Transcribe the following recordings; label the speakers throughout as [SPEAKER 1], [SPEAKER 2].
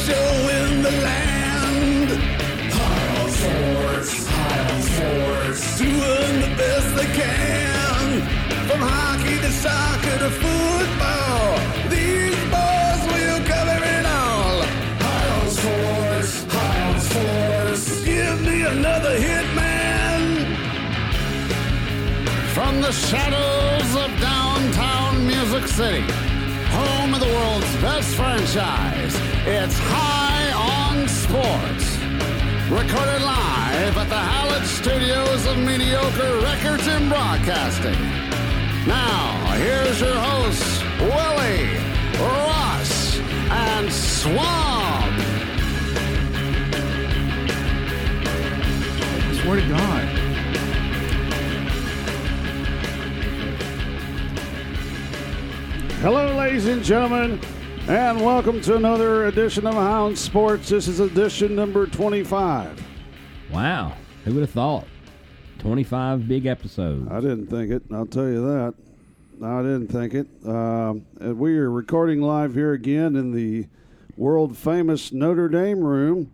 [SPEAKER 1] in the land. Pile force, pile force, doing the best they can. From hockey to soccer to football, these boys will cover it all. Pile force, pile force, give me another hit, man.
[SPEAKER 2] From the shadows of downtown Music City, home of the world's best franchise, it's High on Sports. Recorded live at the Hallett Studios of Mediocre Records and Broadcasting. Now, here's your hosts, Willie, Ross, and Swab.
[SPEAKER 3] Swear to God.
[SPEAKER 2] Hello, ladies and gentlemen, and welcome to another edition of Hound Sports. This is edition number 25.
[SPEAKER 4] Wow. Who would have thought? 25 big episodes.
[SPEAKER 2] I didn't think it, I'll tell you that. I didn't think it. Um, and we are recording live here again in the world famous Notre Dame room,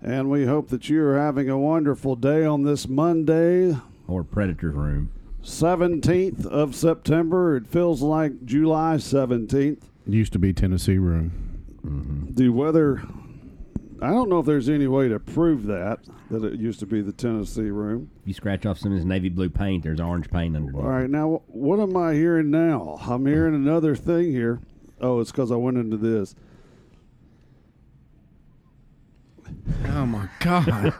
[SPEAKER 2] and we hope that you are having a wonderful day on this Monday,
[SPEAKER 4] Or Predator's Room.
[SPEAKER 2] 17th of September. It feels like July 17th.
[SPEAKER 3] It used to be Tennessee Room.
[SPEAKER 2] the weather i don't know if there's any way to prove that that it used to be the tennessee room
[SPEAKER 4] You scratch off some of this navy blue paint, there's orange paint underneath.
[SPEAKER 2] all right now what am i hearing now i'm hearing another thing here oh it's because i went into this
[SPEAKER 3] Oh my God!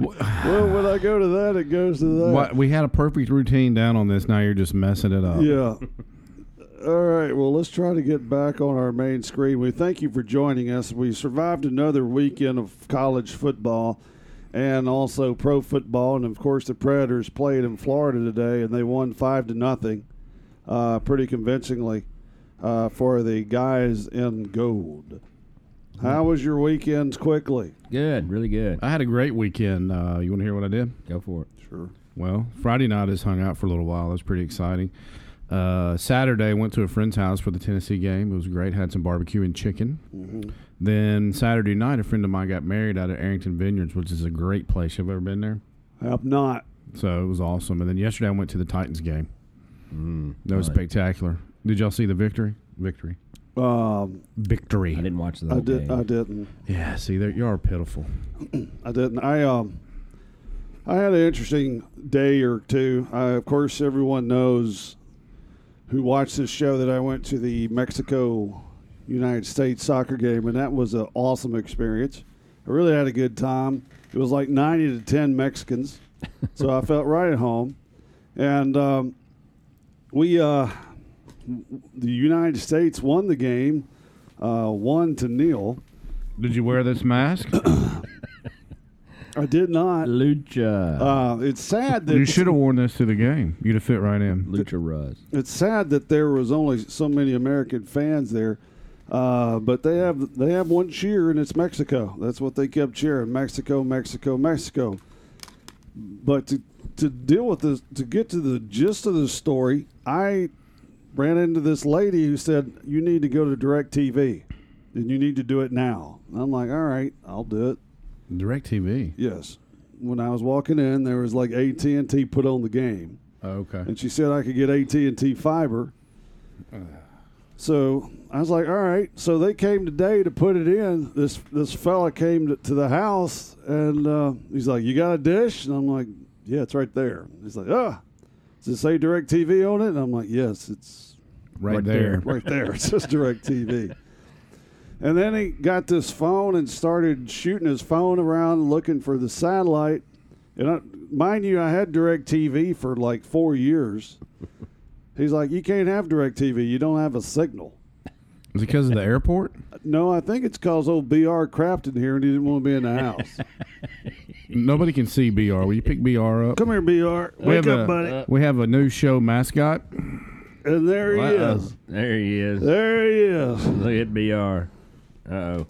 [SPEAKER 2] well when i go to that it goes to that
[SPEAKER 3] what, we had a perfect routine down on this. Now you're just messing it up.
[SPEAKER 2] yeah all right well let's try to get back on our main screen we thank you for joining us we survived another weekend of college football and also pro football and of course the predators played in florida today and they won five to nothing uh, pretty convincingly uh, for the guys in gold. How was your weekend? Quickly,
[SPEAKER 4] Good, really good.
[SPEAKER 3] I had a great weekend. Uh, you want to hear what I did?
[SPEAKER 4] Go for it.
[SPEAKER 2] sure.
[SPEAKER 3] Well, Friday night I just hung out for a little while. That was pretty exciting. Uh, Saturday went to a friend's house for the Tennessee game. It was great. Had some barbecue and chicken. Then Saturday night, a friend of mine got married out at Arrington Vineyards, which is a great place. You've ever been there?
[SPEAKER 2] Have not.
[SPEAKER 3] So it was awesome. And then yesterday I went to the Titans game.
[SPEAKER 4] Mm.
[SPEAKER 3] that was spectacular. Did y'all see the victory? Victory.
[SPEAKER 2] Um,
[SPEAKER 3] Victory.
[SPEAKER 4] I didn't watch the
[SPEAKER 2] I
[SPEAKER 4] whole
[SPEAKER 2] did.
[SPEAKER 4] game.
[SPEAKER 2] I didn't.
[SPEAKER 3] Yeah, see, there you are pitiful.
[SPEAKER 2] I didn't. I um, I had an interesting day or two. I, of course, everyone knows who watched this show that I went to the Mexico United States soccer game, and that was an awesome experience. I really had a good time. It was like ninety to ten Mexicans, so I felt right at home. And um, we, uh, the United States, won the game, uh, one to nil.
[SPEAKER 3] Did you wear this mask?
[SPEAKER 2] I did not.
[SPEAKER 4] Lucha.
[SPEAKER 2] Uh, it's sad that
[SPEAKER 3] you should have worn this to the game. You'd have fit right in.
[SPEAKER 4] Lucha Russ.
[SPEAKER 2] it's sad that there was only so many American fans there. Uh, but they have they have one cheer and it's Mexico. That's what they kept cheering: Mexico, Mexico, Mexico. But to to deal with this, to get to the gist of the story, I ran into this lady who said you need to go to Directv, and you need to do it now. And I'm like, all right, I'll do it.
[SPEAKER 3] Direct TV.
[SPEAKER 2] Yes. When I was walking in, there was like AT and T put on the game
[SPEAKER 3] Oh, okay.
[SPEAKER 2] and she said I could get AT and T fiber. So I was like, all right. So they came today to put it in. This this fella came to, to the house and uh, he's like, you got a dish? And I'm like, yeah, it's right there. He's like, ah, does it say Direct TV on it? And I'm like, yes, it's
[SPEAKER 3] Right,
[SPEAKER 4] Right
[SPEAKER 3] there.
[SPEAKER 4] there.
[SPEAKER 2] right there. It says Direct TV. And then he got this phone and started shooting his phone around looking for the satellite. And I, mind you, I had Direct TV for like four years. He's like, You can't have Direct TV. You don't have a signal.
[SPEAKER 3] Is it because of the airport?
[SPEAKER 2] No, I think it's because old BR crapped in here and he didn't want to be in the house.
[SPEAKER 3] Nobody can see BR. Will you pick BR up?
[SPEAKER 2] Come here, BR.
[SPEAKER 3] we
[SPEAKER 2] Wake
[SPEAKER 3] have
[SPEAKER 2] up,
[SPEAKER 3] a,
[SPEAKER 2] buddy.
[SPEAKER 3] We have a new show mascot. Uh,
[SPEAKER 2] and there he is.
[SPEAKER 4] There he is.
[SPEAKER 2] There he is.
[SPEAKER 4] Look at BR. Uh oh.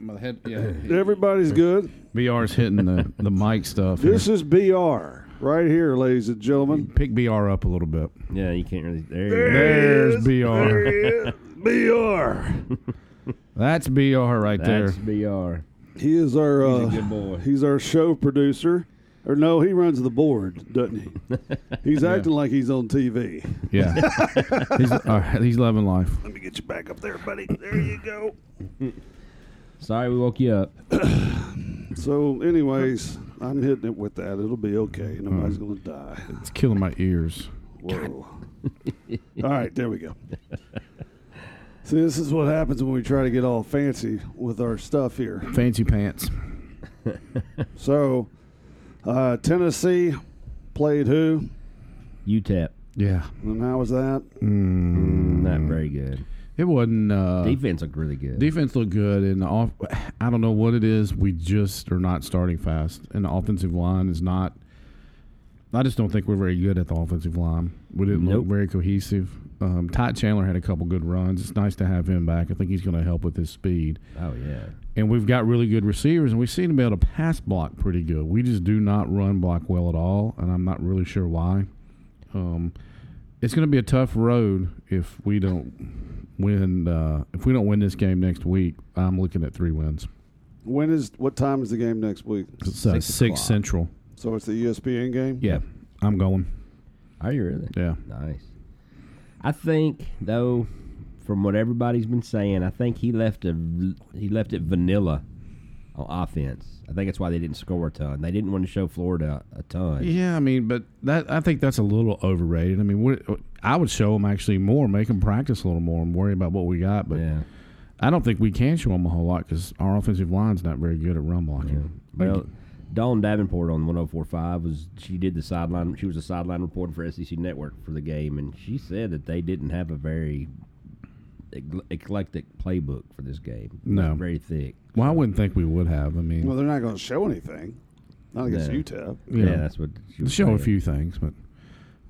[SPEAKER 3] My head, yeah.
[SPEAKER 2] Everybody's good.
[SPEAKER 3] BR's hitting the, the mic stuff. here.
[SPEAKER 2] This is BR right here, ladies and gentlemen.
[SPEAKER 3] Pick BR up a little bit.
[SPEAKER 4] Yeah, you can't really. There he is.
[SPEAKER 3] There's BR.
[SPEAKER 2] There he is. BR.
[SPEAKER 3] That's BR right
[SPEAKER 4] That's
[SPEAKER 3] there.
[SPEAKER 4] BR.
[SPEAKER 2] He is our. Uh,
[SPEAKER 4] He's a good boy.
[SPEAKER 2] He's our show producer. Or no, he runs the board, doesn't he? He's acting like he's on TV.
[SPEAKER 3] Yeah. he's, all right, he's loving life.
[SPEAKER 1] Let me get you back up there, buddy. There you go.
[SPEAKER 4] Sorry we woke you up.
[SPEAKER 2] So, anyways, I'm hitting it with that. It'll be okay. Nobody's gonna die.
[SPEAKER 3] It's killing my ears.
[SPEAKER 2] Whoa. all right, there we go. See, this is what happens when we try to get all fancy with our stuff here.
[SPEAKER 3] Fancy pants.
[SPEAKER 2] So, uh, Tennessee played who,
[SPEAKER 4] UTEP.
[SPEAKER 3] Yeah.
[SPEAKER 2] and how was that?
[SPEAKER 4] E Not very good.
[SPEAKER 3] It wasn't.
[SPEAKER 2] Mm.
[SPEAKER 3] Uh,
[SPEAKER 4] Defense looked really good.
[SPEAKER 3] Defense looked good, and the off. I don't know what it is. We just are not starting fast, and the offensive line is not. I just don't think we're very good at the offensive line. We didn't look
[SPEAKER 4] Nope.
[SPEAKER 3] very cohesive. Um, Ty Chandler had a couple good runs. It's nice to have him back. I think he's going to help with his speed.
[SPEAKER 4] oh yeah.
[SPEAKER 3] And we've got really good receivers, and we seem to be able to pass block pretty good. We just do not run block well at all, and I'm not really sure why. Um, it's going to be a tough road if we don't win. Uh, if we don't win this game next week, I'm looking at three wins.
[SPEAKER 2] When is what time is the game next week?
[SPEAKER 3] It's, uh,
[SPEAKER 4] Six
[SPEAKER 3] six
[SPEAKER 4] o'clock.
[SPEAKER 3] central.
[SPEAKER 2] So it's the E ESPN game.
[SPEAKER 3] Yeah, I'm going.
[SPEAKER 4] Are you really?
[SPEAKER 3] Yeah,
[SPEAKER 4] Nice. I think though, from what everybody's been saying, I think he left a he left it vanilla on offense. I think that's why they didn't score a ton. They didn't want to show Florida a ton.
[SPEAKER 3] yeah. I mean, but that I think that's a little overrated. I mean, what, I would show them actually more, make them practice a little more, and worry about what we got. But
[SPEAKER 4] Yeah.
[SPEAKER 3] I don't think we can show them a whole lot because our offensive line's not very good at run blocking.
[SPEAKER 4] Well, Dawn Davenport on 104.5 was she did the sideline. She was a sideline reporter for SEC Network for the game, and she said that they didn't have a very ec- eclectic playbook for this game.
[SPEAKER 3] No.
[SPEAKER 4] Not very thick.
[SPEAKER 3] Well, I wouldn't think we would have. I mean,
[SPEAKER 2] Well, they're not going to show anything. Not against E
[SPEAKER 4] No.
[SPEAKER 2] UTEP.
[SPEAKER 3] you know,
[SPEAKER 4] Yeah, that's what she was
[SPEAKER 3] show a
[SPEAKER 4] saying.
[SPEAKER 3] few things, but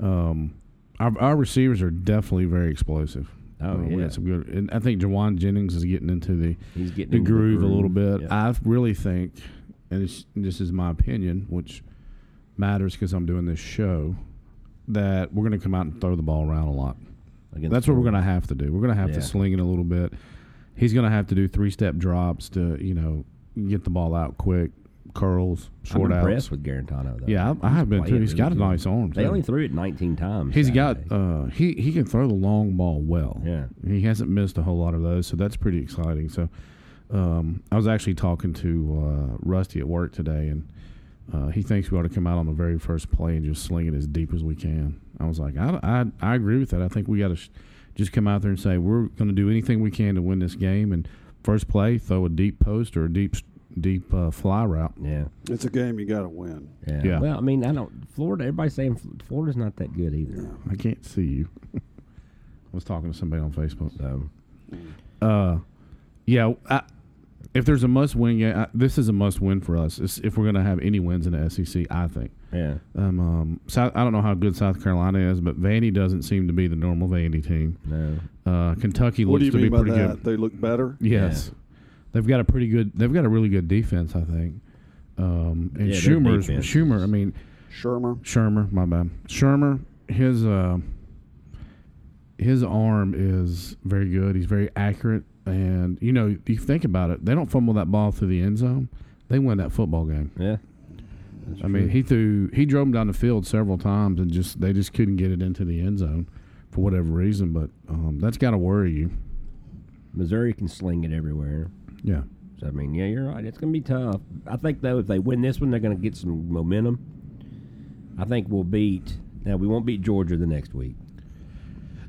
[SPEAKER 3] um, our, our receivers are definitely very explosive.
[SPEAKER 4] Oh,
[SPEAKER 3] Uh, we
[SPEAKER 4] yeah.
[SPEAKER 3] got some good, and I think Jawan Jennings is getting into the
[SPEAKER 4] He's getting
[SPEAKER 3] the
[SPEAKER 4] into the
[SPEAKER 3] groove, a little
[SPEAKER 4] groove,
[SPEAKER 3] bit.
[SPEAKER 4] yeah.
[SPEAKER 3] I really think, and it's, this is my opinion, which matters because I'm doing this show, that we're going to come out and throw the ball around a lot.
[SPEAKER 4] Against
[SPEAKER 3] That's what we're going to have to do. We're going to have
[SPEAKER 4] Yeah.
[SPEAKER 3] to sling it a little bit. He's going to have to do three step drops to you know get the ball out quick, curls,
[SPEAKER 4] I'm
[SPEAKER 3] short outs.
[SPEAKER 4] impressed with Garantano. Though.
[SPEAKER 3] Yeah, I, I have been too.
[SPEAKER 4] playing
[SPEAKER 3] He's got a
[SPEAKER 4] really good.
[SPEAKER 3] nice arm.
[SPEAKER 4] They
[SPEAKER 3] too.
[SPEAKER 4] only threw it 19 times.
[SPEAKER 3] He's got
[SPEAKER 4] Saturday.
[SPEAKER 3] uh, he he can throw the long ball well.
[SPEAKER 4] Yeah.
[SPEAKER 3] he hasn't missed a whole lot of those, so that's pretty exciting. So, um, I was actually talking to uh, Rusty at work today, and uh, he thinks we ought to come out on the very first play and just sling it as deep as we can. I was like, I I, I agree with that. I think we got to sh- just come out there and say we're going to do anything we can to win this game. And first play, throw a deep post or a deep deep uh, fly route.
[SPEAKER 4] yeah,
[SPEAKER 2] It's a game you got to win.
[SPEAKER 4] yeah,
[SPEAKER 3] Yeah.
[SPEAKER 4] Well, I mean, I don't. Florida. Everybody's saying Fl- Florida's not that good either.
[SPEAKER 3] I can't see you. I was talking to somebody on Facebook.
[SPEAKER 4] So
[SPEAKER 3] uh, yeah, I, if there's a must win, yeah, I, this is a must win for us. It's, if we're going to have any wins in the SEC, I think.
[SPEAKER 4] yeah,
[SPEAKER 3] Um, um, South, I don't know how good South Carolina is, but Vandy doesn't seem to be the normal Vandy team.
[SPEAKER 4] no,
[SPEAKER 3] Uh, Kentucky
[SPEAKER 2] What do
[SPEAKER 3] looks
[SPEAKER 2] you mean
[SPEAKER 3] to be
[SPEAKER 2] by
[SPEAKER 3] pretty
[SPEAKER 2] that?
[SPEAKER 3] good.
[SPEAKER 2] They look better.
[SPEAKER 3] Yes, they've got a pretty good. They've got a really good defense, I think. Um, and
[SPEAKER 4] Yeah, their
[SPEAKER 3] Schumer's
[SPEAKER 4] defense
[SPEAKER 3] Schumer. I mean,
[SPEAKER 2] Shermer.
[SPEAKER 3] Shermer, my bad. Shermer, his uh, his arm is very good. He's very accurate, and you know, you think about it, they don't fumble that ball through the end zone. They win that football game.
[SPEAKER 4] yeah.
[SPEAKER 3] I mean, he threw he drove them down the field several times, and just they just couldn't get it into the end zone for whatever reason. But um, that's got to worry you.
[SPEAKER 4] Missouri can sling it everywhere.
[SPEAKER 3] Yeah,
[SPEAKER 4] So, I mean, yeah, you're right. It's going to be tough. I think, though, if they win this one, they're going to get some momentum. I think we'll beat. Now, we won't beat Georgia the next week,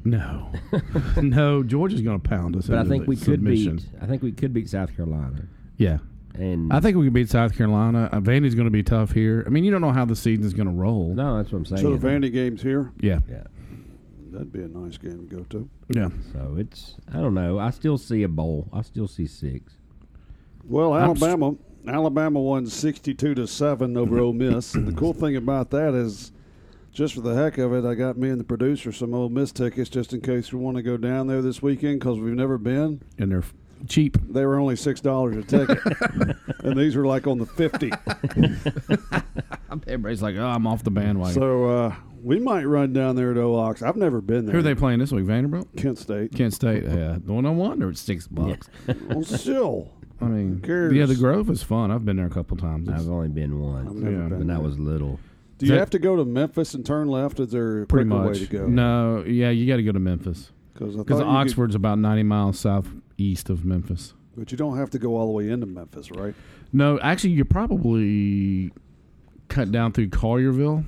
[SPEAKER 3] no, no. Georgia's going to pound us.
[SPEAKER 4] but I
[SPEAKER 3] into
[SPEAKER 4] think
[SPEAKER 3] the
[SPEAKER 4] we could
[SPEAKER 3] submission.
[SPEAKER 4] beat. I think we could beat South Carolina.
[SPEAKER 3] Yeah,
[SPEAKER 4] And
[SPEAKER 3] I think we can beat South Carolina. Uh, Vandy's going to be tough here. I mean, you don't know how the season's going to roll.
[SPEAKER 4] no, that's what I'm saying.
[SPEAKER 2] So the Vandy game's here.
[SPEAKER 3] Yeah.
[SPEAKER 4] yeah.
[SPEAKER 2] That'd be a nice game to go to.
[SPEAKER 3] Yeah.
[SPEAKER 4] So it's. I don't know. I still see a bowl. I still see six.
[SPEAKER 2] Well,
[SPEAKER 3] I'm s-
[SPEAKER 2] Alabama. Alabama won sixty-two to seven over Ole Miss, and the cool thing about that is, just for the heck of it, I got me and the producer some Ole Miss tickets just in case we want to go down there this weekend because we've never been.
[SPEAKER 3] And they're f- cheap.
[SPEAKER 2] They were only six dollars a ticket, and these were like on the fifty.
[SPEAKER 3] Everybody's like, oh, I'm off the bandwagon.
[SPEAKER 2] So uh, we might run down there to Ox. I've never been there.
[SPEAKER 3] Who are they playing this week? Vanderbilt?
[SPEAKER 2] Kent State.
[SPEAKER 3] Kent State. Yeah. The one on one or it's six bucks.
[SPEAKER 2] well, still,
[SPEAKER 3] I mean,
[SPEAKER 2] cares?
[SPEAKER 3] yeah, the Grove is fun. I've been there a couple times. It's-
[SPEAKER 4] I've only been
[SPEAKER 2] I've
[SPEAKER 4] once
[SPEAKER 2] never
[SPEAKER 3] Yeah.
[SPEAKER 2] been
[SPEAKER 4] when I
[SPEAKER 2] there.
[SPEAKER 4] was little.
[SPEAKER 2] Do you
[SPEAKER 3] That-
[SPEAKER 2] have to go to Memphis and turn left? Is there a
[SPEAKER 3] pretty
[SPEAKER 2] quicker
[SPEAKER 3] much.
[SPEAKER 2] way to go? Oh,
[SPEAKER 3] No, yeah, you got to go to Memphis
[SPEAKER 2] because
[SPEAKER 3] because Oxford's about 90 miles southeast of Memphis.
[SPEAKER 2] but you don't have to go all the way into Memphis, right?
[SPEAKER 3] No, actually, you probably cut down through Collierville.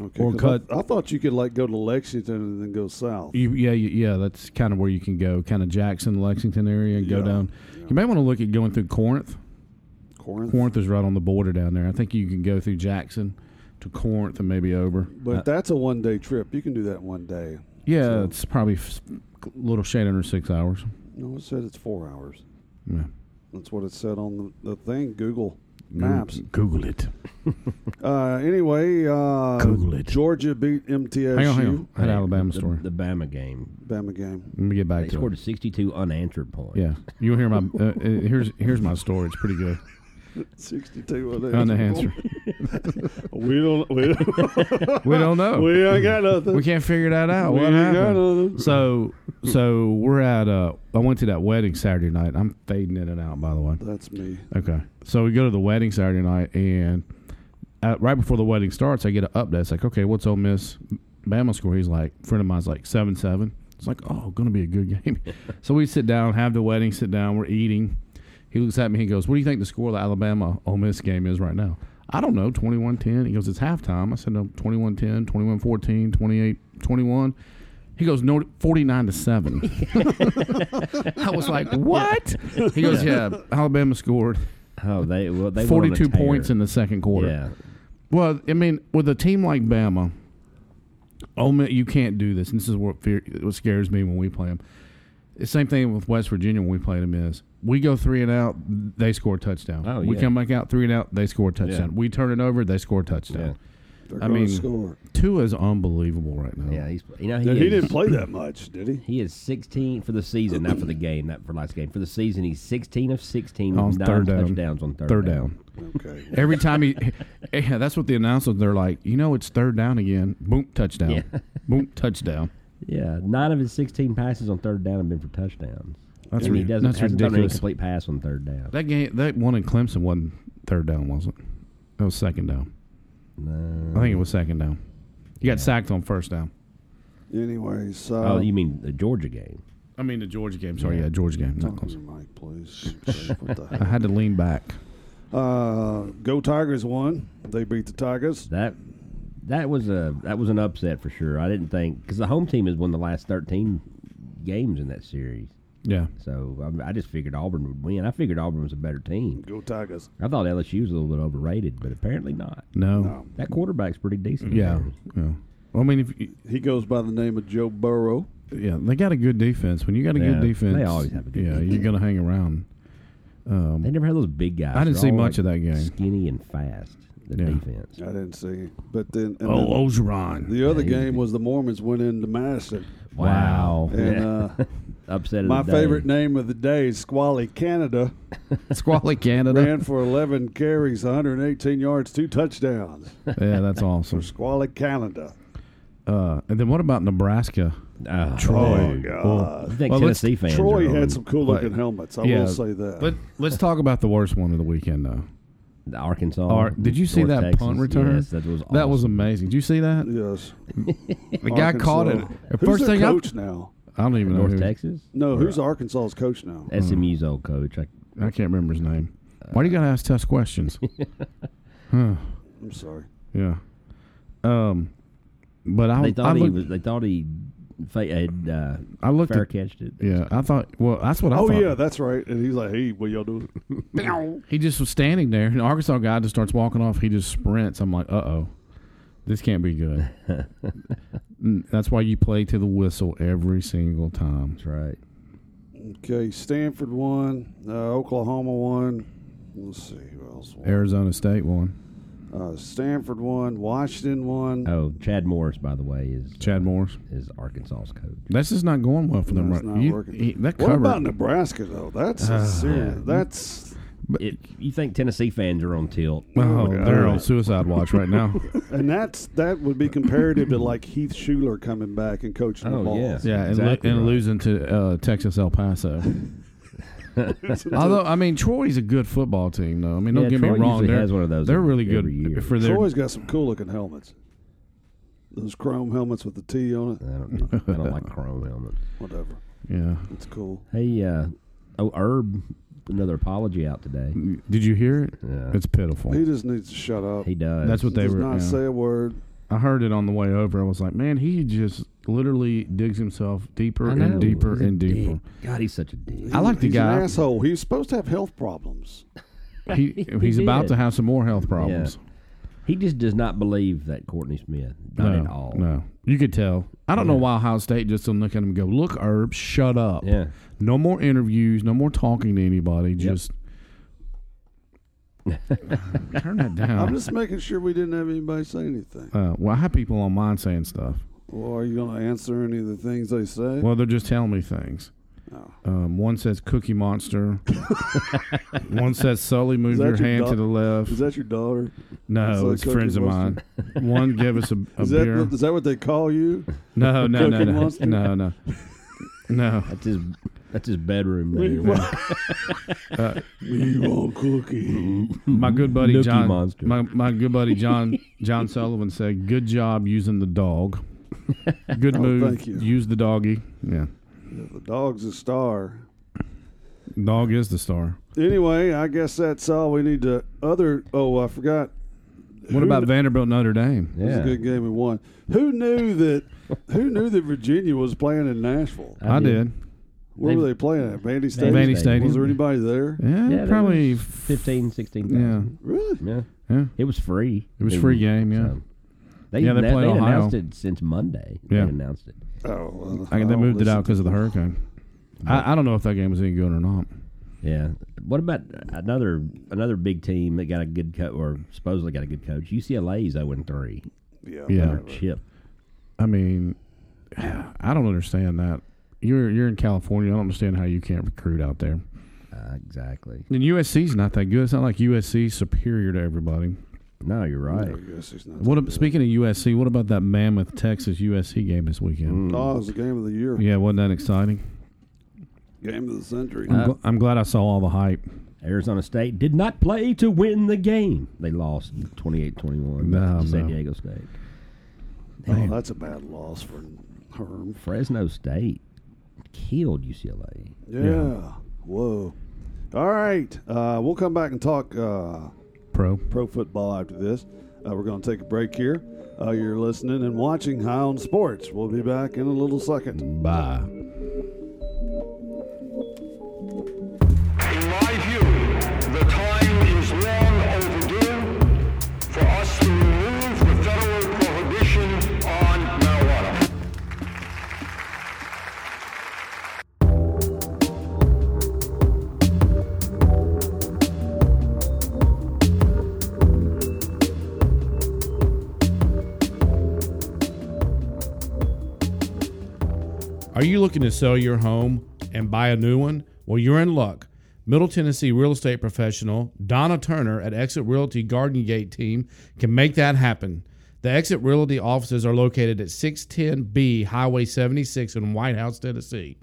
[SPEAKER 2] Okay.
[SPEAKER 3] Or
[SPEAKER 2] 'cause
[SPEAKER 3] cut- E
[SPEAKER 2] I, I thought you could like go to Lexington and then go south.
[SPEAKER 3] You, yeah, you, yeah, that's kind of where you can go, kind of Jackson, Lexington area, and go
[SPEAKER 2] Yeah,
[SPEAKER 3] down. You may want to look at going through Corinth.
[SPEAKER 2] Corinth.
[SPEAKER 3] Corinth is right on the border down there. I think you can go through Jackson to Corinth and maybe over.
[SPEAKER 2] But that's a one day trip. You can do that one day.
[SPEAKER 3] Yeah,
[SPEAKER 2] So-
[SPEAKER 3] it's probably f- little shade under six hours.
[SPEAKER 2] No, it said it's four hours.
[SPEAKER 3] Yeah.
[SPEAKER 2] That's what it said on the, the thing. Google Maps.
[SPEAKER 3] Google it.
[SPEAKER 2] Uh, anyway, uh,
[SPEAKER 3] Google it.
[SPEAKER 2] Georgia beat MTSU.
[SPEAKER 3] Hang on, hang on. I had
[SPEAKER 4] Hey,
[SPEAKER 3] Alabama
[SPEAKER 4] the,
[SPEAKER 3] story.
[SPEAKER 4] The Bama game.
[SPEAKER 2] Bama game.
[SPEAKER 3] Let me get back
[SPEAKER 4] They
[SPEAKER 3] to
[SPEAKER 4] scored
[SPEAKER 3] it.
[SPEAKER 4] 62 unanswered points.
[SPEAKER 3] Yeah, you'll hear my. Uh, uh, here's here's my story. It's pretty good.
[SPEAKER 2] 62 on the
[SPEAKER 3] On the answer,
[SPEAKER 2] We don't. We, don't,
[SPEAKER 3] we don't know.
[SPEAKER 2] we ain't got nothing.
[SPEAKER 3] We can't figure that out.
[SPEAKER 2] We
[SPEAKER 3] What
[SPEAKER 2] ain't got
[SPEAKER 3] happened?
[SPEAKER 2] nothing.
[SPEAKER 3] So so we're at. Uh, I went to that wedding Saturday night. I'm fading in and out, by the way.
[SPEAKER 2] That's me.
[SPEAKER 3] Okay. So we go to the wedding Saturday night, and uh right before the wedding starts, I get an update. It's like, okay, what's Ole Miss Bama score? He's like, friend of mine's like seven seven. It's like, oh, gonna be a good game. so we sit down, have the wedding, sit down, we're eating. He looks at me, he goes, "What do you think the score of the Alabama Ole Miss game is right now?" I don't know, 21-10. He goes, "It's halftime." I said, "No, 21-10, 21-14, 28-21." He goes, "No, 49 to 7." I was like, "What?" He goes, "Yeah, Alabama scored."
[SPEAKER 4] Oh, they well they went on a tear.
[SPEAKER 3] 42 points in the second quarter.
[SPEAKER 4] Yeah.
[SPEAKER 3] Well, I mean, with a team like Bama, Ole Miss, you can't do this. And this is what, fear, what scares me when we play them. The same thing with West Virginia when we played them is we go three and out, they score a touchdown.
[SPEAKER 4] Oh,
[SPEAKER 3] We
[SPEAKER 4] yeah.
[SPEAKER 3] come back out three and out, they score a touchdown.
[SPEAKER 4] Yeah.
[SPEAKER 3] We turn it over, they score a touchdown.
[SPEAKER 2] They're
[SPEAKER 3] I
[SPEAKER 2] gonna
[SPEAKER 3] mean-
[SPEAKER 2] score.
[SPEAKER 3] Tua is unbelievable right now.
[SPEAKER 4] Yeah, he's you know he,
[SPEAKER 2] Dude, he
[SPEAKER 4] is-
[SPEAKER 2] didn't play that much, did he?
[SPEAKER 4] He is 16 for the season, not for the game, not for last game. For the season, he's 16 of 16
[SPEAKER 3] On
[SPEAKER 4] with nine
[SPEAKER 3] third down.
[SPEAKER 4] touchdowns on third,
[SPEAKER 3] Third down.
[SPEAKER 2] Okay.
[SPEAKER 3] Every time he, yeah, that's what the announcers, they're like, you know, it's third down again. Boom, touchdown.
[SPEAKER 4] Yeah.
[SPEAKER 3] Boom, touchdown.
[SPEAKER 4] Yeah, nine of his 16 passes on third down have been for touchdowns.
[SPEAKER 3] That's,
[SPEAKER 4] and
[SPEAKER 3] ri-
[SPEAKER 4] he doesn't
[SPEAKER 3] that's
[SPEAKER 4] hasn't thrown an
[SPEAKER 3] ridiculous.
[SPEAKER 4] incomplete pass on third down.
[SPEAKER 3] That game, that one in Clemson wasn't third down, was it? That was second down.
[SPEAKER 4] No.
[SPEAKER 3] I think it was second down. You got sacked on first down.
[SPEAKER 2] Anyways, so
[SPEAKER 3] uh,
[SPEAKER 4] Oh, you mean the Georgia game?
[SPEAKER 3] I mean the Georgia game. Sorry, yeah, Georgia game. Not
[SPEAKER 2] talk to
[SPEAKER 3] Clemson.
[SPEAKER 2] your mic, please. what the
[SPEAKER 3] I
[SPEAKER 2] heck?
[SPEAKER 3] had to lean back.
[SPEAKER 2] Uh, Go Tigers won. They beat the Tigers.
[SPEAKER 4] That that was a that was an upset for sure. I didn't think because the home team has won the last 13 games in that series.
[SPEAKER 3] Yeah,
[SPEAKER 4] So um, I, I just figured Auburn would win. I figured Auburn was a better team.
[SPEAKER 2] Go Tigers.
[SPEAKER 4] I thought LSU was a little bit overrated, but apparently not.
[SPEAKER 3] no,
[SPEAKER 2] No.
[SPEAKER 4] That quarterback's pretty decent.
[SPEAKER 3] yeah, yeah. Well, I mean, if you,
[SPEAKER 2] He goes by the name of Joe Burrow.
[SPEAKER 3] yeah, they got a good defense. When you got a
[SPEAKER 4] Yeah,
[SPEAKER 3] good
[SPEAKER 4] they
[SPEAKER 3] defense,
[SPEAKER 4] always have a good
[SPEAKER 3] yeah,
[SPEAKER 4] defense.
[SPEAKER 3] you're gonna hang around. Um,
[SPEAKER 4] They never had those big guys.
[SPEAKER 3] I didn't
[SPEAKER 4] They're
[SPEAKER 3] see
[SPEAKER 4] all, like,
[SPEAKER 3] much of that game.
[SPEAKER 4] Skinny and fast. The
[SPEAKER 3] Yeah.
[SPEAKER 4] defense.
[SPEAKER 2] I didn't see. But then, and then
[SPEAKER 3] oh, Ogeron.
[SPEAKER 2] the other
[SPEAKER 4] Yeah, he's-
[SPEAKER 2] game was the Mormons went into Madison.
[SPEAKER 4] Wow.
[SPEAKER 2] And uh,
[SPEAKER 4] Upset. Of
[SPEAKER 2] my
[SPEAKER 4] the day.
[SPEAKER 2] favorite name of the day is Squally Canada.
[SPEAKER 3] Squally Canada.
[SPEAKER 2] Ran for 11 carries, 118 yards, two touchdowns.
[SPEAKER 3] yeah, that's awesome.
[SPEAKER 2] Squally Canada.
[SPEAKER 3] Uh, and then what about Nebraska?
[SPEAKER 4] Oh,
[SPEAKER 2] Oh,
[SPEAKER 3] Troy.
[SPEAKER 2] God.
[SPEAKER 4] I think
[SPEAKER 3] Well, let's-
[SPEAKER 4] Tennessee fans.
[SPEAKER 2] Troy
[SPEAKER 4] are
[SPEAKER 2] had
[SPEAKER 4] on
[SPEAKER 2] some cool looking helmets. I
[SPEAKER 3] yeah,
[SPEAKER 2] will say that.
[SPEAKER 3] Let, let's talk about the worst one of the weekend, though.
[SPEAKER 4] the Arkansas.
[SPEAKER 3] Or did you see
[SPEAKER 4] North
[SPEAKER 3] that
[SPEAKER 4] Texas.
[SPEAKER 3] punt return?
[SPEAKER 4] Yes, that was. Awesome.
[SPEAKER 3] That was amazing. Did you see that?
[SPEAKER 2] yes.
[SPEAKER 3] The guy
[SPEAKER 2] Arkansas.
[SPEAKER 3] caught it. The
[SPEAKER 2] Who's
[SPEAKER 3] First
[SPEAKER 2] their
[SPEAKER 3] thing I,
[SPEAKER 2] coach now?
[SPEAKER 3] I don't even know.
[SPEAKER 4] North
[SPEAKER 3] who-
[SPEAKER 4] Texas.
[SPEAKER 2] No, who's Arkansas's coach now?
[SPEAKER 4] Hmm. SMU's old coach. I,
[SPEAKER 3] I can't remember his name.
[SPEAKER 4] Uh,
[SPEAKER 3] Why do you gotta ask tough questions?
[SPEAKER 2] I'm sorry.
[SPEAKER 3] yeah. Um, but I
[SPEAKER 4] they thought
[SPEAKER 3] I
[SPEAKER 4] he
[SPEAKER 3] looked,
[SPEAKER 4] was. They thought he fa- had uh,
[SPEAKER 3] I looked
[SPEAKER 4] fair
[SPEAKER 3] at,
[SPEAKER 4] catched it.
[SPEAKER 3] yeah. I thought well that's what I
[SPEAKER 2] Oh
[SPEAKER 3] thought.
[SPEAKER 2] yeah, that's right. And he's like, "Hey, what y'all doing?"
[SPEAKER 3] He just was standing there, and the Arkansas guy just starts walking off. He just sprints. I'm like, uh oh, this can't be good. Mm, that's why you play to the whistle every single time.
[SPEAKER 4] That's right.
[SPEAKER 2] Okay, Stanford won. Uh, Oklahoma won. Let's see who else won.
[SPEAKER 3] Arizona State won.
[SPEAKER 2] Uh, Stanford won. Washington
[SPEAKER 3] Uh,
[SPEAKER 2] won.
[SPEAKER 4] Oh, Chad Morris, by the way, is
[SPEAKER 3] Chad Morris.
[SPEAKER 4] is Arkansas's coach.
[SPEAKER 3] That's just not going well for them
[SPEAKER 2] That's
[SPEAKER 3] right.
[SPEAKER 2] not
[SPEAKER 3] you,
[SPEAKER 2] working.
[SPEAKER 3] he-
[SPEAKER 2] what
[SPEAKER 3] that cover. Ah.
[SPEAKER 2] about Nebraska though? That's a serious. That's
[SPEAKER 3] But-
[SPEAKER 4] It, you think Tennessee fans are on tilt?
[SPEAKER 3] Oh,
[SPEAKER 2] God.
[SPEAKER 3] they're on suicide watch right now.
[SPEAKER 2] And that's that would be comparative to like Heath Schuler coming back and coaching the
[SPEAKER 4] Oh, yeah.
[SPEAKER 2] Vols.
[SPEAKER 3] yeah, and, lo-
[SPEAKER 4] Exactly
[SPEAKER 3] and
[SPEAKER 4] right.
[SPEAKER 3] losing to uh, Texas El Paso. Although, I mean, Troy's a good football team, though. I mean, don't
[SPEAKER 4] Yeah,
[SPEAKER 3] get
[SPEAKER 4] Troy
[SPEAKER 3] me wrong;
[SPEAKER 4] usually
[SPEAKER 3] they're
[SPEAKER 4] has one of those
[SPEAKER 3] they're really good
[SPEAKER 4] every year.
[SPEAKER 3] for their.
[SPEAKER 2] Troy's got some cool looking helmets. Those chrome helmets with the T on
[SPEAKER 4] I
[SPEAKER 2] it.
[SPEAKER 4] don't, I don't like chrome helmets.
[SPEAKER 2] Whatever.
[SPEAKER 3] yeah.
[SPEAKER 2] It's cool.
[SPEAKER 4] Hey, uh, oh, Herb, another apology out today.
[SPEAKER 3] Did you hear it?
[SPEAKER 4] Yeah.
[SPEAKER 3] It's pitiful.
[SPEAKER 2] He just needs to shut up.
[SPEAKER 4] He does.
[SPEAKER 3] That's what they
[SPEAKER 2] does
[SPEAKER 3] were.
[SPEAKER 2] not
[SPEAKER 3] yeah.
[SPEAKER 2] say a word.
[SPEAKER 3] I heard it on the way over. I was like, man, he just literally digs himself deeper
[SPEAKER 4] I know.
[SPEAKER 3] and deeper
[SPEAKER 4] He's a
[SPEAKER 3] and deeper.
[SPEAKER 4] dick. God, he's such a dick.
[SPEAKER 3] I like the
[SPEAKER 2] He's an
[SPEAKER 3] guy.
[SPEAKER 2] asshole. He's supposed to have health problems.
[SPEAKER 3] He, he's about
[SPEAKER 4] did.
[SPEAKER 3] to have some more health problems.
[SPEAKER 4] He just does not believe that Courtney Smith. Not
[SPEAKER 3] No,
[SPEAKER 4] at all.
[SPEAKER 3] no, you could tell. I don't know why Ohio State just didn't look at him and go, "Look, Herb, shut up.
[SPEAKER 4] Yeah.
[SPEAKER 3] No more interviews. No more talking to anybody. Just turn that
[SPEAKER 2] I'm
[SPEAKER 3] down."
[SPEAKER 2] just making sure we didn't have anybody say anything.
[SPEAKER 3] uh, well, I have people on mine saying stuff.
[SPEAKER 2] Well, are you going to answer any of the things they say?
[SPEAKER 3] Well, they're just telling me things.
[SPEAKER 2] Oh.
[SPEAKER 3] Um, one says Cookie Monster. one says Sully, move
[SPEAKER 2] that
[SPEAKER 3] your
[SPEAKER 2] your
[SPEAKER 3] hand
[SPEAKER 2] dog-
[SPEAKER 3] to the left.
[SPEAKER 2] Is that your daughter? Is
[SPEAKER 3] No,
[SPEAKER 2] that
[SPEAKER 3] it's
[SPEAKER 2] Cookie
[SPEAKER 3] friends of mine.
[SPEAKER 2] Monster?
[SPEAKER 3] One gave us a, a
[SPEAKER 2] Is that,
[SPEAKER 3] beer.
[SPEAKER 2] what, is that what they call you?
[SPEAKER 3] no, no, no,
[SPEAKER 2] Cookie
[SPEAKER 3] no,
[SPEAKER 2] Monster?
[SPEAKER 3] no, no, no.
[SPEAKER 4] That's his. That's his bedroom. name.
[SPEAKER 2] you want cookie?
[SPEAKER 3] My good buddy
[SPEAKER 4] Nookie
[SPEAKER 3] John.
[SPEAKER 4] Monster.
[SPEAKER 3] My my good buddy John John Sullivan said, "Good job using the dog. Good move.
[SPEAKER 2] Oh, thank you.
[SPEAKER 3] Use the doggy. Yeah,
[SPEAKER 2] the dog's a star.
[SPEAKER 3] dog is the star.
[SPEAKER 2] Anyway, I guess that's all we need to. Other oh, I forgot.
[SPEAKER 3] What about Vanderbilt Notre Dame?
[SPEAKER 2] It was
[SPEAKER 4] Yeah.
[SPEAKER 2] a good game we won. Who knew that? Who knew that Virginia was playing in Nashville?
[SPEAKER 3] I,
[SPEAKER 4] I
[SPEAKER 3] did.
[SPEAKER 4] did.
[SPEAKER 2] Where were
[SPEAKER 4] They-
[SPEAKER 2] they playing at? Vandy State.
[SPEAKER 3] Vandy
[SPEAKER 4] Vandy
[SPEAKER 3] Stadium.
[SPEAKER 4] Stadium.
[SPEAKER 2] Was there anybody there?
[SPEAKER 3] Yeah,
[SPEAKER 4] Yeah, there
[SPEAKER 3] probably.
[SPEAKER 4] was
[SPEAKER 3] f-
[SPEAKER 4] 15, 16,000.
[SPEAKER 3] Yeah,
[SPEAKER 2] Really?
[SPEAKER 4] Yeah. yeah.
[SPEAKER 3] yeah,
[SPEAKER 4] It was free.
[SPEAKER 3] It was free game, yeah.
[SPEAKER 4] they,
[SPEAKER 3] Yeah, they
[SPEAKER 4] they,
[SPEAKER 3] play Ohio.
[SPEAKER 4] announced it since Monday.
[SPEAKER 3] Yeah.
[SPEAKER 4] They announced it.
[SPEAKER 2] Oh,
[SPEAKER 3] I, they moved it out because of the hurricane. I, I don't know if that game was any good or not.
[SPEAKER 4] Yeah. What about another another big team that got a good coach or supposedly got a oh good coach? UCLA's 0 3.
[SPEAKER 2] Yeah.
[SPEAKER 3] Yeah.
[SPEAKER 2] whatever.
[SPEAKER 4] Chip.
[SPEAKER 3] I mean, I don't understand that. You're you're in California. I don't understand how you can't recruit out there.
[SPEAKER 4] Uh, exactly.
[SPEAKER 3] And USC's not that good. It's not like USC's superior to everybody.
[SPEAKER 4] No, you're right.
[SPEAKER 2] I guess it's not.
[SPEAKER 3] What ab- speaking of USC? What about that mammoth Texas USC game this weekend?
[SPEAKER 2] Oh, it was the game of the year.
[SPEAKER 3] Yeah, wasn't that exciting? Uh,
[SPEAKER 2] Game of the century.
[SPEAKER 3] I'm, gl- I'm glad I saw all the hype.
[SPEAKER 4] Arizona State did not play to win the game. They lost 28 21
[SPEAKER 3] No,
[SPEAKER 4] to San
[SPEAKER 3] no.
[SPEAKER 4] Diego State.
[SPEAKER 2] oh, that's a bad loss for Herm.
[SPEAKER 4] Fresno State killed UCLA.
[SPEAKER 2] Yeah. Whoa. All right. Uh, we'll come back and talk uh,
[SPEAKER 3] Pro.
[SPEAKER 2] pro football after this. Uh, we're going to take a break here. Uh, you're listening and watching High on Sports. We'll be back in a little second.
[SPEAKER 3] Bye.
[SPEAKER 5] In my view, the time is long overdue for us to remove the federal prohibition on marijuana.
[SPEAKER 3] Are you looking to sell your home and buy a new one? Well, you're in luck. Middle Tennessee real estate professional Donna Turner at Exit Realty Garden Gate team can make that happen. The Exit Realty offices are located at 610B Highway 76 in White House, Tennessee.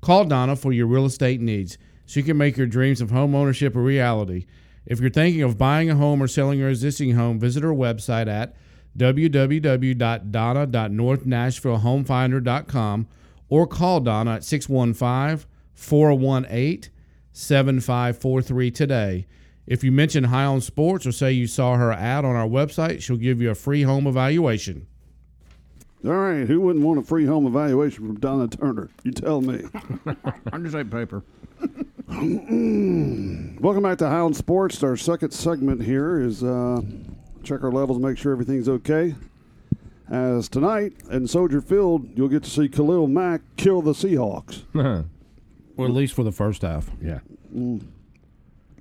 [SPEAKER 3] Call Donna for your real estate needs so you can make your dreams of home ownership a reality. If you're thinking of buying a home or selling your existing home, visit her website at www.donna.northnashvillehomefinder.com or call Donna at 615 418 7543 today. If you mention High on Sports or say you saw her ad on our website, she'll give you a free home evaluation.
[SPEAKER 2] All right. Who wouldn't want a free home evaluation from Donna Turner? You tell me.
[SPEAKER 3] Understate paper.
[SPEAKER 2] Welcome back to Hound Sports. Our second segment here is uh, check our levels, make sure everything's okay. As tonight in Soldier Field, you'll get to see Khalil Mack kill the Seahawks.
[SPEAKER 3] Or at least for the first half.
[SPEAKER 4] Yeah.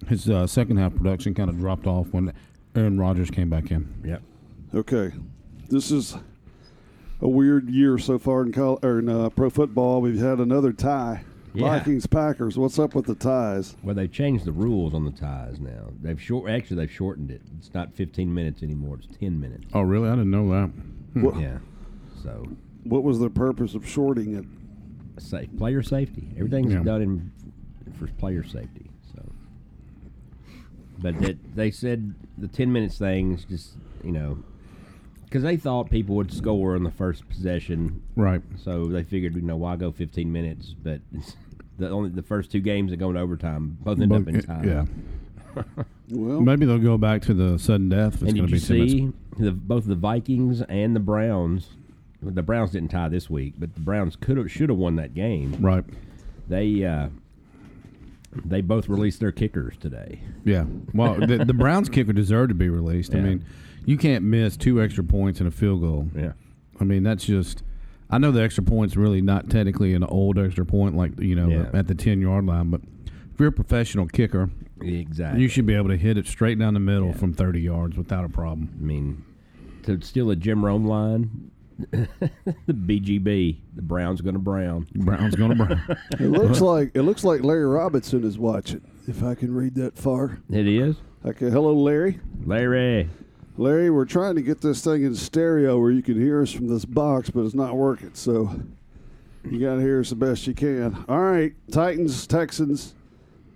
[SPEAKER 3] His uh, second half production kind of dropped off when Aaron Rodgers came back in.
[SPEAKER 4] Yep.
[SPEAKER 2] Okay, this is a weird year so far in, col- or in uh, pro football. We've had another tie
[SPEAKER 4] Yeah.
[SPEAKER 2] Vikings Packers. What's up with the ties?
[SPEAKER 4] Well, they've changed the rules on the ties now. They've short actually they've shortened it. It's not 15 minutes anymore. It's 10 minutes.
[SPEAKER 3] Oh, really? I didn't know that.
[SPEAKER 2] What,
[SPEAKER 4] Yeah. So
[SPEAKER 2] what was the purpose of shorting it?
[SPEAKER 4] safe player safety. Everything's
[SPEAKER 3] Yeah.
[SPEAKER 4] done in for player safety. So, but that they said the 10 minutes things just you know because they thought people would score on the first possession
[SPEAKER 3] Right.
[SPEAKER 4] So they figured, you know, why go 15 minutes? But it's the only the first two games that go into overtime both end up in
[SPEAKER 3] But-
[SPEAKER 4] time.
[SPEAKER 3] yeah.
[SPEAKER 2] Well,
[SPEAKER 3] Maybe they'll go back to the sudden death. if It's
[SPEAKER 4] And
[SPEAKER 3] gonna
[SPEAKER 4] did you
[SPEAKER 3] be 10 minutes.
[SPEAKER 4] see the, both the Vikings and the Browns? The Browns didn't tie this week, but the Browns could have should have won that game.
[SPEAKER 3] Right.
[SPEAKER 4] They uh, they both released their kickers today.
[SPEAKER 3] Yeah. Well, the, the Browns kicker deserved to be released. I
[SPEAKER 4] Yeah.
[SPEAKER 3] mean, you can't miss two extra points and a field goal.
[SPEAKER 4] Yeah.
[SPEAKER 3] I mean, that's just. I know the extra point's really not technically an old extra point, like you know,
[SPEAKER 4] Yeah.
[SPEAKER 3] at the ten yard line. But if you're a professional kicker,
[SPEAKER 4] Exactly.
[SPEAKER 3] you should be able to hit it straight down the middle from thirty yards without a problem.
[SPEAKER 4] I mean, to steal a Jim Rome line, the BGB, the Browns going to Brown.
[SPEAKER 3] Brown's gonna brown.
[SPEAKER 2] it looks like it looks like Larry Robinson is watching. If I can read that far,
[SPEAKER 4] It is
[SPEAKER 2] okay. Hello, Larry.
[SPEAKER 4] Larry.
[SPEAKER 2] Larry, we're trying to get this thing in stereo where you can hear us from this box, but it's not working. So you got to hear us the best you can. All right, Titans, Texans.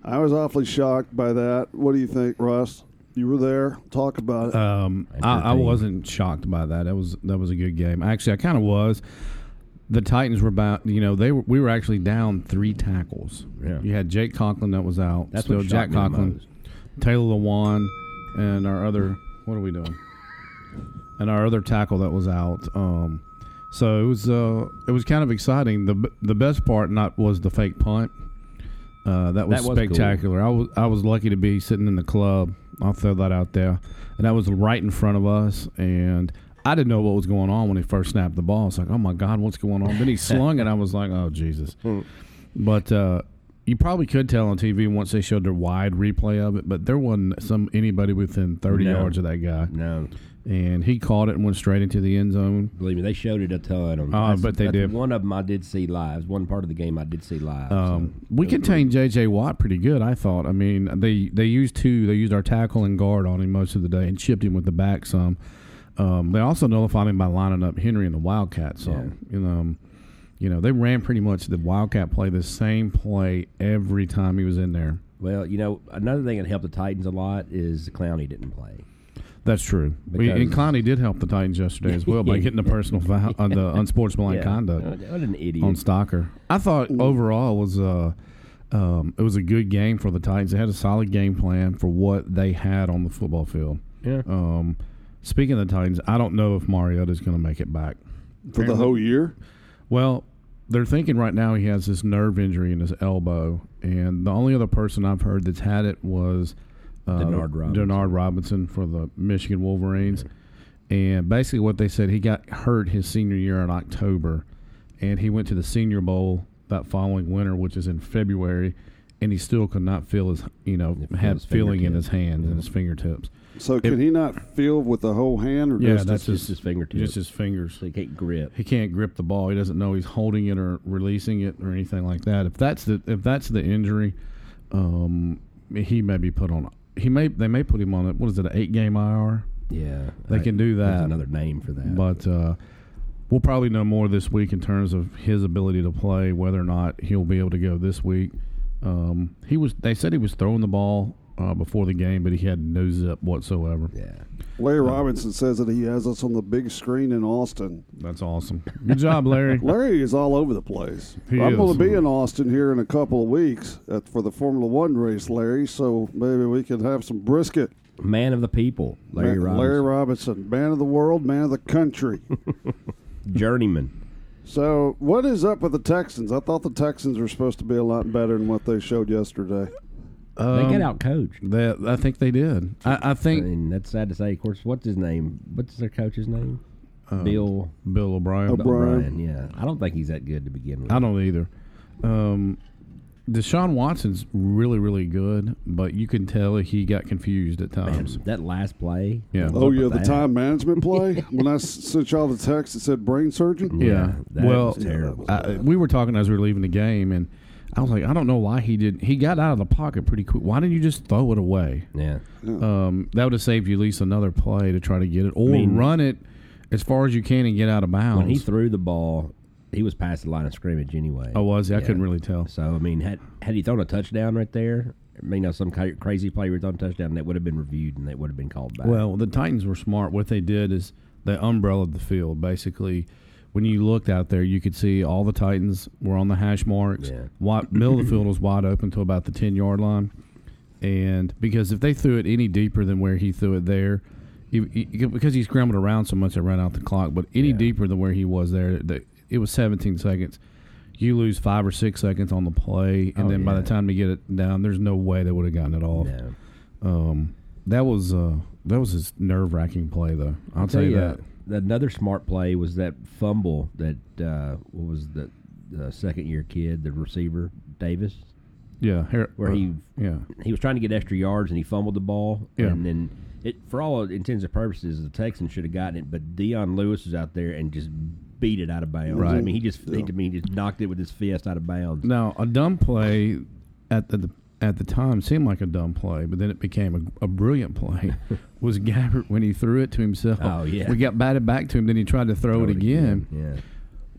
[SPEAKER 2] I was awfully shocked by that. What do you think, Russ? You were there. Talk about it.
[SPEAKER 3] Um, I, I
[SPEAKER 4] 13.
[SPEAKER 3] wasn't shocked by that. That was that was a good game. Actually, I kind of was. The Titans were about, you know, they were, we were actually down three tackles.
[SPEAKER 4] Yeah.
[SPEAKER 3] You had Jake Conklin that was out.
[SPEAKER 4] That's
[SPEAKER 3] Still
[SPEAKER 4] what shocked
[SPEAKER 3] Jack
[SPEAKER 4] me the
[SPEAKER 3] Conklin,
[SPEAKER 4] most.
[SPEAKER 3] Taylor Lewan, and our other. What are we doing? And our other tackle that was out. Um, so it was uh, it was kind of exciting. the The best part not was the fake punt. Uh, that was
[SPEAKER 4] That was cool.
[SPEAKER 3] spectacular. I was I was lucky to be sitting in the club. I'll throw that out there, and that was right in front of us. And I didn't know what was going on when he first snapped the ball. It's like, oh my god, what's going on? Then he slung, and I was like, oh Jesus. But uh, you probably could tell on TV once they showed their wide replay of it. But there wasn't some anybody within thirty
[SPEAKER 4] No.
[SPEAKER 3] yards of that guy,
[SPEAKER 4] No,
[SPEAKER 3] and he caught it and went straight into the end zone.
[SPEAKER 4] Believe me, they showed it a ton. On,
[SPEAKER 3] Oh, I
[SPEAKER 4] that's-
[SPEAKER 3] bet they
[SPEAKER 4] that's
[SPEAKER 3] did.
[SPEAKER 4] One of them I did see live. One part of the game I did see live.
[SPEAKER 3] Um, we contained J.J. Watt pretty good, I thought. I mean, they they used two. They used our tackle and guard on him most of the day and chipped him with the back some. Um, they also nullified him by lining up Henry and the Wildcat some. You know, um, you know, they ran pretty much the Wildcat play, the same play every time he was in there.
[SPEAKER 4] so. Well, you know, another thing that helped the Titans a lot is Clowney didn't play.
[SPEAKER 3] That's true. We, and
[SPEAKER 4] Because-
[SPEAKER 3] Clowney did help the Titans yesterday as well by getting the personal foul on the unsportsmanlike
[SPEAKER 4] Yeah. Oh, Mm-hmm.
[SPEAKER 3] conduct.
[SPEAKER 4] What an idiot!
[SPEAKER 3] Oh, on Stocker. I thought overall was uh um, it was a good game for the Titans. They had a solid game plan for what they had on the football field.
[SPEAKER 4] yeah.
[SPEAKER 3] Um, speaking of the Titans, I don't know if Mariota's going to make it back.
[SPEAKER 2] For the whole year?
[SPEAKER 3] Well, they're thinking right now he has this nerve injury in his elbow, and the only other person I've heard that's had it was uh,
[SPEAKER 4] Denard Robinson.
[SPEAKER 3] Denard Robinson for the Michigan Wolverines. And basically, what they said, he got hurt his senior year in October, and he went to the Senior Bowl that following winter, which is in February, and he still could not feel his, you know,
[SPEAKER 4] feel
[SPEAKER 3] had
[SPEAKER 4] his
[SPEAKER 3] feeling in
[SPEAKER 4] fingertips. Mm-hmm.
[SPEAKER 3] his hands and his fingertips.
[SPEAKER 2] So can he not feel with the whole hand? Or
[SPEAKER 3] Yeah,
[SPEAKER 2] just
[SPEAKER 3] that's
[SPEAKER 4] just
[SPEAKER 3] his,
[SPEAKER 4] his fingertips.
[SPEAKER 3] Just his fingers.
[SPEAKER 4] so he can't grip.
[SPEAKER 3] he can't grip the ball. He doesn't know he's holding it or releasing it or anything like that. If that's the if that's the injury, um, he may be put on. He may they may put him on a, what is it an eight game IR?
[SPEAKER 4] Yeah,
[SPEAKER 3] They can do
[SPEAKER 4] There's
[SPEAKER 3] that.
[SPEAKER 4] another name for that.
[SPEAKER 3] But uh, we'll probably know more this week in terms of his ability to play, whether or not he'll be able to go this week. Um, he was they said he was throwing the ball uh, before the game, but he had no zip whatsoever.
[SPEAKER 4] yeah,
[SPEAKER 2] Larry Robinson says that he has us on the big screen in Austin.
[SPEAKER 3] That's awesome. Good job, Larry.
[SPEAKER 2] Larry is all over the place.
[SPEAKER 3] He
[SPEAKER 2] I'm going
[SPEAKER 3] is.
[SPEAKER 2] to be in Austin here in a couple of weeks at, for the Formula One race, Larry. So maybe we can have some brisket.
[SPEAKER 4] man of the people, Larry
[SPEAKER 2] man,
[SPEAKER 4] Robinson,
[SPEAKER 2] Larry Robinson, man of the world, man of the country.
[SPEAKER 4] journeyman.
[SPEAKER 2] so what is up with the Texans? I thought the Texans were supposed to be a lot better than what they showed yesterday.
[SPEAKER 4] they get out coached.
[SPEAKER 3] That I think they did. Um, I, I
[SPEAKER 4] I
[SPEAKER 3] think
[SPEAKER 4] mean, that's sad to say. Of course, what's his name? What's their coach's name?
[SPEAKER 3] Um,
[SPEAKER 4] Bill
[SPEAKER 3] Bill O'Brien.
[SPEAKER 2] O'Brien.
[SPEAKER 4] O'Brien. Yeah, I don't think he's that good to begin with.
[SPEAKER 3] I don't either. Um, Deshaun Watson's really, really good, but you can tell he got confused at times.
[SPEAKER 4] that last play.
[SPEAKER 3] Yeah.
[SPEAKER 4] what's
[SPEAKER 2] Oh
[SPEAKER 4] up
[SPEAKER 2] yeah,
[SPEAKER 4] with
[SPEAKER 2] the
[SPEAKER 4] that?
[SPEAKER 2] time management play. when I s- sent y'all the text, it said brain surgeon.
[SPEAKER 3] Yeah.
[SPEAKER 4] that
[SPEAKER 3] well,
[SPEAKER 4] was terrible.
[SPEAKER 3] I, we were talking as we were leaving the game, and I was like, I don't know why he did. He got out of the pocket pretty quick. Why didn't you just throw it away?
[SPEAKER 4] Yeah.
[SPEAKER 3] Um, that would have saved you at least another play to try to get it, or
[SPEAKER 4] mean-
[SPEAKER 3] run it as far as you can and get out of bounds.
[SPEAKER 4] When he threw the ball, he was past the line of scrimmage anyway.
[SPEAKER 3] I Oh, was. I
[SPEAKER 4] Yeah.
[SPEAKER 3] couldn't really tell.
[SPEAKER 4] So I mean, had had he thrown a touchdown right there, I mean, you know, some ki- crazy play where he thrown a touchdown that would have been reviewed and that would have been called back.
[SPEAKER 3] Well, the Titans were smart. What they did is they umbrellaed the field. Basically, when you looked out there, you could see all the Titans were on the hash marks.
[SPEAKER 4] Yeah.
[SPEAKER 3] Wi- middle of the field was wide open to about the 10 yard line. And because if they threw it any deeper than where he threw it there, he- he- because he scrambled around so much, it ran out the clock. But any
[SPEAKER 4] Yeah.
[SPEAKER 3] deeper than where he was there, the, it was 17 seconds. You lose five or six seconds on the play, and
[SPEAKER 4] Oh,
[SPEAKER 3] then by
[SPEAKER 4] yeah.
[SPEAKER 3] the time they get it down, there's no way they would have gotten it off.
[SPEAKER 4] no.
[SPEAKER 3] Um, that was uh, that was his nerve wracking play, though. I'll tell you that.
[SPEAKER 4] uh, another smart play was that fumble that uh, what was the, the second year kid, the receiver Davis.
[SPEAKER 3] Yeah, Har-
[SPEAKER 4] Where
[SPEAKER 3] uh,
[SPEAKER 4] he-
[SPEAKER 3] yeah,
[SPEAKER 4] He was trying to get extra yards and he fumbled the ball.
[SPEAKER 3] Yeah.
[SPEAKER 4] And then, it, for all intents and purposes, the Texans should have gotten it, but Dion Lewis was out there and just beat it out of bounds. I
[SPEAKER 3] Right.
[SPEAKER 4] mean, he just he, I mean, he just knocked it with his fist out of bounds.
[SPEAKER 3] now a dumb play at the at the time seemed like a dumb play, but then it became a, a brilliant play. was Gabbert when he threw it to himself?
[SPEAKER 4] Oh, yeah.
[SPEAKER 3] we got batted back to him. Then he tried to throw, it, again.
[SPEAKER 4] Yeah.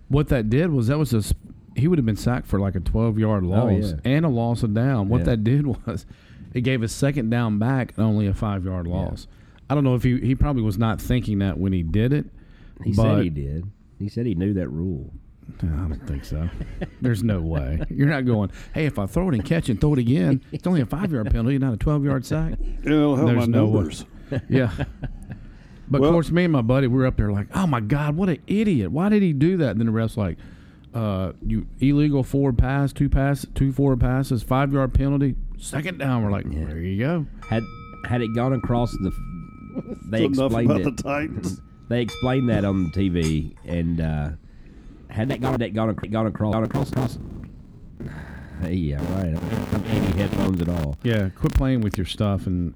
[SPEAKER 3] What that did was that was a s- he would have been sacked for like a twelve yard loss
[SPEAKER 4] Oh, yeah.
[SPEAKER 3] and a loss of down. What
[SPEAKER 4] Yeah.
[SPEAKER 3] that did was it gave a second down back and only a five yard loss. I don't know if he he probably was not thinking that when he did it.
[SPEAKER 4] He
[SPEAKER 3] but-
[SPEAKER 4] said he did. He said he knew that rule.
[SPEAKER 3] I don't think so. There's no way. You're not going, hey, if I throw it and catch it and throw it again, it's only a five yard penalty, not a 12 yard sack.
[SPEAKER 2] It'll help my
[SPEAKER 3] There's no way.
[SPEAKER 2] numbers.
[SPEAKER 3] Yeah. But
[SPEAKER 2] Well-
[SPEAKER 3] of course, me and my buddy, we were up there like, oh my God, what an idiot. Why did he do that? And then the ref's like, uh, you illegal forward pass, two pass, two forward passes, five yard penalty, second down. We're like, there you go.
[SPEAKER 4] Had had it gone across the, they
[SPEAKER 2] That's enough
[SPEAKER 4] explained
[SPEAKER 2] about
[SPEAKER 4] it.
[SPEAKER 2] the Titans.
[SPEAKER 4] They explained that on TV, and uh, had that gone that gone, gone across gone across. across Hey, yeah, right. I don't have any headphones at all.
[SPEAKER 3] Yeah, quit playing with your stuff. And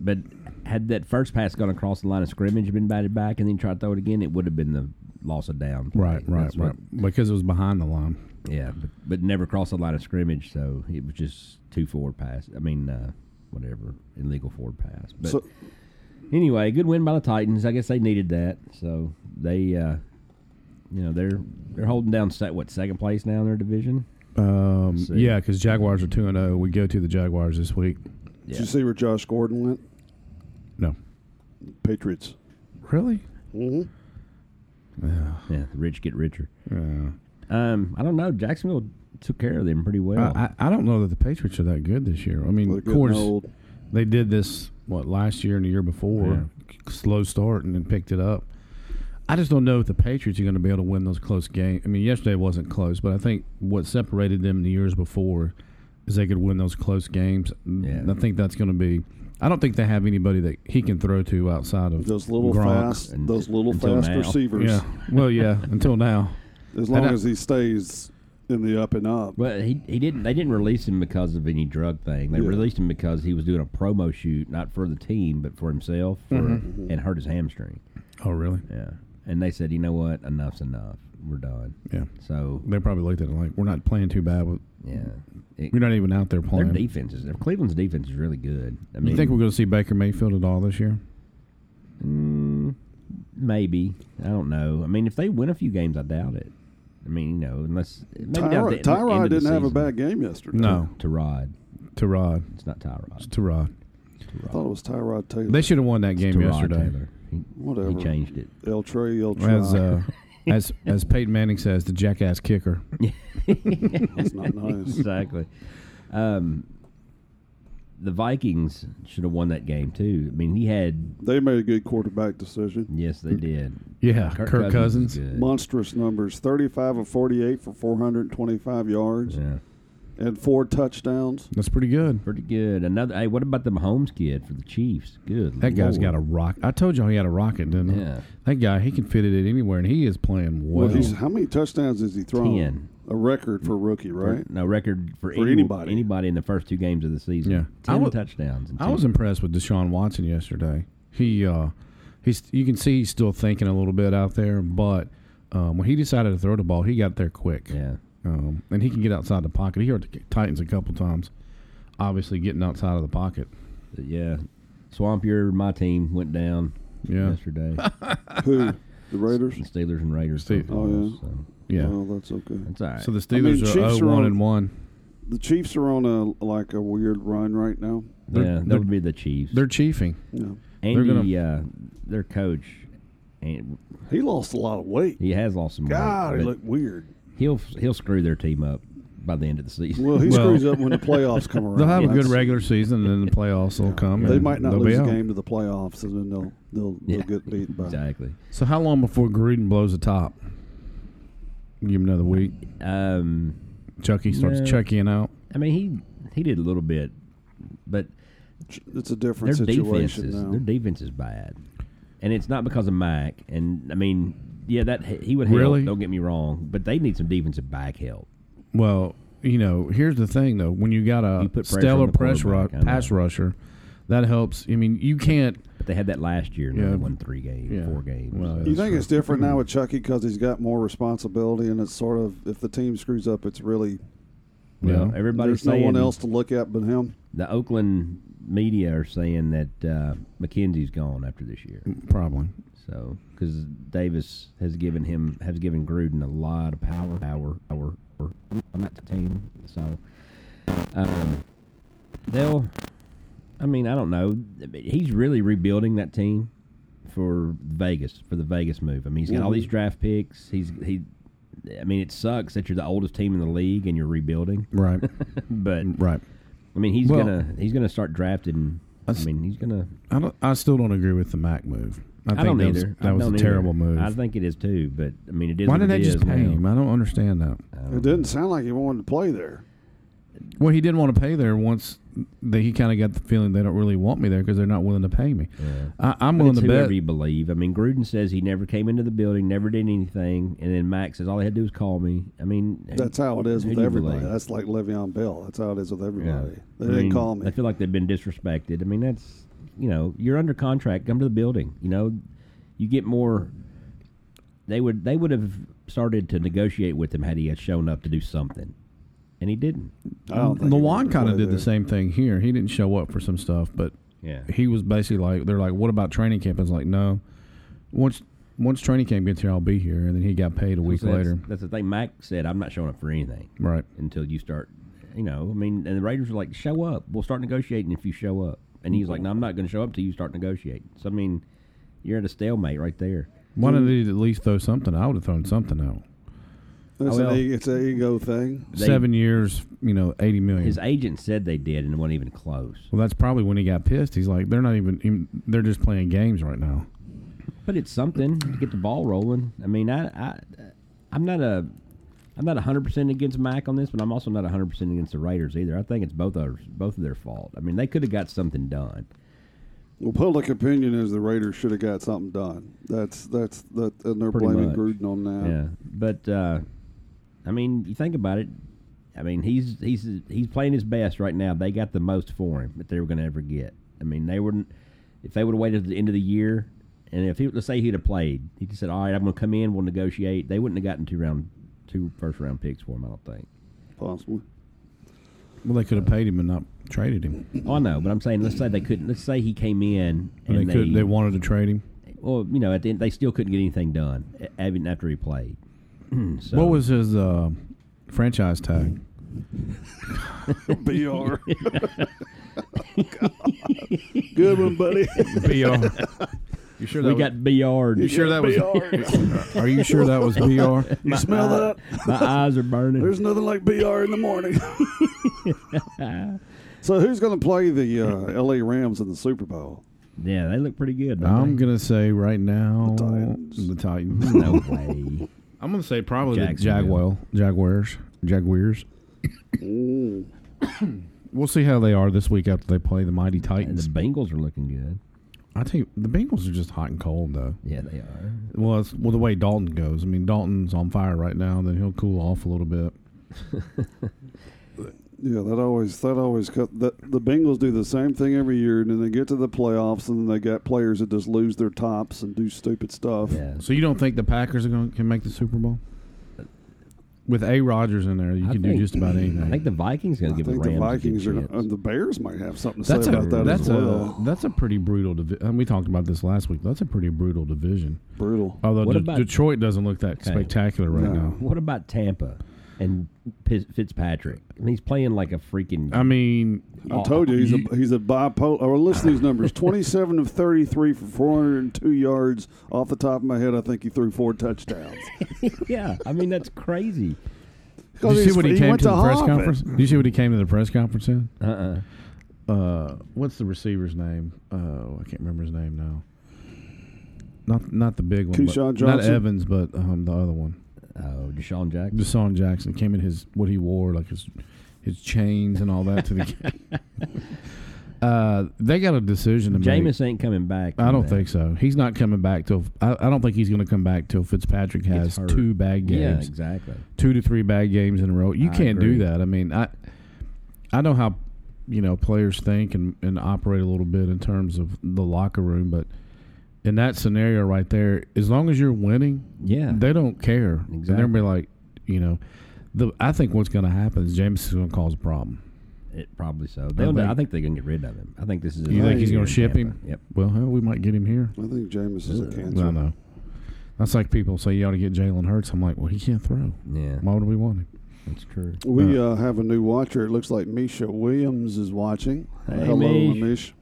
[SPEAKER 4] But had that first pass gone across the line of scrimmage, been batted back, and then tried to throw it again, it would have been the loss of down. play.
[SPEAKER 3] right, right,
[SPEAKER 4] That's
[SPEAKER 3] right.
[SPEAKER 4] what-
[SPEAKER 3] Because it was behind the line.
[SPEAKER 4] yeah, but, but never crossed the line of scrimmage, so it was just two forward pass. I mean, uh, whatever, illegal forward pass. But
[SPEAKER 2] So,
[SPEAKER 4] anyway, good win by the Titans. I guess they needed that, so they, uh, you know, they're they're holding down set what second place now in their division.
[SPEAKER 3] Um,
[SPEAKER 4] see.
[SPEAKER 3] yeah, because Jaguars are 2 and 0. We go to the Jaguars this week.
[SPEAKER 2] did you see where Josh Gordon went?
[SPEAKER 3] No.
[SPEAKER 2] Patriots.
[SPEAKER 3] Really?
[SPEAKER 2] Mm-hmm.
[SPEAKER 4] Yeah, the rich get richer.
[SPEAKER 3] Yeah.
[SPEAKER 4] Um, I don't know. Jacksonville took care of them pretty well.
[SPEAKER 3] I, I I don't know that the Patriots are that good this year. I mean,
[SPEAKER 2] They're
[SPEAKER 3] of
[SPEAKER 2] getting
[SPEAKER 3] course,
[SPEAKER 2] old.
[SPEAKER 3] they did this, what, last year and the year before, slow start and then picked it up. I just don't know if the Patriots are going to be able to win those close games. I mean, yesterday wasn't close, but I think what separated them the years before is they could win those close games.
[SPEAKER 4] Yeah.
[SPEAKER 3] And I think that's going to be. I don't think they have anybody that he can throw to outside of
[SPEAKER 2] Those little
[SPEAKER 3] Gronk.
[SPEAKER 2] fast,
[SPEAKER 4] and-
[SPEAKER 2] those little
[SPEAKER 4] until
[SPEAKER 2] fast
[SPEAKER 4] now.
[SPEAKER 2] receivers.
[SPEAKER 3] Yeah. Well, yeah. Until now.
[SPEAKER 2] As long
[SPEAKER 3] And I-
[SPEAKER 2] as he stays in the up and up.
[SPEAKER 4] Well, he, he didn't. They didn't release him because of any drug thing. They
[SPEAKER 2] Yeah.
[SPEAKER 4] released him because he was doing a promo shoot, not for the team, but for himself, for,
[SPEAKER 2] Mm-hmm.
[SPEAKER 4] and hurt his hamstring.
[SPEAKER 3] Oh, really?
[SPEAKER 4] Yeah, and they said, you know what, enough's enough. We're done.
[SPEAKER 3] Yeah.
[SPEAKER 4] So
[SPEAKER 3] They probably looked at it like we're not playing too bad. We're
[SPEAKER 4] yeah, It-
[SPEAKER 3] not even out there
[SPEAKER 4] their
[SPEAKER 3] playing.
[SPEAKER 4] defense is their Cleveland's defense is really good. I mean,
[SPEAKER 3] You think we're going to see Baker Mayfield at all this year?
[SPEAKER 4] mm, maybe I don't know. I mean, if they win a few games, I doubt it. I mean, you know, unless maybe down at the
[SPEAKER 2] Tyrod,
[SPEAKER 4] end- end
[SPEAKER 2] Tyrod
[SPEAKER 4] of the
[SPEAKER 2] didn't have a
[SPEAKER 4] season.
[SPEAKER 2] bad game yesterday.
[SPEAKER 3] No,
[SPEAKER 4] to Rod.
[SPEAKER 3] to Rod,
[SPEAKER 4] It's not Tyrod.
[SPEAKER 3] to Rod.
[SPEAKER 2] I thought it was Tyrod Taylor.
[SPEAKER 3] They should have won that game
[SPEAKER 4] to Rod
[SPEAKER 3] yesterday.
[SPEAKER 4] Taylor. He,
[SPEAKER 2] Whatever.
[SPEAKER 4] he changed it.
[SPEAKER 2] El Trey, El Trey.
[SPEAKER 3] As uh, as as Peyton Manning says, the jackass kicker.
[SPEAKER 2] That's not nice.
[SPEAKER 4] exactly. Um, the Vikings should have won that game too. I mean, he had
[SPEAKER 2] They made a good quarterback decision.
[SPEAKER 4] yes, they did.
[SPEAKER 3] Yeah, Kirk, Cousins.
[SPEAKER 4] is good.
[SPEAKER 2] Monstrous numbers: thirty-five of forty-eight for four hundred and twenty-five yards
[SPEAKER 4] Yeah,
[SPEAKER 2] and four touchdowns.
[SPEAKER 3] That's pretty good.
[SPEAKER 4] pretty good. Another. Hey, what about the Mahomes kid for the Chiefs? Good.
[SPEAKER 3] That guy's
[SPEAKER 4] Lord.
[SPEAKER 3] got a rock. I told y'all he had a rocket, didn't I?
[SPEAKER 4] Yeah.
[SPEAKER 3] That guy, he can fit it in anywhere, and he is playing well.
[SPEAKER 2] Well, he's, how many touchdowns has he thrown?
[SPEAKER 4] Ten.
[SPEAKER 2] A record for a rookie, right?
[SPEAKER 4] no record for,
[SPEAKER 2] For
[SPEAKER 4] any-
[SPEAKER 2] anybody.
[SPEAKER 4] Anybody in the first two games of the season.
[SPEAKER 3] Yeah.
[SPEAKER 4] ten
[SPEAKER 3] I wa-
[SPEAKER 4] touchdowns. and
[SPEAKER 3] I
[SPEAKER 4] two-
[SPEAKER 3] was impressed with Deshaun Watson yesterday. He uh, he's you can see he's still thinking a little bit out there, but um, when he decided to throw the ball, he got there quick.
[SPEAKER 4] Yeah.
[SPEAKER 3] Um, and he can get outside the pocket. He hurt the Titans a couple times. Obviously, getting outside of the pocket.
[SPEAKER 4] But yeah, Swamp Your my team went down
[SPEAKER 3] Yeah.
[SPEAKER 4] yesterday.
[SPEAKER 2] Who? The Raiders?
[SPEAKER 4] the Steelers and Raiders.
[SPEAKER 3] Steel-
[SPEAKER 4] both lost,
[SPEAKER 2] Oh,
[SPEAKER 4] so
[SPEAKER 3] Yeah.
[SPEAKER 2] Oh, that's okay.
[SPEAKER 4] it's all right.
[SPEAKER 3] So the
[SPEAKER 2] I mean,
[SPEAKER 3] Steelers
[SPEAKER 2] Chiefs
[SPEAKER 3] are
[SPEAKER 2] are
[SPEAKER 3] 0 1
[SPEAKER 2] on-
[SPEAKER 3] and 1.
[SPEAKER 2] The Chiefs are on a like a weird run right now.
[SPEAKER 3] they're-
[SPEAKER 4] yeah,
[SPEAKER 3] they're-
[SPEAKER 4] that would be the Chiefs.
[SPEAKER 3] They're chiefing.
[SPEAKER 2] Yeah.
[SPEAKER 4] Andy,
[SPEAKER 3] they're
[SPEAKER 4] uh, their coach, and
[SPEAKER 2] He lost a lot of weight.
[SPEAKER 4] he has lost some
[SPEAKER 2] God,
[SPEAKER 4] weight.
[SPEAKER 2] he
[SPEAKER 4] but
[SPEAKER 2] looked weird.
[SPEAKER 4] he'll he'll screw their team up by the end of the season.
[SPEAKER 2] Well, he
[SPEAKER 3] Well-
[SPEAKER 2] screws up when the playoffs come around.
[SPEAKER 3] They'll have a
[SPEAKER 2] That's-
[SPEAKER 3] good regular season, and then the playoffs will come.
[SPEAKER 2] They
[SPEAKER 3] and
[SPEAKER 2] might not
[SPEAKER 3] they'll be
[SPEAKER 2] lose a
[SPEAKER 3] out.
[SPEAKER 2] game to the playoffs, and then they'll they'll,
[SPEAKER 4] Yeah,
[SPEAKER 2] they'll get beat by.
[SPEAKER 4] exactly.
[SPEAKER 3] So how long before Gruden blows the top? Give him another week.
[SPEAKER 4] Um,
[SPEAKER 3] Chucky starts
[SPEAKER 4] No.
[SPEAKER 3] checking out.
[SPEAKER 4] I mean, he he did a little bit, but
[SPEAKER 2] It's a different
[SPEAKER 4] their defense
[SPEAKER 2] situation
[SPEAKER 4] is
[SPEAKER 2] now.
[SPEAKER 4] their defense is bad, and it's not because of Mike. And I mean, yeah, that he would help.
[SPEAKER 3] Really?
[SPEAKER 4] Don't get me wrong, but they need some defensive back help.
[SPEAKER 3] Well, you know, here's the thing though: when you got a
[SPEAKER 4] You put pressure on
[SPEAKER 3] stellar
[SPEAKER 4] the
[SPEAKER 3] press ru-
[SPEAKER 4] quarterback, I know.
[SPEAKER 3] pass rusher, that helps. I mean, you can't.
[SPEAKER 4] But they had that last year. And
[SPEAKER 3] Yeah.
[SPEAKER 4] They won three games,
[SPEAKER 3] Yeah.
[SPEAKER 4] four games.
[SPEAKER 3] Well,
[SPEAKER 4] So-
[SPEAKER 2] you
[SPEAKER 3] that's
[SPEAKER 2] think
[SPEAKER 3] right.
[SPEAKER 2] it's different now with Chucky because he's got more responsibility, and it's sort of if the team screws up, it's really
[SPEAKER 3] You
[SPEAKER 4] Well,
[SPEAKER 3] know,
[SPEAKER 4] everybody's
[SPEAKER 2] there's no
[SPEAKER 4] saying
[SPEAKER 2] one else to look at but him.
[SPEAKER 4] the Oakland media are saying that uh, McKenzie's gone after this year.
[SPEAKER 3] probably.
[SPEAKER 4] So because Davis has given him has given Gruden a lot of power, power, power, power on that team. So um, they'll. I mean, I don't know. He's really rebuilding that team for Vegas for the Vegas move. I mean, he's got all
[SPEAKER 3] Mm-hmm.
[SPEAKER 4] these draft picks. He's he. I mean, it sucks that you're the oldest team in the league and you're rebuilding,
[SPEAKER 3] Right.
[SPEAKER 4] but
[SPEAKER 3] right.
[SPEAKER 4] I mean, he's
[SPEAKER 3] Well-
[SPEAKER 4] gonna he's gonna start drafting. I
[SPEAKER 3] That's-
[SPEAKER 4] mean, he's gonna.
[SPEAKER 3] I don't. I still don't agree with the Mac move. I,
[SPEAKER 4] I,
[SPEAKER 3] think
[SPEAKER 4] don't
[SPEAKER 3] that
[SPEAKER 4] either.
[SPEAKER 3] was,
[SPEAKER 4] I
[SPEAKER 3] that was
[SPEAKER 4] don't
[SPEAKER 3] a
[SPEAKER 4] either.
[SPEAKER 3] terrible move.
[SPEAKER 4] I think it is too, but I mean, it is.
[SPEAKER 3] Why
[SPEAKER 4] what
[SPEAKER 3] did
[SPEAKER 4] it
[SPEAKER 3] they just
[SPEAKER 4] is
[SPEAKER 3] pay
[SPEAKER 4] now.
[SPEAKER 3] him? I don't understand that.
[SPEAKER 2] It didn't sound like he wanted to play there.
[SPEAKER 3] Well, he didn't want to pay there once. That he kind of got the feeling they don't really want me there because they're not willing to pay me. I, I'm
[SPEAKER 4] But
[SPEAKER 3] willing
[SPEAKER 4] it's
[SPEAKER 3] to
[SPEAKER 4] whoever
[SPEAKER 3] bet.
[SPEAKER 4] you believe. I mean, Gruden says he never came into the building, never did anything, and then Max says all they had to do was call me. I mean, who-
[SPEAKER 2] That's how it is
[SPEAKER 4] who
[SPEAKER 2] with
[SPEAKER 4] do you
[SPEAKER 2] everybody.
[SPEAKER 4] believe?
[SPEAKER 2] That's like Le'Veon Bell. That's how it is with everybody. They
[SPEAKER 4] I
[SPEAKER 2] didn't
[SPEAKER 4] mean,
[SPEAKER 2] call me.
[SPEAKER 4] They feel like they've been disrespected. I mean, that's you know, you're under contract. Come to the building. You know, you get more. They would they would have started to negotiate with him had he had shown up to do something, and he didn't.
[SPEAKER 2] I don't think he wanted
[SPEAKER 3] Lawan
[SPEAKER 2] to
[SPEAKER 3] kind of
[SPEAKER 2] play
[SPEAKER 3] did
[SPEAKER 2] there.
[SPEAKER 3] the same thing here. He didn't show up for some stuff, but
[SPEAKER 4] Yeah.
[SPEAKER 3] he was basically like, they're like, what about training camp? I was like, no. Once once training camp gets here, I'll be here. And then he got paid a week
[SPEAKER 4] So that's-
[SPEAKER 3] later.
[SPEAKER 4] That's, the thing. Max said, "I'm not showing up for anything
[SPEAKER 3] Right.
[SPEAKER 4] until you start." You know, I mean, and the Raiders were like, "Show up. We'll start negotiating if you show up." And he's like,
[SPEAKER 3] Mm-hmm.
[SPEAKER 4] "No, I'm not going to show up till you start negotiating." So I mean, you're at a stalemate right there.
[SPEAKER 3] Why didn't he at least throw something? I would have thrown something out.
[SPEAKER 2] It's,
[SPEAKER 4] well.
[SPEAKER 2] an, e- it's an ego thing.
[SPEAKER 4] They-
[SPEAKER 3] Seven years, you know, 80 million.
[SPEAKER 4] His agent said they did, and it wasn't even close.
[SPEAKER 3] well, that's probably when he got pissed. He's like, they're not even, even they're just playing games right now.
[SPEAKER 4] But it's something to get the ball rolling. I mean, I, I I'm not a I'm not 100% against Mac on this, but I'm also not 100% against the Raiders either. I think it's both of both of their fault. I mean, they could have got something done.
[SPEAKER 2] Well, public opinion is the Raiders should have got something done. That's that's that, and they're
[SPEAKER 4] Pretty
[SPEAKER 2] blaming
[SPEAKER 4] much.
[SPEAKER 2] Gruden on that.
[SPEAKER 4] Yeah, but uh, I mean, you think about it. I mean, he's he's he's playing his best right now. They got the most for him that they were going to ever get. I mean, they wouldn't if they would have waited to the end of the year. And if he let's say he'd have played, he just said, "All right, I'm going to come in. We'll negotiate." They wouldn't have gotten two round two first round picks for him. I don't think.
[SPEAKER 2] possibly.
[SPEAKER 3] Well, they could have paid him and not traded him.
[SPEAKER 4] Oh, I know, but I'm saying let's say they couldn't. Let's say he came in
[SPEAKER 3] And
[SPEAKER 4] and
[SPEAKER 3] they, could, they wanted to trade him.
[SPEAKER 4] well, you know, at the end they still couldn't get anything done e- even after he played. so,
[SPEAKER 3] What was his uh, franchise tag?
[SPEAKER 2] Br. Good one, buddy.
[SPEAKER 3] BR. You sure
[SPEAKER 4] we got BR. 'd.
[SPEAKER 3] You sure that was? Are you sure that was BR?
[SPEAKER 2] You smell that?
[SPEAKER 4] My eyes are burning.
[SPEAKER 2] There's nothing like BR in the morning. so who's going to play the uh, LA Rams in the Super Bowl?
[SPEAKER 4] Yeah, they look pretty good. don't
[SPEAKER 3] I'm gonna say right now
[SPEAKER 2] The Titans.
[SPEAKER 3] the
[SPEAKER 4] they?
[SPEAKER 3] Titans.
[SPEAKER 4] Um, no way.
[SPEAKER 3] I'm gonna say probably the
[SPEAKER 4] Jacksonville.
[SPEAKER 3] Jaguar, Jaguars, Jaguars. we'll see how they are this week after they play the mighty
[SPEAKER 4] And
[SPEAKER 3] Titans.
[SPEAKER 4] the Bengals are looking good.
[SPEAKER 3] I tell you, the Bengals are just hot and cold though.
[SPEAKER 4] Yeah, they are.
[SPEAKER 3] Well, it's, well, the way Dalton goes. I mean, Dalton's on fire right now. Then he'll cool off a little bit.
[SPEAKER 2] Yeah, that always that always cut that the Bengals do the same thing every year, and then they get to the playoffs, and then they got players that just lose their tops and do stupid stuff.
[SPEAKER 4] Yeah.
[SPEAKER 3] So you don't think the Packers are going to can make the Super Bowl? with A. Rogers in there, you
[SPEAKER 4] I
[SPEAKER 3] can do
[SPEAKER 4] think-
[SPEAKER 3] just about anything.
[SPEAKER 4] I think the Vikings going to
[SPEAKER 2] I
[SPEAKER 4] give
[SPEAKER 2] think
[SPEAKER 4] the
[SPEAKER 2] the
[SPEAKER 4] Rams
[SPEAKER 2] Vikings
[SPEAKER 4] a
[SPEAKER 2] are.
[SPEAKER 4] good chance.
[SPEAKER 2] Uh, the Bears might have something to
[SPEAKER 3] that's
[SPEAKER 2] say
[SPEAKER 3] a
[SPEAKER 2] about that
[SPEAKER 3] that's
[SPEAKER 2] as
[SPEAKER 3] a
[SPEAKER 2] well.
[SPEAKER 3] that's a pretty brutal. Divi- and we talked about this last week. That's a pretty brutal division.
[SPEAKER 2] Brutal.
[SPEAKER 3] Although
[SPEAKER 4] What
[SPEAKER 3] De-
[SPEAKER 4] about-
[SPEAKER 3] Detroit doesn't look that spectacular right
[SPEAKER 2] No.
[SPEAKER 3] now.
[SPEAKER 4] What about Tampa and Piz- Fitzpatrick? I mean, he's playing like a freaking.
[SPEAKER 3] I mean,
[SPEAKER 4] Oh,
[SPEAKER 2] I told you he's
[SPEAKER 3] you-
[SPEAKER 2] a he's a bipolar. Or listen to these numbers: twenty-seven of thirty-three for four hundred and two yards. Off the top of my head, I think he threw four touchdowns.
[SPEAKER 4] yeah, I mean that's crazy.
[SPEAKER 3] Did you see what he, came
[SPEAKER 2] went
[SPEAKER 3] to the press
[SPEAKER 2] Harvard.
[SPEAKER 3] conference? Did you see what he came to the press conference in?
[SPEAKER 4] Uh uh
[SPEAKER 3] Uh, what's the receiver's name? Oh, I can't remember his name now. Not not the big one. but-
[SPEAKER 2] Keyshawn
[SPEAKER 3] Not
[SPEAKER 2] Johnson?
[SPEAKER 3] Evans, but um, the other one.
[SPEAKER 4] Oh, Deshaun Jackson.
[SPEAKER 3] Deshaun Jackson came in his what he wore, like his his chains and all that to the game. uh, they got a decision to make.
[SPEAKER 4] Jameis ain't coming back.
[SPEAKER 3] I
[SPEAKER 4] from
[SPEAKER 3] don't
[SPEAKER 4] that.
[SPEAKER 3] think so. He's not coming back till. I, I don't think he's going to come back till Fitzpatrick has
[SPEAKER 4] hurt.
[SPEAKER 3] two bad games,
[SPEAKER 4] Yeah, exactly.
[SPEAKER 3] two to three bad games in a row. You
[SPEAKER 4] I
[SPEAKER 3] can't
[SPEAKER 4] agree.
[SPEAKER 3] do that. I mean, I I know how you know players think and, and operate a little bit in terms of the locker room, but in that scenario right there, as long as you're winning,
[SPEAKER 4] Yeah.
[SPEAKER 3] they don't care. And
[SPEAKER 4] Exactly.
[SPEAKER 3] they're gonna be like, you know, the I think what's going to happen is James is going to cause a problem.
[SPEAKER 4] It probably so. They'll,
[SPEAKER 3] think-
[SPEAKER 4] I think they're going to get rid of him. I think this is. his
[SPEAKER 3] You
[SPEAKER 4] last
[SPEAKER 3] think he's
[SPEAKER 4] year
[SPEAKER 3] going
[SPEAKER 4] in
[SPEAKER 3] to ship
[SPEAKER 4] Tampa.
[SPEAKER 3] him?
[SPEAKER 4] Yep.
[SPEAKER 3] Well, hell, we might get him here.
[SPEAKER 2] I think Jameis is a cancer.
[SPEAKER 3] I know. That's like people say you ought to get Jalen Hurts. I'm like, well, he can't throw.
[SPEAKER 4] Yeah,
[SPEAKER 3] Why would we want him?
[SPEAKER 4] that's true.
[SPEAKER 2] We uh, have a new watcher. It looks like Misha Williams is watching.
[SPEAKER 4] Hey,
[SPEAKER 2] Hello,
[SPEAKER 4] Mish.
[SPEAKER 2] Mish.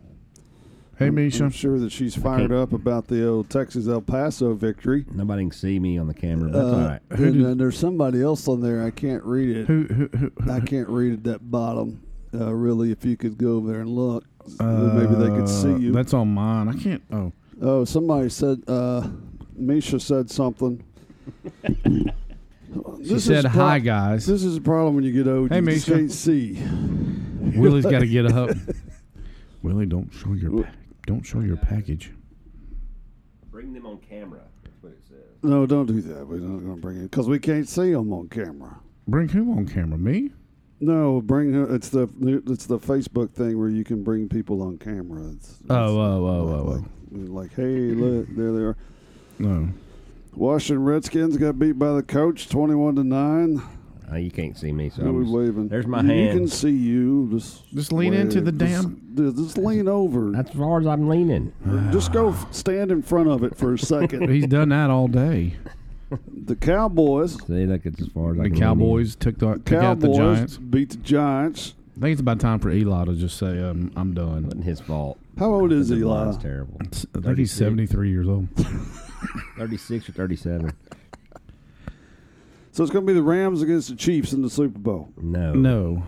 [SPEAKER 3] Hey,
[SPEAKER 2] I'm
[SPEAKER 3] Misha.
[SPEAKER 2] sure that she's fired up about the old Texas El Paso victory.
[SPEAKER 4] Nobody can see me on the camera, but that's
[SPEAKER 2] Uh,
[SPEAKER 4] all right.
[SPEAKER 2] and then there's somebody else on there. I can't read it.
[SPEAKER 3] Who, who, who,
[SPEAKER 2] I can't read at that bottom. Uh, really, if you could go over there and look, then maybe they could see
[SPEAKER 3] Uh,
[SPEAKER 2] you.
[SPEAKER 3] That's on mine. I can't. Oh,
[SPEAKER 2] Oh, somebody said uh, Misha said something.
[SPEAKER 3] she said,
[SPEAKER 2] pro-
[SPEAKER 3] "Hi guys."
[SPEAKER 2] This is a problem when you get old.
[SPEAKER 3] Hey,
[SPEAKER 2] you just
[SPEAKER 3] Misha.
[SPEAKER 2] can't see.
[SPEAKER 3] Willie's got to get up. Willie, don't show your pack. don't show your package.
[SPEAKER 4] Bring them on camera. That's what it says.
[SPEAKER 2] No, don't do that. We're not going to bring it because we can't see them on camera.
[SPEAKER 3] Bring who on camera? Me?
[SPEAKER 2] No, bring her. It's the it's the Facebook thing where you can bring people on camera. It's,
[SPEAKER 3] Oh, oh, oh,
[SPEAKER 2] like,
[SPEAKER 3] oh, oh.
[SPEAKER 2] like, hey, look, there they are.
[SPEAKER 3] No.
[SPEAKER 2] Washington Redskins got beat by the coach, twenty-one to nine.
[SPEAKER 4] Oh, you can't see me, so
[SPEAKER 2] Who
[SPEAKER 4] I'm
[SPEAKER 2] we
[SPEAKER 4] just-
[SPEAKER 2] waving?
[SPEAKER 4] There's my
[SPEAKER 2] you,
[SPEAKER 4] hand.
[SPEAKER 2] You can see you. Just
[SPEAKER 3] Just lean into the damn-
[SPEAKER 2] Just, just lean over.
[SPEAKER 4] that's as far as I'm leaning.
[SPEAKER 2] Just go f- stand in front of it for a second.
[SPEAKER 3] He's done that all day.
[SPEAKER 2] the Cowboys.
[SPEAKER 4] See, look, it's as far as I
[SPEAKER 3] The
[SPEAKER 4] can lean in.
[SPEAKER 3] Cowboys took the took out the
[SPEAKER 2] Cowboys
[SPEAKER 3] Giants.
[SPEAKER 2] beat the Giants.
[SPEAKER 3] I think it's about time for Eli to just say, um, "I'm done."
[SPEAKER 4] wasn't his fault.
[SPEAKER 2] How old is
[SPEAKER 4] The
[SPEAKER 2] Eli?
[SPEAKER 4] line's terrible.
[SPEAKER 3] I think he's
[SPEAKER 4] 36.
[SPEAKER 3] 73 years old.
[SPEAKER 4] 36 or 37.
[SPEAKER 2] So it's going to be the Rams against the Chiefs in the Super Bowl.
[SPEAKER 4] No.
[SPEAKER 3] No,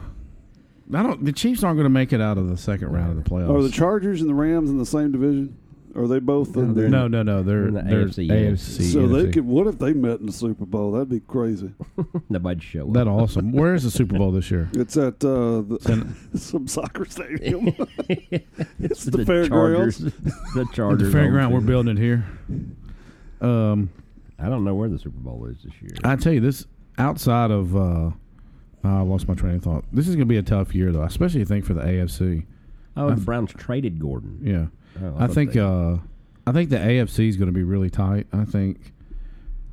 [SPEAKER 3] I don't. The Chiefs aren't going to make it out of the second round of the playoffs.
[SPEAKER 2] Are the Chargers and the Rams in the same division? Are they both in there?
[SPEAKER 3] no, no, no. They're
[SPEAKER 4] in the
[SPEAKER 3] they're
[SPEAKER 4] AFC,
[SPEAKER 3] AFC.
[SPEAKER 4] yeah.
[SPEAKER 2] So they
[SPEAKER 3] NFC.
[SPEAKER 2] could. What if they met in the Super Bowl? That'd be crazy.
[SPEAKER 4] Nobody'd show up.
[SPEAKER 3] That awesome. Where is the Super Bowl this year?
[SPEAKER 2] It's at uh, the, some soccer stadium. it's the,
[SPEAKER 4] Chargers.
[SPEAKER 2] fairgrounds.
[SPEAKER 4] the
[SPEAKER 3] At the
[SPEAKER 4] Chargers.
[SPEAKER 3] fairground.
[SPEAKER 4] own
[SPEAKER 3] We're
[SPEAKER 4] field.
[SPEAKER 3] building it here. Um,
[SPEAKER 4] I don't know where the Super Bowl is this year.
[SPEAKER 3] I tell you this. Outside of, uh, I lost my train of thought. This is going to be a tough year, though, especially I think for the AFC.
[SPEAKER 4] oh, the Browns traded Gordon.
[SPEAKER 3] Yeah,
[SPEAKER 4] Oh,
[SPEAKER 3] I,
[SPEAKER 4] thought
[SPEAKER 3] think.
[SPEAKER 4] they-
[SPEAKER 3] Uh, I think the AFC is going to be really tight. I think.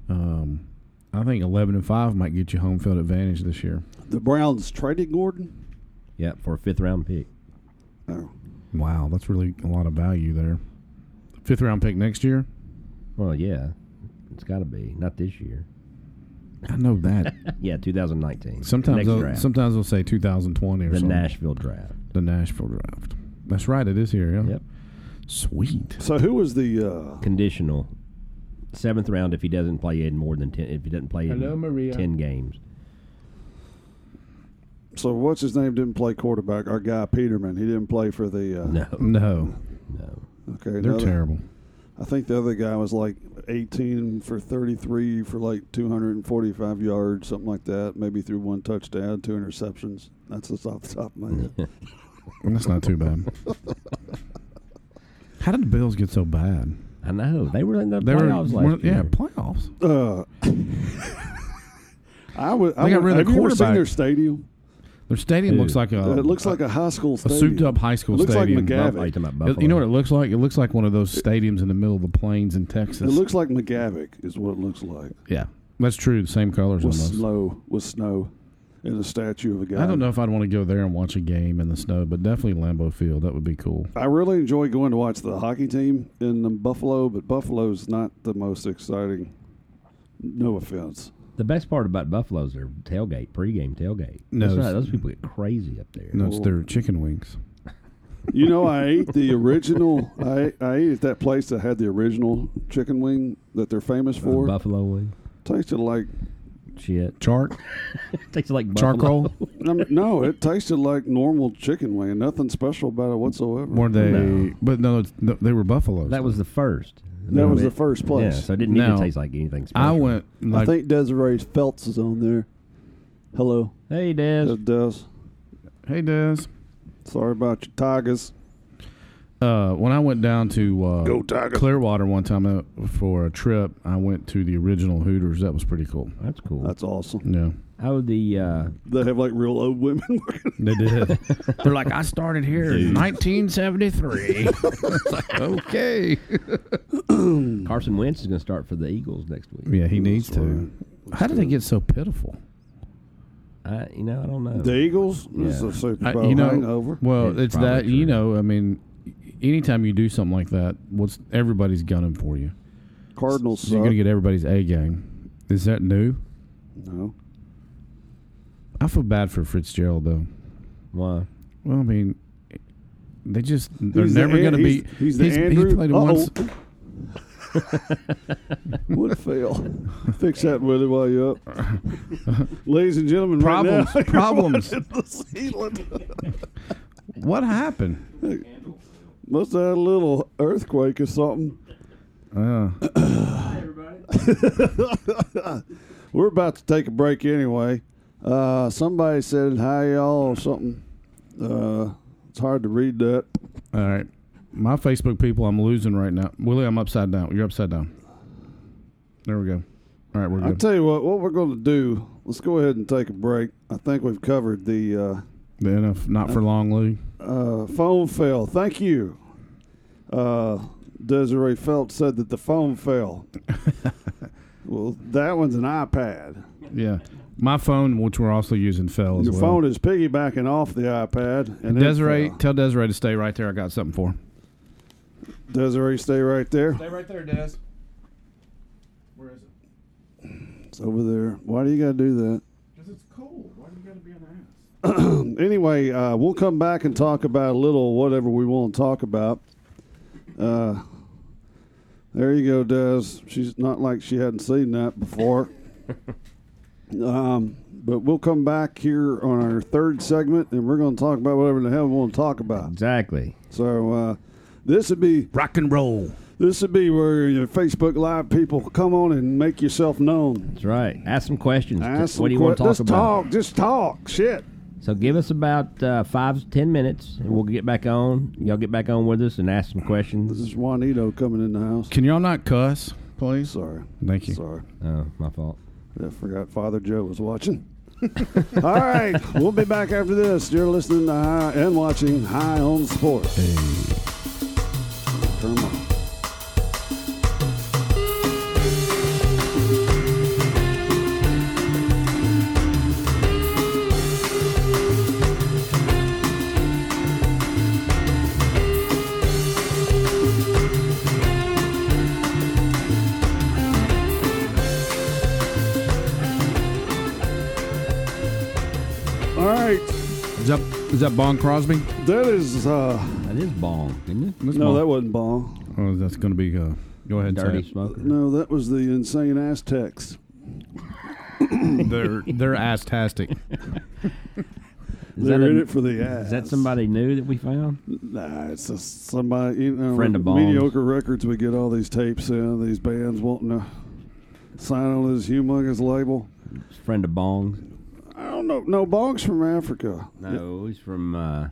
[SPEAKER 3] Um, I think eleven and five might get you home field advantage this year.
[SPEAKER 2] The Browns traded Gordon.
[SPEAKER 4] yeah, for a fifth round pick.
[SPEAKER 2] Oh.
[SPEAKER 3] Wow, that's really a lot of value there. Fifth round pick next year.
[SPEAKER 4] Well, yeah. It's got to be. Not this year.
[SPEAKER 3] I know that.
[SPEAKER 4] Yeah, 2019.
[SPEAKER 3] Sometimes uh,
[SPEAKER 4] Next
[SPEAKER 3] they'll,
[SPEAKER 4] draft.
[SPEAKER 3] sometimes they'll say 2020 or
[SPEAKER 4] the
[SPEAKER 3] something.
[SPEAKER 4] Nashville draft.
[SPEAKER 3] the Nashville draft. That's right. It is here. Yeah.
[SPEAKER 4] Yep.
[SPEAKER 3] Sweet.
[SPEAKER 2] So who was the? Uh,
[SPEAKER 4] Conditional. Seventh round if he doesn't play in more than 10. If he doesn't play
[SPEAKER 3] Hello,
[SPEAKER 4] in
[SPEAKER 3] Maria.
[SPEAKER 4] 10 games.
[SPEAKER 2] so what's his name? Didn't play quarterback. Our guy Peterman. He didn't play for the. Uh,
[SPEAKER 4] No.
[SPEAKER 3] No,
[SPEAKER 4] No.
[SPEAKER 2] Okay.
[SPEAKER 3] they're
[SPEAKER 2] another-
[SPEAKER 3] terrible.
[SPEAKER 2] I think the other guy was like 18 for 33 for like 245 yards, something like that. Maybe threw one touchdown, two interceptions. That's just off the top of my head.
[SPEAKER 3] And that's not too bad. How did the Bills get so bad?
[SPEAKER 4] I know. They were in the
[SPEAKER 3] They
[SPEAKER 4] playoffs
[SPEAKER 3] were,
[SPEAKER 4] last
[SPEAKER 3] were- yeah,
[SPEAKER 4] year.
[SPEAKER 3] playoffs.
[SPEAKER 2] uh, I would. I
[SPEAKER 3] They got
[SPEAKER 2] would
[SPEAKER 3] rid of
[SPEAKER 2] have you ever seen
[SPEAKER 3] quarterback.
[SPEAKER 2] their stadium?
[SPEAKER 3] Their stadium
[SPEAKER 4] Dude.
[SPEAKER 3] looks like a
[SPEAKER 2] it looks like a high school
[SPEAKER 3] a
[SPEAKER 2] stadium.
[SPEAKER 3] souped up high school
[SPEAKER 2] It looks like
[SPEAKER 3] stadium.
[SPEAKER 2] McGavick.
[SPEAKER 4] Buffalo- you Oh, talking about
[SPEAKER 3] It-
[SPEAKER 4] Buffalo?
[SPEAKER 3] you know what it looks like? It looks like one of those stadiums in the middle of the plains in Texas.
[SPEAKER 2] It looks like McGavick is what it looks like.
[SPEAKER 3] yeah. That's true. The same colors
[SPEAKER 2] with
[SPEAKER 3] almost.
[SPEAKER 2] snow with snow and a statue of a guy.
[SPEAKER 3] I don't know if I'd want to go there and watch a game in the snow, but definitely Lambeau Field. That would be cool.
[SPEAKER 2] I really enjoy going to watch the hockey team in the Buffalo, but Buffalo's not the most exciting. No offense.
[SPEAKER 4] The best part about Buffalo's their tailgate, pregame tailgate.
[SPEAKER 3] No,
[SPEAKER 4] That's
[SPEAKER 3] it's-
[SPEAKER 4] right, those people get crazy up there.
[SPEAKER 3] No, it's their chicken wings.
[SPEAKER 2] You know, I ate the original. I I ate at that place that had the original chicken wing that they're famous
[SPEAKER 4] The
[SPEAKER 2] for.
[SPEAKER 4] Buffalo wing,
[SPEAKER 2] tasted like
[SPEAKER 4] shit.
[SPEAKER 3] Chart,
[SPEAKER 4] Tastes like buffalo.
[SPEAKER 3] charcoal.
[SPEAKER 2] I mean, no, it tasted like normal chicken wing. Nothing special about it whatsoever.
[SPEAKER 3] Were they?
[SPEAKER 4] No.
[SPEAKER 3] But no, it's- no, they were buffaloes.
[SPEAKER 4] That was the first.
[SPEAKER 2] That was the first
[SPEAKER 4] Yeah,
[SPEAKER 2] place.
[SPEAKER 4] so it didn't
[SPEAKER 3] Now,
[SPEAKER 4] even taste like anything special.
[SPEAKER 3] I went
[SPEAKER 6] I
[SPEAKER 3] like
[SPEAKER 6] think Desiree's Phelps is on there. Hello.
[SPEAKER 4] Hey, Des.
[SPEAKER 2] It does.
[SPEAKER 3] Hey, Des.
[SPEAKER 2] Sorry about your tigers.
[SPEAKER 3] Uh, when I went down to uh,
[SPEAKER 2] Go Tigers.
[SPEAKER 3] Clearwater one time uh, for a trip, I went to the original Hooters. That was pretty cool.
[SPEAKER 4] That's cool.
[SPEAKER 2] That's awesome.
[SPEAKER 3] Yeah,
[SPEAKER 4] oh, the uh,
[SPEAKER 2] They have like real old women. working.
[SPEAKER 3] they did. They're like, I started here in 1973. It's like, okay.
[SPEAKER 4] Carson Wentz is going to start for the Eagles next week.
[SPEAKER 3] Mm. Yeah, he needs to. How did they get so pitiful?
[SPEAKER 4] I, you know, I don't know.
[SPEAKER 2] the Eagles this is
[SPEAKER 4] Yeah.
[SPEAKER 2] a Super
[SPEAKER 3] I-
[SPEAKER 2] Bowl
[SPEAKER 3] you know,
[SPEAKER 2] hangover.
[SPEAKER 3] Well,
[SPEAKER 4] It's
[SPEAKER 3] it's, that
[SPEAKER 4] probably
[SPEAKER 3] you
[SPEAKER 4] true.
[SPEAKER 3] know. I mean, anytime you do something like that, what's everybody's gunning for you?
[SPEAKER 2] Cardinals
[SPEAKER 3] So you're gonna
[SPEAKER 2] suck.
[SPEAKER 3] get everybody's A game. Is that new?
[SPEAKER 2] No.
[SPEAKER 3] I feel bad for Fitzgerald though.
[SPEAKER 4] Why?
[SPEAKER 3] Well, I mean, they just they're
[SPEAKER 2] He's the
[SPEAKER 3] never
[SPEAKER 2] An-
[SPEAKER 3] going to be.
[SPEAKER 2] he's- he's the Andrew-
[SPEAKER 3] He played in
[SPEAKER 2] Uh-oh.
[SPEAKER 3] one s-
[SPEAKER 2] What a fail. Fix that, Willie, while you're up. Ladies and gentlemen,
[SPEAKER 3] problems.
[SPEAKER 2] right now,
[SPEAKER 3] problems.
[SPEAKER 2] Zealand
[SPEAKER 3] what happened?
[SPEAKER 2] must have had a little earthquake or something.
[SPEAKER 3] Uh,
[SPEAKER 2] We're about to take a break anyway. Uh, somebody said hi y'all or something. Uh, it's hard to read that.
[SPEAKER 3] all right, my Facebook people, I'm losing right now. Willie, I'm upside down. You're upside down. There we go. All right, we're
[SPEAKER 2] I'll
[SPEAKER 3] good.
[SPEAKER 2] tell you what. What we're going to do? Let's go ahead and take a break. I think we've covered the
[SPEAKER 3] the NF, not for long, Lou.
[SPEAKER 2] uh, uh, phone fail. Thank you. Uh, Desiree Felt said that the phone fell. well, that one's an iPad.
[SPEAKER 3] Yeah, my phone, which we're also using, fell as
[SPEAKER 2] Your
[SPEAKER 3] well.
[SPEAKER 2] phone is piggybacking off the iPad. And it
[SPEAKER 3] Desiree,
[SPEAKER 2] fell.
[SPEAKER 3] tell Desiree to stay right there. I got something for. her.
[SPEAKER 2] Desiree, stay right there.
[SPEAKER 3] Stay right there, Des. Where is it?
[SPEAKER 2] It's over there. Why do you got to do that?
[SPEAKER 3] Because it's cold. Why do you got to be an ass?
[SPEAKER 2] anyway, uh, we'll come back and talk about a little whatever we want to talk about. Uh, there you go, Des. She's not like she hadn't seen that before. um, but we'll come back here on our third segment, and we're going to talk about whatever the hell we want to talk about.
[SPEAKER 4] Exactly.
[SPEAKER 2] So uh, this would be
[SPEAKER 3] Rock and roll.
[SPEAKER 2] this would be where your Facebook Live people come on and make yourself known.
[SPEAKER 4] That's right. Ask some questions.
[SPEAKER 2] Ask
[SPEAKER 4] what
[SPEAKER 2] some
[SPEAKER 4] do you want to
[SPEAKER 2] que-
[SPEAKER 4] talk
[SPEAKER 2] just
[SPEAKER 4] about?
[SPEAKER 2] talk, just talk, shit.
[SPEAKER 4] So give us about uh, five to ten minutes, and we'll get back on. Y'all get back on with us and ask some
[SPEAKER 2] This
[SPEAKER 4] questions.
[SPEAKER 2] is Juanito coming in the house.
[SPEAKER 3] Can y'all not cuss, please?
[SPEAKER 2] Sorry,
[SPEAKER 3] Thank you.
[SPEAKER 2] sorry.
[SPEAKER 4] Oh, my fault.
[SPEAKER 2] I forgot Father Joe was watching. All right, we'll be back after this. You're listening to High and watching High on Sports. Turn 'em on. All right,
[SPEAKER 3] Is that is that Bon Crosby?
[SPEAKER 2] that is uh,
[SPEAKER 4] That is bomb, isn't it?
[SPEAKER 3] That's
[SPEAKER 2] no,
[SPEAKER 3] Bon-
[SPEAKER 2] that wasn't Ball.
[SPEAKER 3] oh, that's going to be. Uh, go ahead,
[SPEAKER 4] Dirty
[SPEAKER 3] and
[SPEAKER 4] smoker.
[SPEAKER 2] No, that was the insane Aztecs.
[SPEAKER 3] say it. They're they're astastic.
[SPEAKER 4] Is
[SPEAKER 2] They're
[SPEAKER 4] that
[SPEAKER 2] in
[SPEAKER 4] a-
[SPEAKER 2] it for the ass.
[SPEAKER 4] Is that somebody new that we found?
[SPEAKER 2] Nah, it's just somebody. You know,
[SPEAKER 4] Friend of Ball's.
[SPEAKER 2] mediocre records. We get all these tapes in. These bands wanting to sign on this humongous label.
[SPEAKER 4] It's a friend of Bong's.
[SPEAKER 2] I don't know. No, Bong's from Africa.
[SPEAKER 4] No, he's from uh,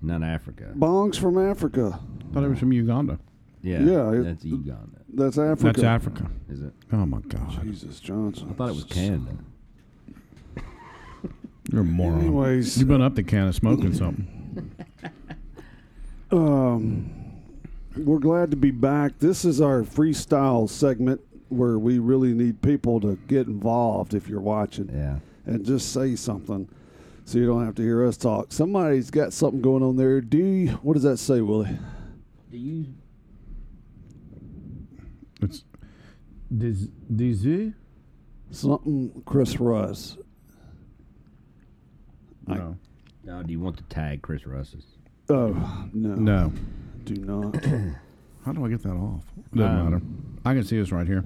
[SPEAKER 4] not Africa.
[SPEAKER 2] Bong's from Africa.
[SPEAKER 3] Thought it was from Uganda.
[SPEAKER 4] Yeah,
[SPEAKER 2] Yeah, it-
[SPEAKER 4] that's Uganda,
[SPEAKER 2] That's Africa.
[SPEAKER 3] That's Africa.
[SPEAKER 4] is it?
[SPEAKER 3] Oh my God,
[SPEAKER 2] Jesus Johnson.
[SPEAKER 4] I thought it was Canada.
[SPEAKER 3] you're a moron.
[SPEAKER 2] Anyways.
[SPEAKER 3] you've been up the can of smoking something.
[SPEAKER 2] Um, we're glad to be back. This is our freestyle segment where we really need people to get involved if you're watching
[SPEAKER 4] Yeah.
[SPEAKER 2] and just say something so you don't have to hear us talk. Somebody's got something going on there. Do you, what does that say, Willie?
[SPEAKER 4] Do you?
[SPEAKER 3] It's Diz, Dizu?
[SPEAKER 2] Something Chris Russ. I-
[SPEAKER 3] No.
[SPEAKER 4] No. Do you want to tag Chris Russ's?
[SPEAKER 2] Oh, no.
[SPEAKER 3] No.
[SPEAKER 2] Do not.
[SPEAKER 3] How do I get that off? Doesn't
[SPEAKER 4] Um,
[SPEAKER 3] matter. I can see this right here.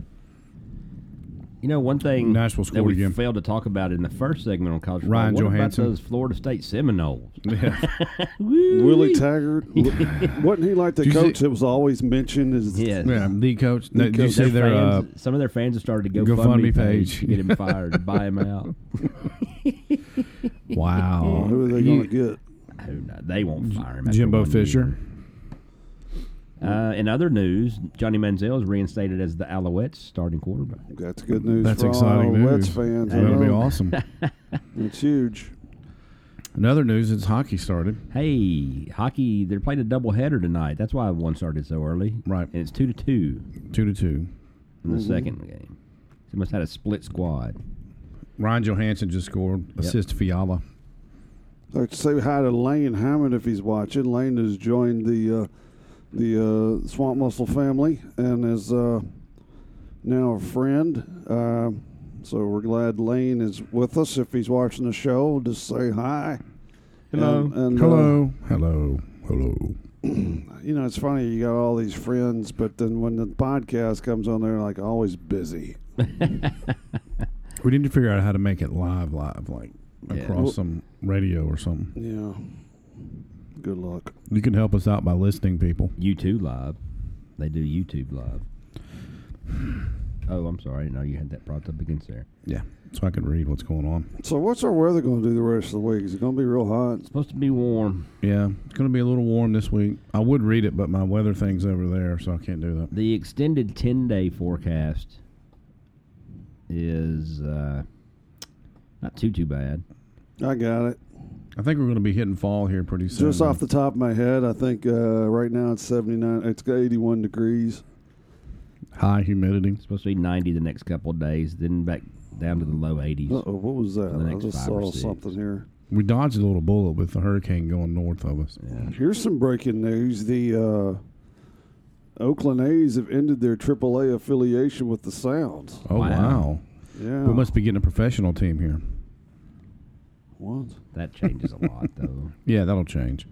[SPEAKER 4] You know, one thing
[SPEAKER 3] Nashville
[SPEAKER 4] that
[SPEAKER 3] scored
[SPEAKER 4] we
[SPEAKER 3] again.
[SPEAKER 4] failed to talk about in the first segment on college
[SPEAKER 3] Ryan
[SPEAKER 4] football. What
[SPEAKER 3] Johansson.
[SPEAKER 4] about those Florida State Seminoles?
[SPEAKER 3] Yeah.
[SPEAKER 2] Willie Taggart. Wasn't he like the
[SPEAKER 3] you see-
[SPEAKER 2] coach that was always mentioned as.
[SPEAKER 4] Yes.
[SPEAKER 3] yeah. The coach. No,
[SPEAKER 2] The
[SPEAKER 3] did you
[SPEAKER 2] coach.
[SPEAKER 3] see their uh,
[SPEAKER 4] fans, some of their fans have started to go
[SPEAKER 3] GoFundMe
[SPEAKER 4] GoFundMe page,
[SPEAKER 3] page.
[SPEAKER 4] to get him fired, buy him out.
[SPEAKER 3] Wow.
[SPEAKER 2] Who are they going to get?
[SPEAKER 4] Who knows? They won't fire him. after
[SPEAKER 3] Jimbo
[SPEAKER 4] one
[SPEAKER 3] Fisher.
[SPEAKER 4] year. Uh, in other news, Johnny Manziel is reinstated as the Alouettes' starting quarterback.
[SPEAKER 2] That's good news
[SPEAKER 3] That's
[SPEAKER 2] for
[SPEAKER 3] exciting
[SPEAKER 2] all
[SPEAKER 3] news.
[SPEAKER 2] Mets fans.
[SPEAKER 3] That'll be
[SPEAKER 2] Yeah.
[SPEAKER 3] awesome.
[SPEAKER 2] It's huge.
[SPEAKER 3] Another news it's hockey started.
[SPEAKER 4] Hey, hockey! They're playing a doubleheader tonight. That's why one started so early.
[SPEAKER 3] Right. Mm-hmm.
[SPEAKER 4] and it's two to two
[SPEAKER 3] Two to two.
[SPEAKER 4] in the second game. They must have had a split squad.
[SPEAKER 3] Ryan Johansson just scored. Assist to Fiala.
[SPEAKER 2] I'd like to say hi to Lane Hammond if he's watching. Lane has joined the uh, the uh, Swamp Muscle family and is uh, now a friend. Uh, so we're glad Lane is with us. If he's watching the show, just say hi.
[SPEAKER 3] Um,
[SPEAKER 2] And- and, uh,
[SPEAKER 3] Hello. Hello. Hello.
[SPEAKER 2] you know, it's funny. You got all these friends, but then when the podcast comes on, they're like always busy.
[SPEAKER 3] We need to figure out how to make it live, live, like
[SPEAKER 4] Yeah.
[SPEAKER 3] across some radio or something.
[SPEAKER 2] Yeah. Good luck.
[SPEAKER 3] You can help us out by listening, people.
[SPEAKER 4] YouTube Live. They do YouTube Live. Oh, I'm sorry. No, you had that propped up against there.
[SPEAKER 3] Yeah. So I can read what's going on.
[SPEAKER 2] So, what's our weather going to do the rest of the week? Is it going to be real hot?
[SPEAKER 4] Supposed to be warm.
[SPEAKER 3] Yeah. It's going to be a little warm this week. I would read it, but my weather thing's over there, so I can't do that.
[SPEAKER 4] The extended 10 day forecast is uh, not too, too bad.
[SPEAKER 2] I got it.
[SPEAKER 3] I think we're going to be hitting fall here pretty soon.
[SPEAKER 2] Just off the top of my head, I think uh, right now it's 79. It's got 81 degrees.
[SPEAKER 3] high humidity.
[SPEAKER 4] Supposed to be 90 the next couple of days, then back down to the low 80s.
[SPEAKER 2] Uh-oh, what was that?
[SPEAKER 4] the
[SPEAKER 2] I
[SPEAKER 4] next
[SPEAKER 2] just
[SPEAKER 4] five or
[SPEAKER 2] saw
[SPEAKER 4] six.
[SPEAKER 2] something here.
[SPEAKER 3] We dodged a little bullet with the hurricane going north of us.
[SPEAKER 2] Here's some breaking news. The uh, Oakland A's have ended their AAA affiliation with the Sounds.
[SPEAKER 3] Oh wow.
[SPEAKER 4] Wow.
[SPEAKER 2] Yeah.
[SPEAKER 3] We must be getting a professional team here.
[SPEAKER 2] What?
[SPEAKER 4] That changes a lot, though.
[SPEAKER 3] Yeah, that'll change.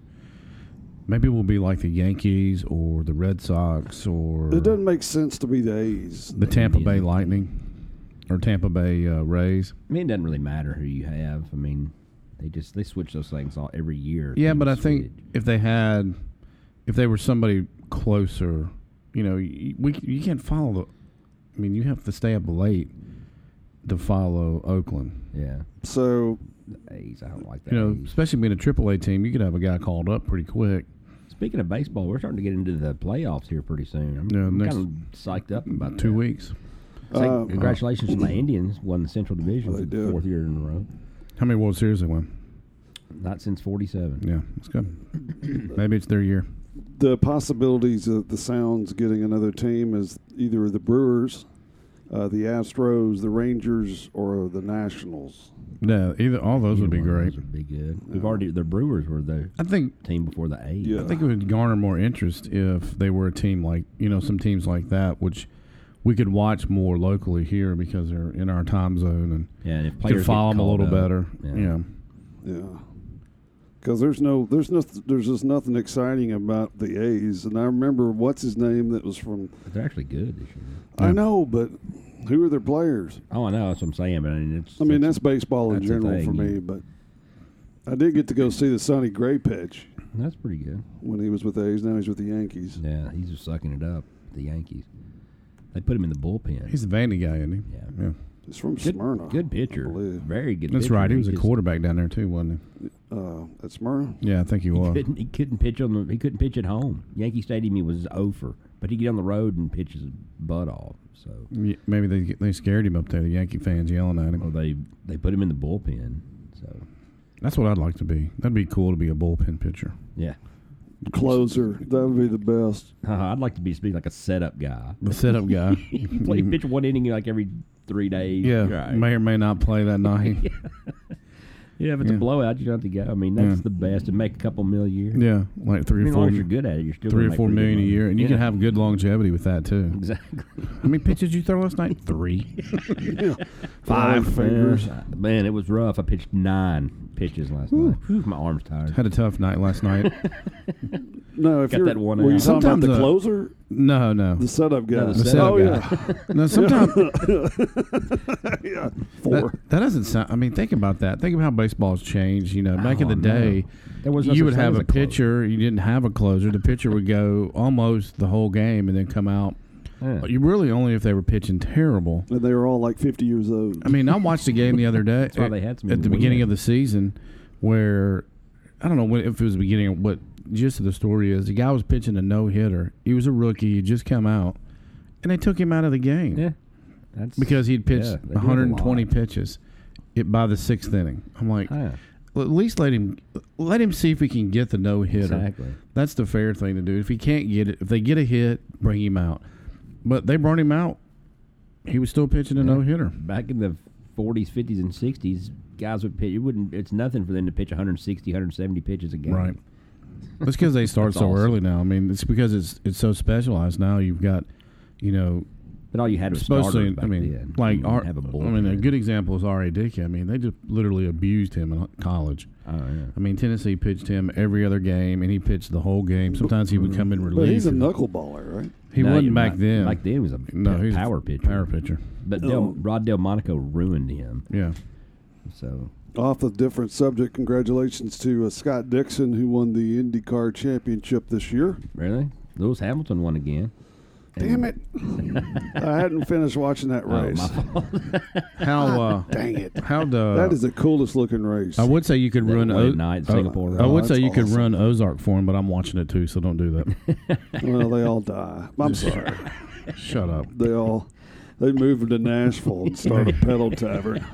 [SPEAKER 3] Maybe we'll be like the Yankees or the Red Sox or
[SPEAKER 2] It doesn't make sense to be the A's.
[SPEAKER 3] the Tampa Bay
[SPEAKER 4] Indians.
[SPEAKER 3] Lightning or Tampa Bay uh, Rays.
[SPEAKER 4] I mean, it doesn't really matter who you have. I mean, they just they switch those things all every year.
[SPEAKER 3] Yeah,
[SPEAKER 4] Teams
[SPEAKER 3] but I think
[SPEAKER 4] switch.
[SPEAKER 3] if they had, if they were somebody closer, you know, y- we c- you can't follow the. I mean, you have to stay up late to follow Oakland.
[SPEAKER 4] yeah,
[SPEAKER 2] So,
[SPEAKER 4] the A's. I don't like that.
[SPEAKER 3] You know,
[SPEAKER 4] A's.
[SPEAKER 3] especially being a AAA team, you could have a guy called up pretty quick.
[SPEAKER 4] Speaking of baseball, we're starting to get into the playoffs here pretty soon. I'm,
[SPEAKER 3] Yeah,
[SPEAKER 4] I'm
[SPEAKER 3] next-
[SPEAKER 4] kind of psyched up about
[SPEAKER 3] About two
[SPEAKER 4] that.
[SPEAKER 3] weeks. Oh.
[SPEAKER 4] Say
[SPEAKER 2] Uh,
[SPEAKER 4] congratulations to the Indians, won the Central Division
[SPEAKER 2] They
[SPEAKER 4] for the
[SPEAKER 2] did.
[SPEAKER 4] fourth year in a row.
[SPEAKER 3] How many World Series they won?
[SPEAKER 4] Not since '47.
[SPEAKER 3] Yeah, that's good. Maybe it's their year.
[SPEAKER 2] the possibilities of the Sounds getting another team is either the Brewers, uh, the Astros, the Rangers, or the Nationals.
[SPEAKER 3] No, either all those would be great.
[SPEAKER 4] Would be good. We've already the Brewers were the
[SPEAKER 3] I think
[SPEAKER 4] team before the A's.
[SPEAKER 2] Yeah.
[SPEAKER 3] I think it would garner more interest if they were a team like you know some teams like that, which we could watch more locally here because they're in our time zone and
[SPEAKER 4] Yeah, and if
[SPEAKER 3] could
[SPEAKER 4] players
[SPEAKER 3] follow
[SPEAKER 4] get
[SPEAKER 3] them a
[SPEAKER 4] called
[SPEAKER 3] little
[SPEAKER 4] up,
[SPEAKER 3] better.
[SPEAKER 4] yeah.
[SPEAKER 3] Yeah.
[SPEAKER 2] Yeah, because there's no, there's no, there's just nothing exciting about the A's. And I remember what's his name that was from.
[SPEAKER 4] But they're actually good this year.
[SPEAKER 2] I know, but who are their players?
[SPEAKER 4] Oh, I know that's what I'm saying, but I mean, it's,
[SPEAKER 2] I mean,
[SPEAKER 4] it's-
[SPEAKER 2] that's baseball in
[SPEAKER 4] that's the
[SPEAKER 2] general
[SPEAKER 4] thing,
[SPEAKER 2] for me.
[SPEAKER 4] yeah.
[SPEAKER 2] But I did get to go see the Sonny Gray pitch
[SPEAKER 4] that's pretty good.
[SPEAKER 2] when he was with the A's. Now he's with the Yankees.
[SPEAKER 4] Yeah, he's just sucking it up. The Yankees, they put him in the bullpen.
[SPEAKER 3] He's a Vandy guy, isn't he?
[SPEAKER 4] Yeah.
[SPEAKER 3] yeah.
[SPEAKER 2] He's from
[SPEAKER 4] good,
[SPEAKER 2] Smyrna.
[SPEAKER 4] good pitcher,
[SPEAKER 2] I believe.
[SPEAKER 4] very good.
[SPEAKER 3] That's
[SPEAKER 4] pitcher.
[SPEAKER 3] right. He was a
[SPEAKER 4] just-
[SPEAKER 3] quarterback down there too, wasn't
[SPEAKER 2] Uh, at Smyrna.
[SPEAKER 3] he? Yeah, I think he was.
[SPEAKER 4] Couldn't, he couldn't pitch on the. He couldn't pitch at home. Yankee Stadium, he was over, but he get on the road and pitch his butt off. So
[SPEAKER 3] Yeah, Maybe they they scared him up there. The Yankee fans yelling at
[SPEAKER 4] Well,
[SPEAKER 3] him.
[SPEAKER 4] they they put him in the bullpen. So
[SPEAKER 3] That's what I'd like to be. That'd be cool to be a bullpen pitcher.
[SPEAKER 4] yeah,
[SPEAKER 2] closer. That would be the best.
[SPEAKER 4] I'd like to be, be like a setup guy.
[SPEAKER 3] The setup guy.
[SPEAKER 4] You play pitch one inning like every three days.
[SPEAKER 3] yeah,
[SPEAKER 4] Right.
[SPEAKER 3] may or may not play that night.
[SPEAKER 4] yeah. If it's
[SPEAKER 3] Yeah.
[SPEAKER 4] a blowout, you don't have to go. I mean, that's
[SPEAKER 3] Yeah.
[SPEAKER 4] the best. And make a couple mil a year.
[SPEAKER 3] yeah, like
[SPEAKER 4] I
[SPEAKER 3] three
[SPEAKER 4] mean,
[SPEAKER 3] or
[SPEAKER 4] as long
[SPEAKER 3] four,
[SPEAKER 4] as you're good at it, you're still
[SPEAKER 3] three
[SPEAKER 4] gonna
[SPEAKER 3] or
[SPEAKER 4] make
[SPEAKER 3] four
[SPEAKER 4] pretty good
[SPEAKER 3] million a
[SPEAKER 4] money.
[SPEAKER 3] year, and you can
[SPEAKER 4] Yeah.
[SPEAKER 3] have good longevity with that too.
[SPEAKER 4] exactly
[SPEAKER 3] How many pitches you throw last night? Three.
[SPEAKER 2] Five fingers.
[SPEAKER 4] Yeah. Man, it was rough. I pitched nine pitches last night. Whew, my arms tired.
[SPEAKER 3] Had a tough night last night.
[SPEAKER 2] No, if
[SPEAKER 4] Got
[SPEAKER 2] you're,
[SPEAKER 4] that one
[SPEAKER 2] were you
[SPEAKER 4] out.
[SPEAKER 2] talking about
[SPEAKER 3] Sometimes,
[SPEAKER 2] the
[SPEAKER 3] uh,
[SPEAKER 2] closer,
[SPEAKER 3] No, no,
[SPEAKER 2] the setup guy?
[SPEAKER 4] No, the setup
[SPEAKER 2] oh
[SPEAKER 3] guy.
[SPEAKER 2] yeah,
[SPEAKER 3] no. Sometimes
[SPEAKER 2] yeah.
[SPEAKER 3] that,
[SPEAKER 2] Four.
[SPEAKER 3] that doesn't sound. I mean, think about that. Think of how baseball's changed. You know, back in
[SPEAKER 4] Oh,
[SPEAKER 3] the
[SPEAKER 4] no.
[SPEAKER 3] day,
[SPEAKER 4] There was no
[SPEAKER 3] you
[SPEAKER 4] such
[SPEAKER 3] would
[SPEAKER 4] thing
[SPEAKER 3] have
[SPEAKER 4] as
[SPEAKER 3] a
[SPEAKER 4] a closer.
[SPEAKER 3] pitcher. You didn't have a closer. The pitcher would go almost the whole game and then come out.
[SPEAKER 4] Yeah.
[SPEAKER 3] You really only if they were pitching terrible.
[SPEAKER 2] and they were all like fifty years old.
[SPEAKER 3] I mean, I watched a game the other day
[SPEAKER 4] why they had some
[SPEAKER 3] at the
[SPEAKER 4] women.
[SPEAKER 3] beginning of the season where I don't know when, if it was the beginning of what gist of the story is. The guy was pitching a no hitter. He was a rookie. He just come out, and they took him out of the game
[SPEAKER 4] Yeah. That's
[SPEAKER 3] because he'd pitched
[SPEAKER 4] Yeah, they do it a
[SPEAKER 3] 120
[SPEAKER 4] lot.
[SPEAKER 3] pitches. It by the sixth inning. I'm like,
[SPEAKER 4] Yeah.
[SPEAKER 3] well, at least let him let him see if he can get the no hitter.
[SPEAKER 4] Exactly.
[SPEAKER 3] That's the fair thing to do. If he can't get it, if they get a hit, bring him out. But they brought him out. He was still pitching a no hitter.
[SPEAKER 4] back in the 40s, 50s, and 60s, guys would pitch. It wouldn't. It's nothing for them to pitch 160, 170 pitches a game.
[SPEAKER 3] Right. That's because they start
[SPEAKER 4] That's
[SPEAKER 3] so
[SPEAKER 4] awesome.
[SPEAKER 3] early now. I mean, it's because it's it's so specialized now. You've got, you know,
[SPEAKER 4] But all you had was
[SPEAKER 3] supposed
[SPEAKER 4] starters
[SPEAKER 3] to.
[SPEAKER 4] back
[SPEAKER 3] I mean,
[SPEAKER 4] then. You
[SPEAKER 3] like
[SPEAKER 4] didn't
[SPEAKER 3] our,
[SPEAKER 4] have a
[SPEAKER 3] I mean, a
[SPEAKER 4] bullpen.
[SPEAKER 3] good example is R.A. Dickey. I mean, they just literally abused him in college.
[SPEAKER 4] Oh, yeah.
[SPEAKER 3] I mean, Tennessee pitched him every other game, and he pitched the whole game. Sometimes he would come in relief.
[SPEAKER 2] but he's a knuckleballer, right?
[SPEAKER 4] Mm-hmm.
[SPEAKER 3] He
[SPEAKER 4] No,
[SPEAKER 3] wasn't
[SPEAKER 4] you're
[SPEAKER 3] back
[SPEAKER 4] not.
[SPEAKER 3] then.
[SPEAKER 4] Back then he was a
[SPEAKER 3] no,
[SPEAKER 4] p-
[SPEAKER 3] he's a
[SPEAKER 4] power pitcher.
[SPEAKER 3] Power pitcher.
[SPEAKER 4] But
[SPEAKER 2] Oh.
[SPEAKER 4] Del, Rod Delmonico ruined him.
[SPEAKER 3] Yeah.
[SPEAKER 4] So
[SPEAKER 2] Off the different subject, congratulations to uh, Scott Dixon who won the IndyCar championship this year.
[SPEAKER 4] really, Lewis Hamilton won again.
[SPEAKER 2] Damn it! I hadn't finished watching that
[SPEAKER 4] Oh,
[SPEAKER 2] race.
[SPEAKER 4] my fault.
[SPEAKER 3] How? Uh,
[SPEAKER 2] Dang it!
[SPEAKER 3] how the?
[SPEAKER 2] That is the coolest looking race.
[SPEAKER 3] I would say you could
[SPEAKER 4] That
[SPEAKER 3] run.
[SPEAKER 4] one
[SPEAKER 3] O-
[SPEAKER 4] at night,
[SPEAKER 3] I-
[SPEAKER 4] Singapore
[SPEAKER 3] I
[SPEAKER 4] Rock.
[SPEAKER 3] would say
[SPEAKER 2] That's
[SPEAKER 3] you could
[SPEAKER 2] awesome.
[SPEAKER 3] run Ozark for him, but I'm watching it too, so don't do that.
[SPEAKER 2] well, they all die. I'm sorry.
[SPEAKER 3] Shut up.
[SPEAKER 2] They all they moved to Nashville and started a pedal tavern.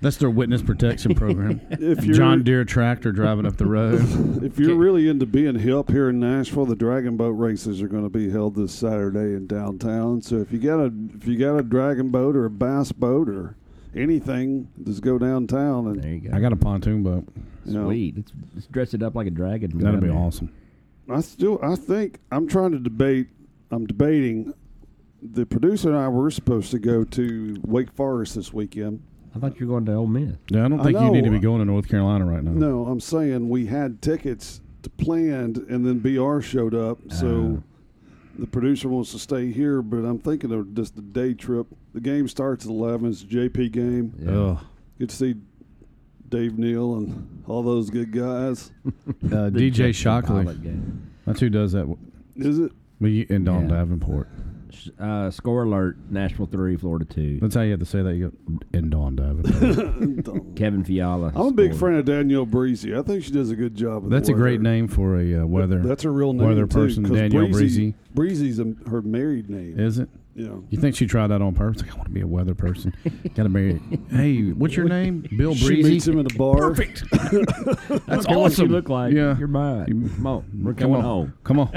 [SPEAKER 3] That's their witness protection program.
[SPEAKER 2] If you're-
[SPEAKER 3] John Deere tractor driving up the road.
[SPEAKER 2] If you're really into being hip here in Nashville, the dragon boat races are going to be held this Saturday in downtown. So if you got a if you got a dragon boat or a bass boat or anything, just go downtown and
[SPEAKER 4] There you go.
[SPEAKER 3] I got a pontoon boat.
[SPEAKER 2] you know,
[SPEAKER 4] Sweet. Let's, let's dress it up like a dragon. and go
[SPEAKER 3] That'd
[SPEAKER 4] down
[SPEAKER 3] be
[SPEAKER 4] there.
[SPEAKER 3] awesome.
[SPEAKER 2] I still I think I'm trying to debate. I'm debating. The producer and I were supposed to go to Wake Forest this weekend.
[SPEAKER 4] I thought you were going to Ole Miss.
[SPEAKER 3] Yeah, I don't
[SPEAKER 2] I
[SPEAKER 3] think you need to
[SPEAKER 2] know.
[SPEAKER 3] be going to North Carolina right now.
[SPEAKER 2] No, I'm saying we had tickets to planned, and then BR showed up.
[SPEAKER 3] Uh-huh.
[SPEAKER 2] So the producer wants to stay here, but I'm thinking of just a day trip. The game starts at 11. It's a JP game.
[SPEAKER 3] Ugh.
[SPEAKER 2] Good to see Dave Neal and all those good guys.
[SPEAKER 3] Uh, DJ Shockley.
[SPEAKER 4] Pilot game.
[SPEAKER 3] That's who does that.
[SPEAKER 2] Is it?
[SPEAKER 3] Well, you- And Don
[SPEAKER 4] Yeah.
[SPEAKER 3] Davenport.
[SPEAKER 4] Sh- Uh, score alert: Nashville three, Florida two.
[SPEAKER 3] That's how you have to say that. You go, and Don Davenport.
[SPEAKER 4] Kevin Fiala.
[SPEAKER 2] I'm a big fan of Danielle Breezy. I think she does a good job. with
[SPEAKER 3] That's
[SPEAKER 2] the
[SPEAKER 3] a great
[SPEAKER 2] weather.
[SPEAKER 3] name for a uh, weather.
[SPEAKER 2] That's a real name.
[SPEAKER 3] Weather
[SPEAKER 2] too,
[SPEAKER 3] person,
[SPEAKER 2] 'cause
[SPEAKER 3] Danielle Breezy.
[SPEAKER 2] Breezy's a, her married name.
[SPEAKER 3] Is it?
[SPEAKER 2] You know.
[SPEAKER 3] You think she tried that on purpose? Like, I want to be a weather person. Got to marry. Hey, what's your name? Bill
[SPEAKER 2] She meets
[SPEAKER 3] Breezy.
[SPEAKER 2] him in a bar.
[SPEAKER 3] Perfect. That's
[SPEAKER 4] Okay, What you
[SPEAKER 3] awesome.
[SPEAKER 4] look like?
[SPEAKER 3] Yeah.
[SPEAKER 4] You're mine. Come on, we're
[SPEAKER 3] Come
[SPEAKER 4] going
[SPEAKER 3] on.
[SPEAKER 4] home.
[SPEAKER 3] Come on.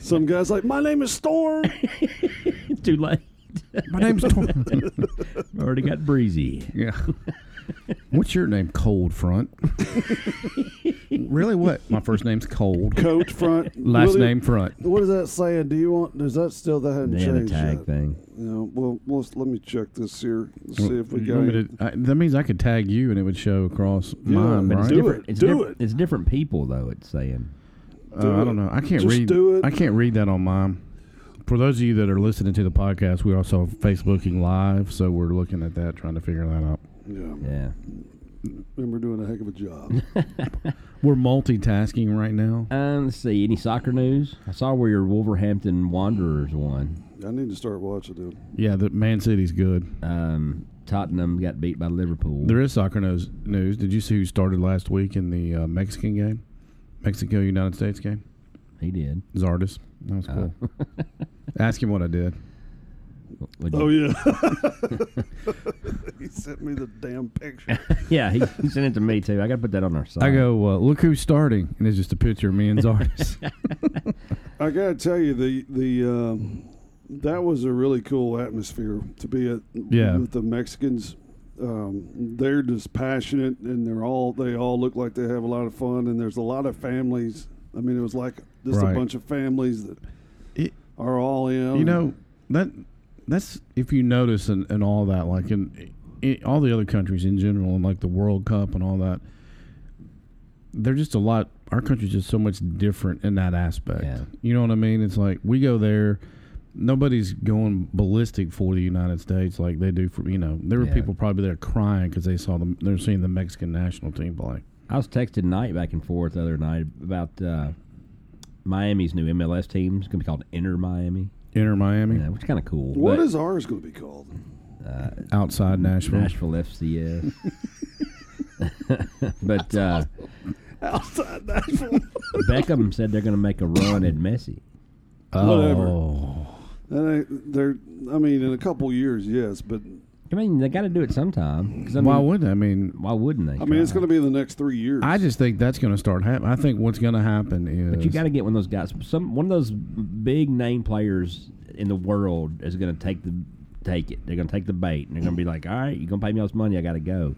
[SPEAKER 2] Some guy's like, my name is Storm.
[SPEAKER 4] It's too late.
[SPEAKER 3] My name's Tor-
[SPEAKER 4] Already got breezy.
[SPEAKER 3] Yeah. What's your name? Cold Front. really? What? My first name's Cold.
[SPEAKER 2] Coat front.
[SPEAKER 3] Last
[SPEAKER 2] Really-
[SPEAKER 3] name Front.
[SPEAKER 2] What is that saying? Do you want? Does that still that hadn't
[SPEAKER 4] Yeah, the
[SPEAKER 2] changed
[SPEAKER 4] tag
[SPEAKER 2] yet?
[SPEAKER 4] thing.
[SPEAKER 2] You know, well, well, let's- let me check this here. Let's see if we
[SPEAKER 3] You
[SPEAKER 2] got.
[SPEAKER 3] want me
[SPEAKER 2] any-
[SPEAKER 3] to- I- that means I could tag you and it would show across mine,
[SPEAKER 2] but
[SPEAKER 3] right?
[SPEAKER 2] Do
[SPEAKER 4] different-
[SPEAKER 2] it.
[SPEAKER 4] It's
[SPEAKER 2] Do
[SPEAKER 4] different,
[SPEAKER 2] it.
[SPEAKER 4] It's different people though. It's saying.
[SPEAKER 3] Uh, I don't know. I can't
[SPEAKER 2] Just
[SPEAKER 3] read.
[SPEAKER 2] do it.
[SPEAKER 3] I can't read that on mine. For those of you that are listening to the podcast, we're also Facebooking live, so we're looking at that, trying to figure that out.
[SPEAKER 2] Yeah,
[SPEAKER 4] Yeah.
[SPEAKER 2] and we're doing a heck of a job.
[SPEAKER 3] We're multitasking right now.
[SPEAKER 4] Um, let's see. Any soccer news? I saw where your Wolverhampton Wanderers won.
[SPEAKER 2] I need to start watching them.
[SPEAKER 3] Yeah, the Man City's good.
[SPEAKER 4] Um, Tottenham got beat by Liverpool.
[SPEAKER 3] There is soccer news. News. Did you see who started last week in the uh, Mexican game, Mexico United States game?
[SPEAKER 4] he did.
[SPEAKER 3] Zardis. That was cool. Ask him what I did.
[SPEAKER 4] Would you-
[SPEAKER 2] Oh yeah. he sent me the damn picture.
[SPEAKER 4] yeah, he, he sent it to me too. I got to put that on our site.
[SPEAKER 3] I go, uh, look who's starting, and it's just a picture of me and Zardes.
[SPEAKER 2] I gotta tell you, the the um, that was a really cool atmosphere to be at
[SPEAKER 3] Yeah.
[SPEAKER 2] with the Mexicans. Um, they're just passionate, and they're all they all look like they have a lot of fun, and there's a lot of families. I mean, it was like just
[SPEAKER 3] Right.
[SPEAKER 2] a bunch of families that
[SPEAKER 3] It-
[SPEAKER 2] are all in.
[SPEAKER 4] Um,
[SPEAKER 3] you know that that's if you notice and, and all that, like in, in all the other countries in general, and like the World Cup and all that, they're just a lot. Our country's just so much different in that aspect.
[SPEAKER 4] Yeah.
[SPEAKER 3] You know what I mean? It's like we go there. Nobody's going ballistic for the United States like they do for you know. There were
[SPEAKER 4] Yeah.
[SPEAKER 3] people probably there crying because they saw them. They're seeing the Mexican national team play.
[SPEAKER 4] I was texting Knight back and forth the other night about uh, Miami's new MLS team. It's going to be called Inner Miami,
[SPEAKER 3] Enter Miami,
[SPEAKER 4] yeah, which is kind of cool.
[SPEAKER 2] what
[SPEAKER 4] but
[SPEAKER 2] is ours going to be called?
[SPEAKER 3] outside Nashville.
[SPEAKER 4] Nashville FCS? but uh,
[SPEAKER 2] Outside Nashville.
[SPEAKER 4] Beckham said they're going to make a run at Messi.
[SPEAKER 2] Whatever.
[SPEAKER 3] Oh,
[SPEAKER 2] That ain't- they're. I mean, in a couple years, yes, but
[SPEAKER 4] I mean, they got to do it sometime. 'cause I mean,
[SPEAKER 3] why would I mean?
[SPEAKER 4] why wouldn't they?
[SPEAKER 2] I mean, it's going to be in the next three years.
[SPEAKER 3] I just think that's going to start happening. I think what's going to happen is
[SPEAKER 4] But you got to get one of those guys. Some one of those big name players in the world is going to take the take it. They're going to take the bait, and they're going to be like, "All right, you're going to pay me all this money. I got to go."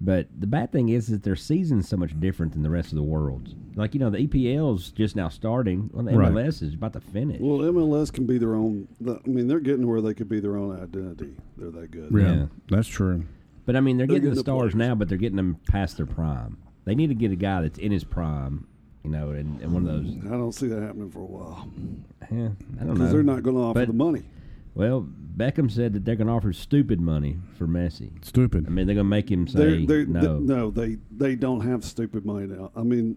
[SPEAKER 4] But the bad thing is that their season's so much different than the rest of the world. Like you know, the EPL's just now starting. Well, the
[SPEAKER 3] Right.
[SPEAKER 4] MLS is about to finish.
[SPEAKER 2] Well, MLS can be their own. I mean, they're getting where they could be their own identity. They're that good.
[SPEAKER 3] yeah,
[SPEAKER 4] Yeah.
[SPEAKER 3] that's true.
[SPEAKER 4] but I mean, they're,
[SPEAKER 2] they're
[SPEAKER 4] getting the
[SPEAKER 2] getting the
[SPEAKER 4] stars
[SPEAKER 2] players.
[SPEAKER 4] now, but they're getting them past their prime. They need to get a guy that's in his prime, you know, and, and one of those.
[SPEAKER 2] I don't see that happening for a while
[SPEAKER 4] Yeah, I don't know.
[SPEAKER 2] because they're not going to offer
[SPEAKER 4] But-
[SPEAKER 2] the money.
[SPEAKER 4] Well, Beckham said that they're going to offer stupid money for Messi.
[SPEAKER 3] Stupid.
[SPEAKER 4] I mean, they're gonna make him
[SPEAKER 2] They
[SPEAKER 4] say
[SPEAKER 2] they
[SPEAKER 4] no.
[SPEAKER 2] no they they don't have stupid money now. I mean,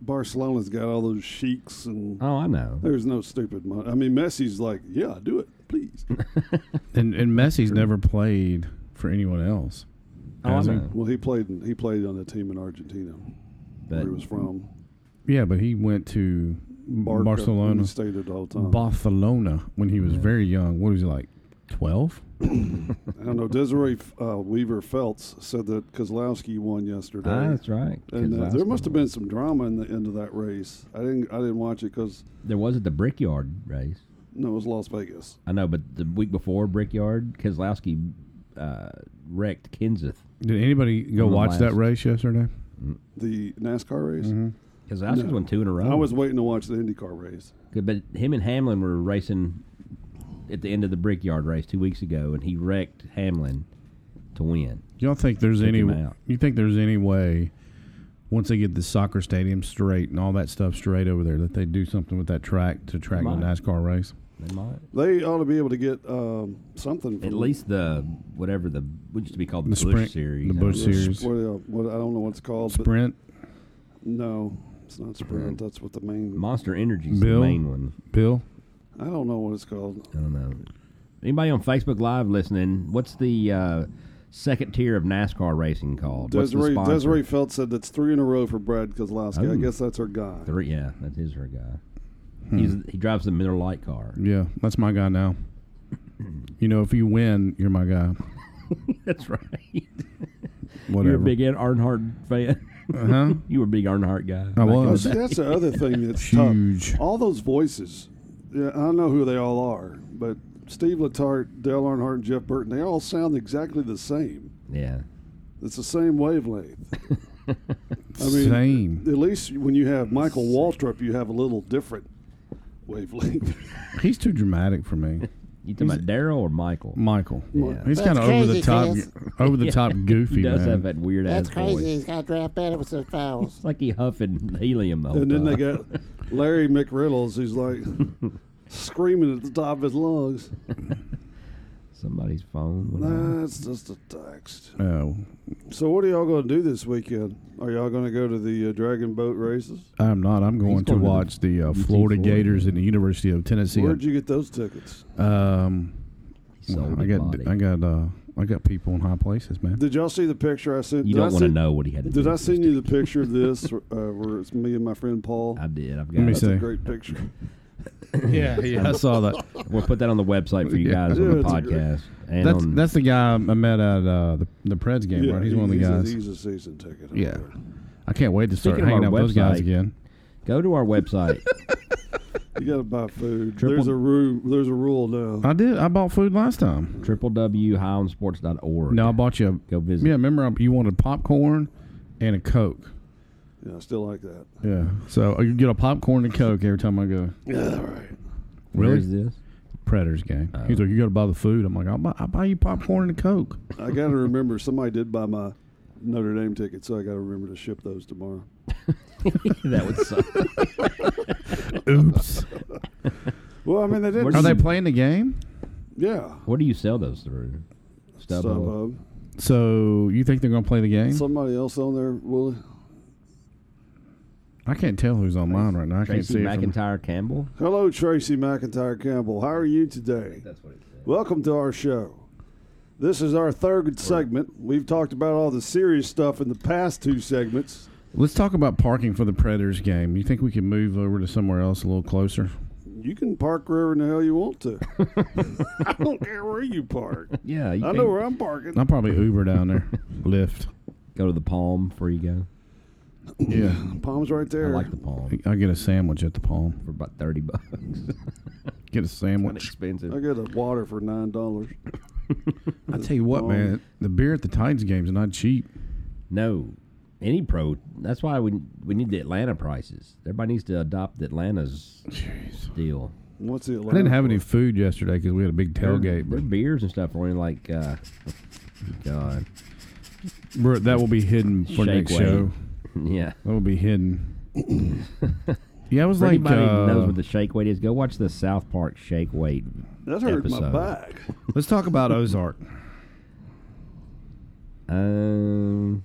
[SPEAKER 2] Barcelona's got all those sheiks and
[SPEAKER 4] Oh, I know.
[SPEAKER 2] there's no stupid money. I mean, Messi's like, yeah, do it, please.
[SPEAKER 3] and and Messi's never played for anyone else.
[SPEAKER 4] Oh, I
[SPEAKER 3] has he?
[SPEAKER 4] know.
[SPEAKER 2] well, he played in- he played on the team in Argentina where
[SPEAKER 4] But
[SPEAKER 2] he was from.
[SPEAKER 3] Yeah, but he went to
[SPEAKER 2] Barca, and
[SPEAKER 3] Barcelona,
[SPEAKER 2] he stayed there the whole time.
[SPEAKER 3] Barcelona when he was very young. What was he like? Twelve.
[SPEAKER 2] I don't know. Desiree uh, Weaver Feltz said that Kozlowski won yesterday.
[SPEAKER 4] ah, that's right.
[SPEAKER 2] And
[SPEAKER 4] 'Cause
[SPEAKER 2] uh,
[SPEAKER 4] last
[SPEAKER 2] there must have
[SPEAKER 4] one-
[SPEAKER 2] been some drama in the end of that race. I didn't I didn't watch it because
[SPEAKER 4] there was at the Brickyard race.
[SPEAKER 2] no, it was Las Vegas.
[SPEAKER 4] I know, but the week before Brickyard, Keselowski uh, wrecked Kenseth.
[SPEAKER 3] Did anybody go
[SPEAKER 4] On the
[SPEAKER 3] watch that
[SPEAKER 4] last.
[SPEAKER 3] race yesterday?
[SPEAKER 2] The NASCAR race.
[SPEAKER 4] Keselowski's won two in a row.
[SPEAKER 2] I was waiting to watch the IndyCar race.
[SPEAKER 4] Good, but him and Hamlin were racing at the end of the Brickyard race two weeks ago, and he wrecked Hamlin to win.
[SPEAKER 3] Y'all think there's
[SPEAKER 4] Took
[SPEAKER 3] any?
[SPEAKER 4] him out.
[SPEAKER 3] You think there's any way? Once they get the soccer stadium straight and all that stuff straight over there, that they do something with that track to track the
[SPEAKER 4] Might.
[SPEAKER 3] NASCAR race.
[SPEAKER 4] They might.
[SPEAKER 2] They ought to be able to get um, something. From
[SPEAKER 4] At least the whatever the what used to be called the,
[SPEAKER 3] The
[SPEAKER 4] Bush
[SPEAKER 3] sprint-
[SPEAKER 4] series.
[SPEAKER 3] the
[SPEAKER 4] I
[SPEAKER 3] Bush
[SPEAKER 4] don't-
[SPEAKER 2] the
[SPEAKER 3] series.
[SPEAKER 2] sp- What, uh, what, I don't know what it's called. But
[SPEAKER 3] Sprint,
[SPEAKER 2] no, it's not sprint.
[SPEAKER 4] Mm-hmm.
[SPEAKER 2] That's what the main.
[SPEAKER 4] Monster Energy's
[SPEAKER 3] Bill?
[SPEAKER 4] the main one.
[SPEAKER 3] Bill.
[SPEAKER 2] I don't know what it's called.
[SPEAKER 4] I don't know. Anybody on Facebook Live listening? What's the uh, second tier of NASCAR racing called? What's the
[SPEAKER 2] Desiree
[SPEAKER 4] sponsor?
[SPEAKER 2] Desiree Feltz said that's three in a row for Brad Kozlowski. I
[SPEAKER 4] Oh.
[SPEAKER 2] guess that's her guy.
[SPEAKER 4] Three, yeah, that is her guy.
[SPEAKER 3] Hmm.
[SPEAKER 4] He's he drives the Miller Lite car.
[SPEAKER 3] Yeah, that's my guy now. You know, if you win, you're my guy.
[SPEAKER 4] That's right.
[SPEAKER 3] Whatever.
[SPEAKER 4] You're a big Ed Earnhardt fan.
[SPEAKER 3] huh?
[SPEAKER 4] you were a big Earnhardt guy.
[SPEAKER 3] I
[SPEAKER 4] back in
[SPEAKER 2] Oh,
[SPEAKER 3] was
[SPEAKER 2] see, that's the other thing that's
[SPEAKER 3] Huge.
[SPEAKER 2] tough. All those voices, yeah, I don't know who they all are, but Steve Letarte, Dale Earnhardt, and Jeff Burton, they all sound exactly the same.
[SPEAKER 4] the- Yeah.
[SPEAKER 2] It's the same wavelength. I mean,
[SPEAKER 3] same.
[SPEAKER 2] At least when you have Michael Waltrip, you have a little different wavelength.
[SPEAKER 3] He's too dramatic for me.
[SPEAKER 4] You talking about Daryl or Michael?
[SPEAKER 3] Michael.
[SPEAKER 4] Yeah.
[SPEAKER 3] He's kind of
[SPEAKER 7] That's
[SPEAKER 3] over the
[SPEAKER 7] crazy,
[SPEAKER 3] top,
[SPEAKER 7] Chris.
[SPEAKER 3] over the top goofy
[SPEAKER 4] He does
[SPEAKER 3] man.
[SPEAKER 4] have that weird
[SPEAKER 7] That's
[SPEAKER 4] ass
[SPEAKER 7] crazy.
[SPEAKER 4] voice.
[SPEAKER 7] He's got draft battle with some fouls.
[SPEAKER 4] It's like he huffing helium the whole
[SPEAKER 2] and then they
[SPEAKER 4] time.
[SPEAKER 2] got Larry McReynolds, who's like screaming at the top of his lungs.
[SPEAKER 4] Somebody's phone. whatever.
[SPEAKER 2] That's just a text.
[SPEAKER 3] Oh,
[SPEAKER 2] So, what are y'all going to do this weekend? Are y'all going to go to the uh, Dragon Boat races?
[SPEAKER 3] I'm not. I'm going to
[SPEAKER 4] going to
[SPEAKER 3] watch the uh,
[SPEAKER 4] UT
[SPEAKER 3] Florida
[SPEAKER 4] Florida.
[SPEAKER 3] Gators and the University of Tennessee.
[SPEAKER 2] Where'd you get those tickets?
[SPEAKER 3] um,
[SPEAKER 4] He sold
[SPEAKER 3] I
[SPEAKER 4] his
[SPEAKER 3] got,
[SPEAKER 4] body.
[SPEAKER 3] I got, uh, I got people in high places, man.
[SPEAKER 2] Did y'all see the picture I sent?
[SPEAKER 4] you
[SPEAKER 2] did I
[SPEAKER 4] don't want to
[SPEAKER 2] send-
[SPEAKER 4] know what he had to do.
[SPEAKER 2] Did I
[SPEAKER 4] with
[SPEAKER 2] send
[SPEAKER 4] this.
[SPEAKER 2] you the picture of this uh, where it's me and my friend Paul?
[SPEAKER 4] I did. I've got
[SPEAKER 3] Let me
[SPEAKER 4] it.
[SPEAKER 2] That's a
[SPEAKER 3] see.
[SPEAKER 2] great picture.
[SPEAKER 3] yeah, yeah, I saw that.
[SPEAKER 4] We'll put that on the website for you
[SPEAKER 3] Yeah.
[SPEAKER 4] guys on the
[SPEAKER 2] Yeah, it's a great-
[SPEAKER 4] podcast. And um,
[SPEAKER 3] That's
[SPEAKER 4] on,
[SPEAKER 3] that's the guy I met at uh, the the Preds game, right? He's one of the
[SPEAKER 2] a-
[SPEAKER 3] guys.
[SPEAKER 2] he's a season ticket.
[SPEAKER 3] Yeah.
[SPEAKER 2] holder.
[SPEAKER 3] I can't wait to start
[SPEAKER 4] Speaking of
[SPEAKER 3] hanging
[SPEAKER 4] our
[SPEAKER 3] out with those guys
[SPEAKER 4] website-
[SPEAKER 3] again.
[SPEAKER 4] go to our website.
[SPEAKER 2] You got to buy food.
[SPEAKER 4] Triple-
[SPEAKER 2] There's a rule. There's a rule now.
[SPEAKER 3] I did. I bought food last time.
[SPEAKER 4] www.highlandsports.org.
[SPEAKER 3] No, I bought you. A,
[SPEAKER 4] Go visit.
[SPEAKER 3] yeah, remember I, you wanted popcorn and a coke.
[SPEAKER 2] Yeah, I still like that.
[SPEAKER 3] Yeah, so I get a popcorn and coke every time I go.
[SPEAKER 2] Yeah, all right.
[SPEAKER 4] Where
[SPEAKER 3] Really?
[SPEAKER 4] is this?
[SPEAKER 3] Predators game.
[SPEAKER 4] Uh-huh.
[SPEAKER 3] He's like, you got to buy the food. I'm like, I'll buy, I'll buy you popcorn and a coke.
[SPEAKER 2] I got to remember somebody did buy my Notre Dame ticket, so I got to remember to ship those tomorrow.
[SPEAKER 4] that would suck.
[SPEAKER 3] Oops.
[SPEAKER 2] Well, I mean they did.
[SPEAKER 4] Where's
[SPEAKER 3] Are they
[SPEAKER 4] Mm.
[SPEAKER 3] playing the game?
[SPEAKER 2] Yeah.
[SPEAKER 4] What do you sell those through? StubHub.
[SPEAKER 2] StubHub.
[SPEAKER 3] So you think they're going to play the game?
[SPEAKER 2] Somebody else on there. Willie.
[SPEAKER 3] I can't tell who's online right now. I can't
[SPEAKER 4] Tracy
[SPEAKER 3] see. it from-
[SPEAKER 4] McIntyre Campbell.
[SPEAKER 2] Hello, Tracy McIntyre Campbell. How are you today?
[SPEAKER 4] That's what it said.
[SPEAKER 2] Welcome to our show. This is our third segment. We've talked about all the serious stuff in the past two segments.
[SPEAKER 3] Let's talk about parking for the Predators game. You think we can move over to somewhere else a little closer?
[SPEAKER 2] You can park wherever in the hell you want to. I don't care where you park.
[SPEAKER 4] Yeah, you
[SPEAKER 2] I
[SPEAKER 4] can
[SPEAKER 2] know where I'm parking.
[SPEAKER 3] I'll probably Uber down there, Lyft.
[SPEAKER 4] go to the Palm before you go.
[SPEAKER 3] Yeah,
[SPEAKER 2] Palm's right
[SPEAKER 4] I
[SPEAKER 2] there.
[SPEAKER 4] like the Palm
[SPEAKER 3] I get a sandwich at the Palm.
[SPEAKER 4] for about thirty bucks.
[SPEAKER 3] Get a sandwich.
[SPEAKER 4] Inexpensive.
[SPEAKER 2] I got a water for nine dollars.
[SPEAKER 3] I tell you what, man, the beer at the Titans games is not cheap.
[SPEAKER 4] No, any pro. That's why we we need the Atlanta prices. Everybody needs to adopt Atlanta's deal.
[SPEAKER 2] What's the
[SPEAKER 3] I didn't have any food yesterday because we had a big
[SPEAKER 4] Their,
[SPEAKER 3] tailgate.
[SPEAKER 4] their
[SPEAKER 3] But
[SPEAKER 4] beers and stuff are only like, uh, God,
[SPEAKER 3] we're- that will be hidden for
[SPEAKER 4] Shake
[SPEAKER 3] next
[SPEAKER 4] weight.
[SPEAKER 3] show.
[SPEAKER 4] yeah.
[SPEAKER 3] That will be hidden. yeah, it was
[SPEAKER 4] For
[SPEAKER 3] like
[SPEAKER 4] anybody
[SPEAKER 3] uh,
[SPEAKER 4] who knows what the shake weight is, go watch the South Park shake weight.
[SPEAKER 2] That hurt my
[SPEAKER 4] episode.
[SPEAKER 2] back.
[SPEAKER 3] let's talk about Ozark.
[SPEAKER 4] Um,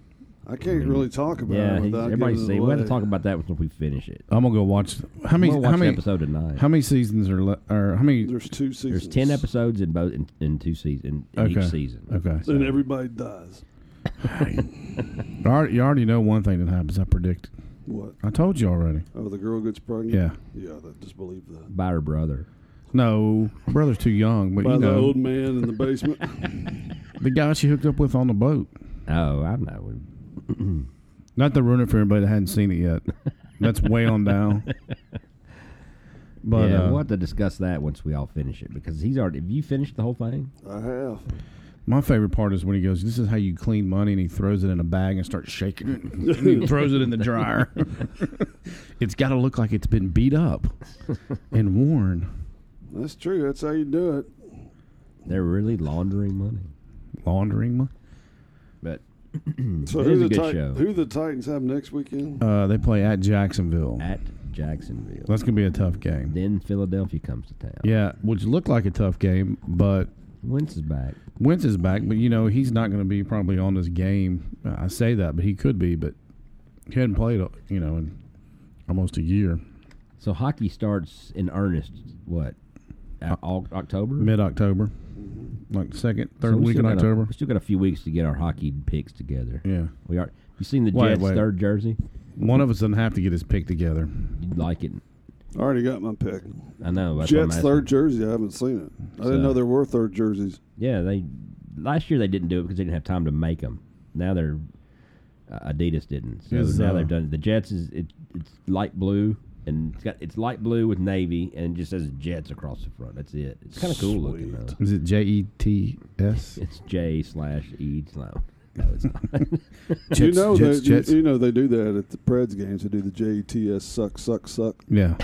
[SPEAKER 2] I can't really talk about
[SPEAKER 4] yeah,
[SPEAKER 2] it
[SPEAKER 4] he's-
[SPEAKER 2] without
[SPEAKER 4] everybody's
[SPEAKER 2] giving it
[SPEAKER 4] seen. We have to
[SPEAKER 2] away.
[SPEAKER 4] talk about that when we finish it.
[SPEAKER 3] I'm gonna go watch how
[SPEAKER 4] I'm
[SPEAKER 3] many
[SPEAKER 4] gonna watch
[SPEAKER 3] how many
[SPEAKER 4] the episode tonight.
[SPEAKER 3] how many seasons are le- or how many
[SPEAKER 2] There's two seasons.
[SPEAKER 4] There's ten episodes in both in, in two seasons in,
[SPEAKER 3] Okay.
[SPEAKER 4] each season.
[SPEAKER 3] Okay.
[SPEAKER 2] and everybody dies.
[SPEAKER 3] You already- you already know one thing that happens. I predict.
[SPEAKER 2] What?
[SPEAKER 3] I told you already.
[SPEAKER 2] Oh, the girl gets pregnant.
[SPEAKER 3] Yeah.
[SPEAKER 2] yeah. That, just believe that.
[SPEAKER 4] By her brother.
[SPEAKER 3] No, my brother's too young, but
[SPEAKER 2] By
[SPEAKER 3] you
[SPEAKER 2] the
[SPEAKER 3] know
[SPEAKER 2] old man in the basement.
[SPEAKER 3] the guy she hooked up with on the boat.
[SPEAKER 4] Oh, I know.
[SPEAKER 3] Not to ruin it for anybody that hadn't seen it yet. That's way on down. But
[SPEAKER 4] yeah,
[SPEAKER 3] uh,
[SPEAKER 4] we'll have to discuss that once we all finish it because he's already. Have you finished the whole thing?
[SPEAKER 2] I have.
[SPEAKER 3] my favorite part is when he goes, "This is how you clean money," and he throws it in a bag and starts shaking it. And he throws it in the dryer. it's got to look like it's been beat up and worn.
[SPEAKER 2] That's true. That's how you do it.
[SPEAKER 4] They're really laundering money.
[SPEAKER 3] Laundering money.
[SPEAKER 4] But
[SPEAKER 2] So
[SPEAKER 4] It
[SPEAKER 2] who
[SPEAKER 4] is a
[SPEAKER 2] the
[SPEAKER 4] good
[SPEAKER 2] Tit-
[SPEAKER 4] show.
[SPEAKER 2] who the Titans have next weekend?
[SPEAKER 3] Uh, they play at Jacksonville.
[SPEAKER 4] at Jacksonville,
[SPEAKER 3] That's gonna be a tough game.
[SPEAKER 4] then Philadelphia comes to town.
[SPEAKER 3] Yeah, which looked like a tough game, but
[SPEAKER 4] Wentz is back.
[SPEAKER 3] Wentz is back. But you know he's not gonna be probably on this game. I say that, but he could be. But he hadn't played, you know, in almost a year.
[SPEAKER 4] So hockey starts in earnest. What? Out, all, October.
[SPEAKER 3] Mid October, like second,
[SPEAKER 4] Mm-hmm. So
[SPEAKER 3] third
[SPEAKER 4] we
[SPEAKER 3] week
[SPEAKER 4] still
[SPEAKER 3] in
[SPEAKER 4] got a-
[SPEAKER 3] October.
[SPEAKER 4] we still got a few weeks to get our hockey picks together.
[SPEAKER 3] yeah,
[SPEAKER 4] We are. You seen the
[SPEAKER 3] Wait,
[SPEAKER 4] Jets'
[SPEAKER 3] wait.
[SPEAKER 4] third jersey?
[SPEAKER 3] one of us doesn't have to get his pick together.
[SPEAKER 4] You like it?
[SPEAKER 2] I already got my pick.
[SPEAKER 4] I know. that's what I'm
[SPEAKER 2] Jets
[SPEAKER 4] asking.
[SPEAKER 2] third jersey. I haven't seen it. I didn't
[SPEAKER 4] So-
[SPEAKER 2] know there were third jerseys.
[SPEAKER 4] Yeah, they last year they didn't do it because they didn't have time to make them. Now they're uh, Adidas didn't, so
[SPEAKER 3] Is,
[SPEAKER 4] now
[SPEAKER 3] uh,
[SPEAKER 4] they've done the Jets is it, it's light blue and it's got it's light blue with navy and it just says Jets across the front. That's it. It's kind of cool looking though.
[SPEAKER 3] Is it J E T S?
[SPEAKER 4] It's J slash E. No, no, it's not.
[SPEAKER 2] you
[SPEAKER 3] Jets,
[SPEAKER 2] know
[SPEAKER 3] Jets,
[SPEAKER 2] that you-
[SPEAKER 3] Jets.
[SPEAKER 2] You, know they do that at the Preds games. They do the JTS suck suck suck.
[SPEAKER 3] Yeah.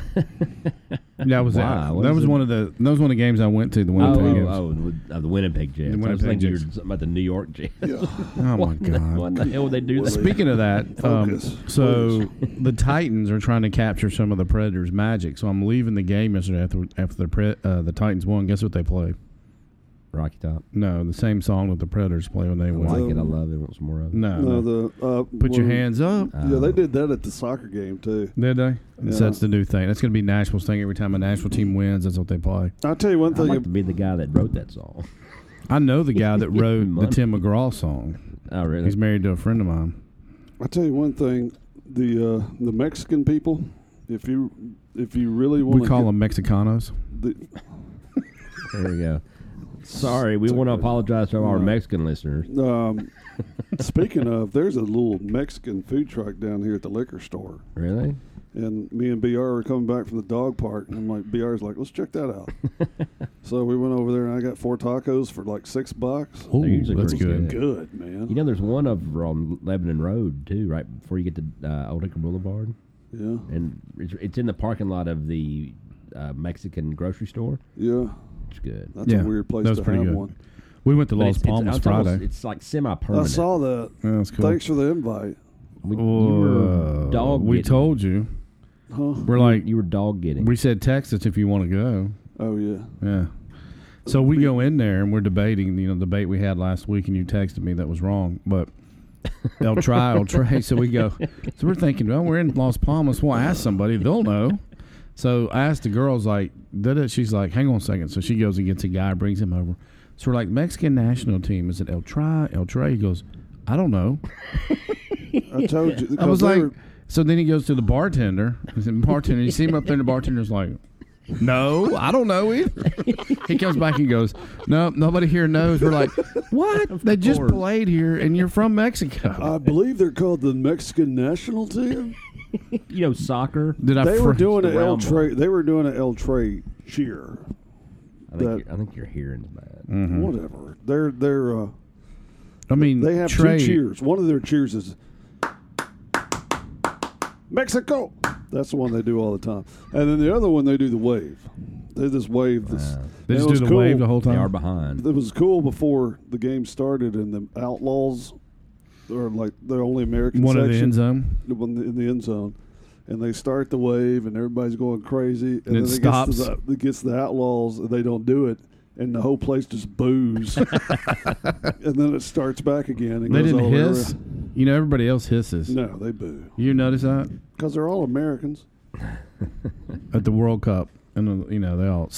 [SPEAKER 3] that was it.
[SPEAKER 4] Why? What
[SPEAKER 3] That
[SPEAKER 4] is
[SPEAKER 3] was
[SPEAKER 4] it?
[SPEAKER 3] one of the that was one of the games I went to. The
[SPEAKER 4] oh,
[SPEAKER 3] Winnipeg
[SPEAKER 4] oh,
[SPEAKER 3] games.
[SPEAKER 4] oh, the- uh, the Winnipeg Jets.
[SPEAKER 3] The
[SPEAKER 4] I was
[SPEAKER 3] Winnipeg
[SPEAKER 4] thinking you were
[SPEAKER 3] Jets.
[SPEAKER 4] something about the New York Jets.
[SPEAKER 3] Oh my
[SPEAKER 4] what, the,
[SPEAKER 3] god.
[SPEAKER 4] what the hell would they do? that?
[SPEAKER 3] Speaking of that, um,
[SPEAKER 2] Focus.
[SPEAKER 3] so the Titans are trying to capture some of the Predators' magic. So I'm leaving the game yesterday after after the pre, uh, the Titans won. Guess what they played?
[SPEAKER 4] Rocky Top.
[SPEAKER 3] No, the same song that the Predators play when they
[SPEAKER 4] I
[SPEAKER 3] win.
[SPEAKER 4] like it. I
[SPEAKER 2] Um,
[SPEAKER 4] love it. I want some more of it.
[SPEAKER 3] No,
[SPEAKER 2] No,
[SPEAKER 3] no.
[SPEAKER 2] the uh,
[SPEAKER 3] put your
[SPEAKER 2] well,
[SPEAKER 3] hands up.
[SPEAKER 2] Yeah, they did that at the soccer game too.
[SPEAKER 3] Did they?
[SPEAKER 2] Yeah.
[SPEAKER 3] So that's the new thing. That's going to be Nashville's thing. Every time a Nashville team wins, that's what they play.
[SPEAKER 2] I'll tell you one
[SPEAKER 4] I'd
[SPEAKER 2] thing.
[SPEAKER 4] like to be the guy that wrote that song.
[SPEAKER 3] I know the guy that wrote the
[SPEAKER 4] Money.
[SPEAKER 3] Tim McGraw song.
[SPEAKER 4] Oh, really?
[SPEAKER 3] He's married to a friend of mine.
[SPEAKER 2] I'll tell you one thing. The uh, the Mexican people. If you if you really want
[SPEAKER 3] We call them Mexicanos.
[SPEAKER 4] There we go. Sorry, we want to apologize to our Mexican listeners.
[SPEAKER 2] Um, speaking of, there's a little Mexican food truck down here at the liquor store,
[SPEAKER 4] Really?
[SPEAKER 2] and me and Br were coming back from the dog park, and I'm like, Br's like, let's check that out. so we went over there, and I got four tacos for like six bucks.
[SPEAKER 3] Oh,
[SPEAKER 4] usually
[SPEAKER 3] that's
[SPEAKER 4] pretty
[SPEAKER 3] good.
[SPEAKER 2] Good man.
[SPEAKER 4] You know, there's one over on Lebanon Road too, right before you get to uh, Old Acre Boulevard,
[SPEAKER 2] yeah,
[SPEAKER 4] and it's, it's in the parking lot of the uh, Mexican grocery store.
[SPEAKER 2] yeah.
[SPEAKER 4] It's good.
[SPEAKER 2] That's a weird place
[SPEAKER 3] that was
[SPEAKER 2] to
[SPEAKER 3] pretty
[SPEAKER 2] have
[SPEAKER 3] good.
[SPEAKER 2] one.
[SPEAKER 3] We went to
[SPEAKER 4] But
[SPEAKER 3] Las
[SPEAKER 4] it's,
[SPEAKER 3] Palmas
[SPEAKER 4] it's, it's almost-
[SPEAKER 3] Friday.
[SPEAKER 4] it's like semi-permanent.
[SPEAKER 2] I saw that.
[SPEAKER 3] Yeah, that's cool.
[SPEAKER 2] Thanks for the invite.
[SPEAKER 4] We, you were
[SPEAKER 3] Uh,
[SPEAKER 4] dog.
[SPEAKER 3] we
[SPEAKER 4] getting.
[SPEAKER 3] told you.
[SPEAKER 2] Huh?
[SPEAKER 3] We're like,
[SPEAKER 4] you were dog getting.
[SPEAKER 3] we said text us if you want to go.
[SPEAKER 2] Oh yeah.
[SPEAKER 3] Yeah. So we go in there and we're debating, you know, the debate we had last week, and you texted me that was wrong, but they'll try, they'll try. So we go, so we're thinking, well, we're in Las Palmas. We'll ask somebody, they'll know. So I asked the girls, like, did it? She's like, hang on a second. So she goes and gets a guy, brings him over. So we're like, Mexican national team, is it El Tri, El Tri? He goes, I don't know.
[SPEAKER 2] I told you.
[SPEAKER 3] I was
[SPEAKER 2] they
[SPEAKER 3] like,
[SPEAKER 2] were-
[SPEAKER 3] so then he goes to the bartender. He said, bartender, you see him up there, and the bartender's like, no, I don't know either. he comes back and goes, no, nobody here knows. We're like, what? They just played here, and you're from Mexico.
[SPEAKER 2] I believe they're called the Mexican national team.
[SPEAKER 4] you know, soccer.
[SPEAKER 3] Did I?
[SPEAKER 2] They
[SPEAKER 3] fr-
[SPEAKER 2] were doing an L
[SPEAKER 4] round one.
[SPEAKER 2] Trey. They were doing an L Trey cheer.
[SPEAKER 4] I think,
[SPEAKER 2] that-
[SPEAKER 4] you're, I think your hearing's bad.
[SPEAKER 2] Mm-hmm.
[SPEAKER 3] Mm-hmm.
[SPEAKER 2] Whatever. They're they're. Uh,
[SPEAKER 3] I mean,
[SPEAKER 2] they have
[SPEAKER 3] Trey,
[SPEAKER 2] two cheers. One of their cheers is Mexico. That's the one they do all the time. And then the other one they do the wave. They just wave. This.
[SPEAKER 3] They
[SPEAKER 2] And it
[SPEAKER 3] just do
[SPEAKER 2] was
[SPEAKER 3] the
[SPEAKER 2] cool.
[SPEAKER 3] wave the whole
[SPEAKER 4] They are
[SPEAKER 3] time.
[SPEAKER 4] behind.
[SPEAKER 2] It was cool before the game started, and the Outlaws are like the only American
[SPEAKER 3] One of the
[SPEAKER 2] section.
[SPEAKER 3] end zone.
[SPEAKER 2] the one in the end zone, and they start the wave, and everybody's going crazy, and,
[SPEAKER 3] it
[SPEAKER 2] then
[SPEAKER 3] stops.
[SPEAKER 2] It gets, to the, it gets to the outlaws, and they don't do it, and the whole place just boos, and then it starts back again. And
[SPEAKER 3] They
[SPEAKER 2] goes
[SPEAKER 3] didn't
[SPEAKER 2] all the way
[SPEAKER 3] hiss.
[SPEAKER 2] around.
[SPEAKER 3] You know, everybody else hisses.
[SPEAKER 2] No, they boo
[SPEAKER 3] You notice that
[SPEAKER 2] because they're all Americans.
[SPEAKER 3] at the World Cup, and uh, you know they all.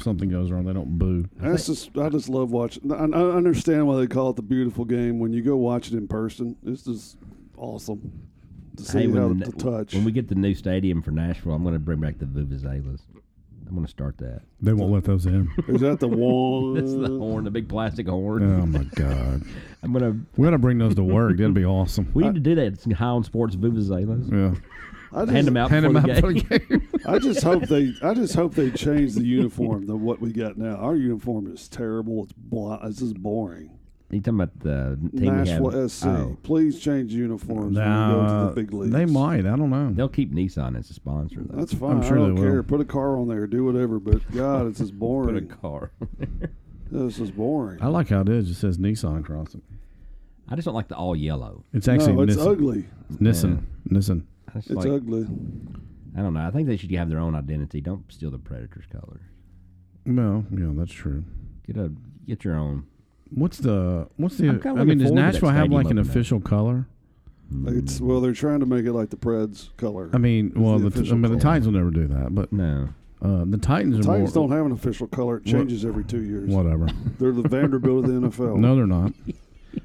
[SPEAKER 3] Something goes wrong. They don't boo.
[SPEAKER 2] That's just I just love watching. I, I understand why they call it the beautiful game. When you go watch it in person, it's just awesome to see how
[SPEAKER 4] the
[SPEAKER 2] to
[SPEAKER 4] ne-
[SPEAKER 2] touch.
[SPEAKER 4] when we get the new stadium for Nashville, I'm going to bring back the vuvuzelas. I'm going to start that.
[SPEAKER 3] They won't let those in.
[SPEAKER 2] Is that the
[SPEAKER 4] That's the
[SPEAKER 2] one?
[SPEAKER 4] horn, the big plastic horn.
[SPEAKER 3] oh my god.
[SPEAKER 4] I'm going to.
[SPEAKER 3] We gotta bring those to work. That'd be awesome.
[SPEAKER 4] We need to do that. It's high on sports
[SPEAKER 2] Mm.
[SPEAKER 4] vuvuzelas.
[SPEAKER 3] yeah.
[SPEAKER 2] I just,
[SPEAKER 4] Hand them out
[SPEAKER 3] Hand
[SPEAKER 4] before
[SPEAKER 3] them out
[SPEAKER 4] the
[SPEAKER 3] for
[SPEAKER 4] game.
[SPEAKER 3] the game.
[SPEAKER 2] I just hope they. I just hope they change the uniform to what we got now. Our uniform is terrible. It's blah. It's just boring.
[SPEAKER 4] you talking about the team we
[SPEAKER 2] Nashville
[SPEAKER 4] have?
[SPEAKER 2] SC,
[SPEAKER 4] Oh,
[SPEAKER 2] please change uniforms when you go to the big leagues.
[SPEAKER 3] they might. I don't know.
[SPEAKER 4] they'll keep Nissan as a sponsor. Though.
[SPEAKER 2] That's fine.
[SPEAKER 3] I'm sure
[SPEAKER 2] I don't
[SPEAKER 3] they will.
[SPEAKER 2] care. Put a car on there. Do whatever. But God, it's just
[SPEAKER 4] Put a
[SPEAKER 2] boring.
[SPEAKER 4] car.
[SPEAKER 2] this is boring.
[SPEAKER 3] I like how it is. It says Nissan across it.
[SPEAKER 4] I just don't like the all yellow.
[SPEAKER 3] It's actually
[SPEAKER 2] no, it's
[SPEAKER 3] Nissan.
[SPEAKER 2] ugly.
[SPEAKER 3] Nissan. Nissan.
[SPEAKER 4] I just
[SPEAKER 2] It's
[SPEAKER 4] like-
[SPEAKER 2] ugly.
[SPEAKER 4] I don't know. I think they should have their own identity. Don't steal the Predators' colors.
[SPEAKER 3] Well, yeah, that's true.
[SPEAKER 4] Get a get your own.
[SPEAKER 3] What's the what's
[SPEAKER 4] I'm
[SPEAKER 3] the
[SPEAKER 4] kinda
[SPEAKER 3] I
[SPEAKER 4] looking
[SPEAKER 3] mean, does
[SPEAKER 4] forward to that
[SPEAKER 3] Nashville have
[SPEAKER 4] stadium
[SPEAKER 3] like an
[SPEAKER 4] opening up.
[SPEAKER 3] official color?
[SPEAKER 2] It's well, they're trying to make it like the Preds color.
[SPEAKER 3] I mean, well,
[SPEAKER 2] the
[SPEAKER 3] the, t- I
[SPEAKER 2] official
[SPEAKER 3] mean, the
[SPEAKER 2] color.
[SPEAKER 3] Titans will never do that, but
[SPEAKER 4] No,
[SPEAKER 3] uh, the Titans are
[SPEAKER 2] Titans
[SPEAKER 3] more
[SPEAKER 2] don't have an official color. It changes every two years.
[SPEAKER 3] whatever.
[SPEAKER 2] They're the Vanderbilt of the NFL.
[SPEAKER 3] no, they're not.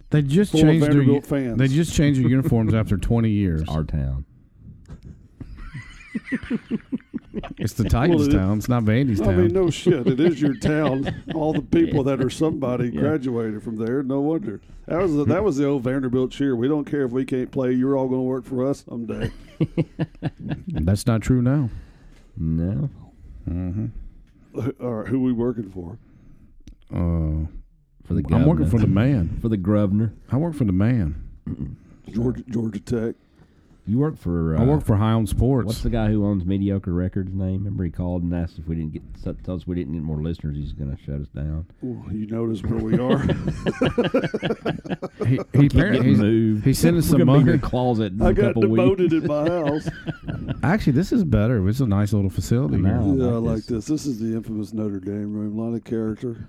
[SPEAKER 3] They just
[SPEAKER 2] Full of
[SPEAKER 3] changed their u-
[SPEAKER 2] Vanderbilt fans.
[SPEAKER 3] they just changed their uniforms after 20 years.
[SPEAKER 4] our town.
[SPEAKER 3] It's the Titans
[SPEAKER 2] it-
[SPEAKER 3] town. It's not Vandy's
[SPEAKER 2] I
[SPEAKER 3] town.
[SPEAKER 2] mean, no shit. It is your town. All the people that are somebody graduated from there. No wonder. That was the, that was the old Vanderbilt cheer. We don't care if we can't play. You're all going to work for us someday.
[SPEAKER 3] That's not true now.
[SPEAKER 4] No,
[SPEAKER 2] all right, who we working for?
[SPEAKER 3] Uh,
[SPEAKER 4] for the
[SPEAKER 3] I'm working
[SPEAKER 4] governor.
[SPEAKER 3] for the man.
[SPEAKER 4] for the governor.
[SPEAKER 3] I work for the man.
[SPEAKER 2] Georgia, Georgia Tech.
[SPEAKER 4] You work for. Uh,
[SPEAKER 3] I work for High on Sports.
[SPEAKER 4] What's the guy who owns Mediocre Records' name? Remember, he called and asked if we didn't get told us we didn't get more listeners. He's going to shut us down.
[SPEAKER 2] Well, you notice where we are.
[SPEAKER 3] he he apparently
[SPEAKER 4] Get
[SPEAKER 3] he's,
[SPEAKER 4] moved.
[SPEAKER 3] he sent us
[SPEAKER 4] We're
[SPEAKER 3] some
[SPEAKER 4] gonna be in your
[SPEAKER 3] money.
[SPEAKER 4] closet. In
[SPEAKER 2] I
[SPEAKER 4] a
[SPEAKER 2] got
[SPEAKER 4] couple weeks.
[SPEAKER 2] demoted in my house.
[SPEAKER 3] Actually, this is better. It's a nice little facility.
[SPEAKER 4] I know.
[SPEAKER 3] here.
[SPEAKER 2] yeah, I
[SPEAKER 4] like
[SPEAKER 2] like this. This is the infamous Notre Dame room. A lot of character.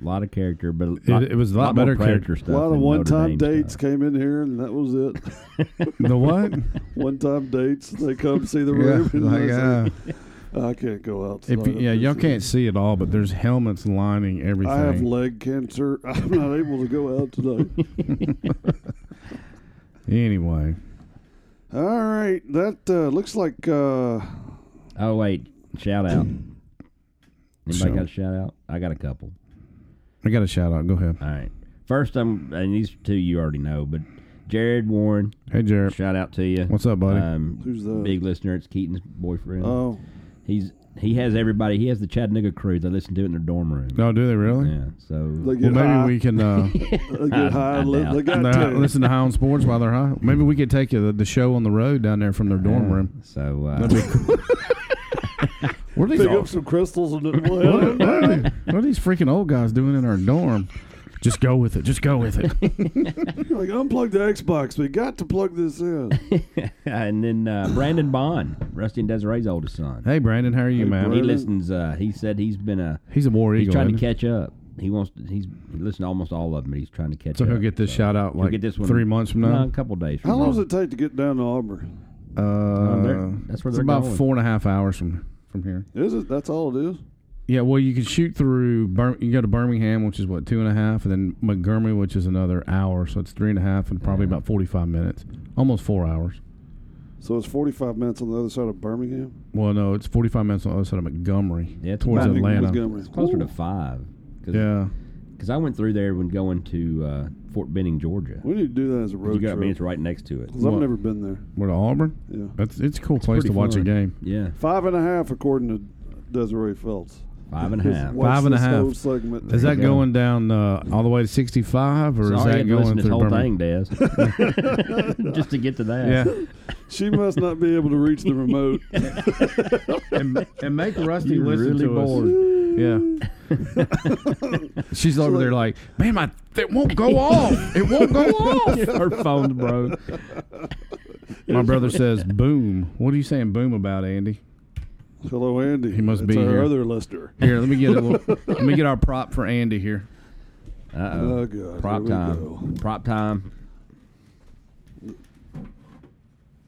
[SPEAKER 4] A lot of character, but a lot,
[SPEAKER 3] it was a lot
[SPEAKER 4] more
[SPEAKER 3] better
[SPEAKER 4] Predator
[SPEAKER 3] character.
[SPEAKER 2] A
[SPEAKER 4] stuff.
[SPEAKER 2] lot of
[SPEAKER 4] than
[SPEAKER 2] one time
[SPEAKER 4] Notre Dame
[SPEAKER 2] dates
[SPEAKER 4] stuff.
[SPEAKER 2] came in here, and that was it.
[SPEAKER 3] The what?
[SPEAKER 2] one time dates. They come see the
[SPEAKER 3] yeah,
[SPEAKER 2] room. and
[SPEAKER 3] like,
[SPEAKER 2] that's
[SPEAKER 3] uh,
[SPEAKER 2] it. I can't go out.
[SPEAKER 3] if you- yeah, y'all can't see it all, but there's helmets lining everything.
[SPEAKER 2] I have leg cancer. I'm not able to go out tonight.
[SPEAKER 3] anyway,
[SPEAKER 2] All right, that uh, looks like uh,
[SPEAKER 4] Oh wait, shout out. Anybody
[SPEAKER 3] Shout.
[SPEAKER 4] got a shout out? I got a couple.
[SPEAKER 3] I got a shout out. Go ahead.
[SPEAKER 4] All right. First, I'm and these two you already know, but Jared Warren,
[SPEAKER 3] Hey, Jared.
[SPEAKER 4] shout out to you.
[SPEAKER 3] What's up, buddy?
[SPEAKER 4] Um,
[SPEAKER 2] Who's the-
[SPEAKER 4] big listener? It's Keaton's boyfriend.
[SPEAKER 2] oh,
[SPEAKER 4] He's he has everybody. He has the Chattanooga crew. They listen to it in their dorm room.
[SPEAKER 3] no, do they really?
[SPEAKER 4] Yeah. So
[SPEAKER 2] they
[SPEAKER 3] Well,
[SPEAKER 2] get
[SPEAKER 3] maybe
[SPEAKER 2] high,
[SPEAKER 3] we can uh,
[SPEAKER 2] they get high,
[SPEAKER 4] I
[SPEAKER 2] li-
[SPEAKER 4] doubt
[SPEAKER 2] they
[SPEAKER 4] it.
[SPEAKER 2] got
[SPEAKER 3] they're out-
[SPEAKER 2] to.
[SPEAKER 3] listen to High on Sports while they're high. Maybe we could take you the, the show on the road down there from their dorm room.
[SPEAKER 4] uh, So uh,
[SPEAKER 3] That'd be cool. what, are these
[SPEAKER 2] pick
[SPEAKER 3] old,
[SPEAKER 2] up some crystals and then- well,
[SPEAKER 3] what are these- what are these freaking old guys doing in our dorm? Just go with it. Just go with it.
[SPEAKER 2] like unplug the Xbox. We got to plug this in.
[SPEAKER 4] and then uh, Brandon Bond, Rusty and Desiree's oldest son.
[SPEAKER 3] hey, Brandon, how are you, man?
[SPEAKER 4] he listens. Uh, he said he's been a
[SPEAKER 3] He's a war
[SPEAKER 4] he's
[SPEAKER 3] eagle.
[SPEAKER 4] trying to
[SPEAKER 3] isn't he?
[SPEAKER 4] catch up. He wants. To, he's he listened to almost all of them. But he's trying to catch
[SPEAKER 3] so
[SPEAKER 4] up.
[SPEAKER 3] he'll get this shout out
[SPEAKER 4] He'll
[SPEAKER 3] like
[SPEAKER 4] get this one
[SPEAKER 3] three months from
[SPEAKER 4] No,
[SPEAKER 3] now.
[SPEAKER 4] a couple days. From
[SPEAKER 2] How long does
[SPEAKER 4] now.
[SPEAKER 2] it take to get down to Auburn?
[SPEAKER 3] Uh,
[SPEAKER 4] they're- that's where
[SPEAKER 3] it's
[SPEAKER 4] they're
[SPEAKER 3] about
[SPEAKER 4] going.
[SPEAKER 3] four and a half hours from from here.
[SPEAKER 2] Is it? That's all it is.
[SPEAKER 3] Yeah, well, you can shoot through. Bir- you go to Birmingham, which is what two and a half, and then Montgomery, which is another hour. So it's three and a half and probably about forty-five minutes, almost four hours.
[SPEAKER 2] So it's 45 minutes on the other side of Birmingham.
[SPEAKER 3] Well, no, it's forty-five minutes on the other side of Montgomery,
[SPEAKER 4] Yeah, it's
[SPEAKER 3] towards
[SPEAKER 4] about-
[SPEAKER 3] Atlanta.
[SPEAKER 2] Montgomery.
[SPEAKER 4] It's closer to five. Cause,
[SPEAKER 3] Yeah,
[SPEAKER 4] 'cause I went through there when going to uh, Fort Benning, Georgia.
[SPEAKER 2] We need to do that as a
[SPEAKER 4] You
[SPEAKER 2] road
[SPEAKER 4] got I
[SPEAKER 2] trip.
[SPEAKER 4] mean, it's right next to it.
[SPEAKER 2] Because I've never been there.
[SPEAKER 3] we're to Auburn.
[SPEAKER 2] Yeah.
[SPEAKER 3] That's it's a cool place to
[SPEAKER 4] pretty
[SPEAKER 3] watch a
[SPEAKER 4] fun.
[SPEAKER 3] game.
[SPEAKER 4] Yeah,
[SPEAKER 2] Five and a half, according to Desiree Phelps.
[SPEAKER 4] five and a
[SPEAKER 2] Just
[SPEAKER 4] half.
[SPEAKER 2] watch
[SPEAKER 3] Five and a
[SPEAKER 2] this
[SPEAKER 3] half.
[SPEAKER 2] whole segment.
[SPEAKER 3] Is that
[SPEAKER 4] you go.
[SPEAKER 3] going down uh, all the way to sixty-five, or
[SPEAKER 4] Sorry,
[SPEAKER 3] is
[SPEAKER 4] I
[SPEAKER 3] that
[SPEAKER 4] had to listen
[SPEAKER 3] going
[SPEAKER 4] to this
[SPEAKER 3] through
[SPEAKER 4] whole
[SPEAKER 3] Birmingham?
[SPEAKER 4] thing, Daz, just to get to that.
[SPEAKER 3] Yeah,
[SPEAKER 2] she must not be able to reach the remote.
[SPEAKER 3] and, and make Rusty
[SPEAKER 4] You're
[SPEAKER 3] listen
[SPEAKER 4] really
[SPEAKER 3] to
[SPEAKER 4] bored.
[SPEAKER 3] us. Yeah, she's over there like, man, my it won't go off. It won't go off.
[SPEAKER 4] Her phone's broke.
[SPEAKER 3] My brother says, "Boom." What are you saying, "boom" about Andy?
[SPEAKER 2] Hello, Andy. He
[SPEAKER 3] must
[SPEAKER 2] That's
[SPEAKER 3] be
[SPEAKER 2] our
[SPEAKER 3] here.
[SPEAKER 2] other listener.
[SPEAKER 3] Here, let me get a little, let me get our prop for Andy here.
[SPEAKER 4] Uh-oh.
[SPEAKER 2] Oh, God. Here
[SPEAKER 4] Prop
[SPEAKER 2] we go.
[SPEAKER 4] time. Prop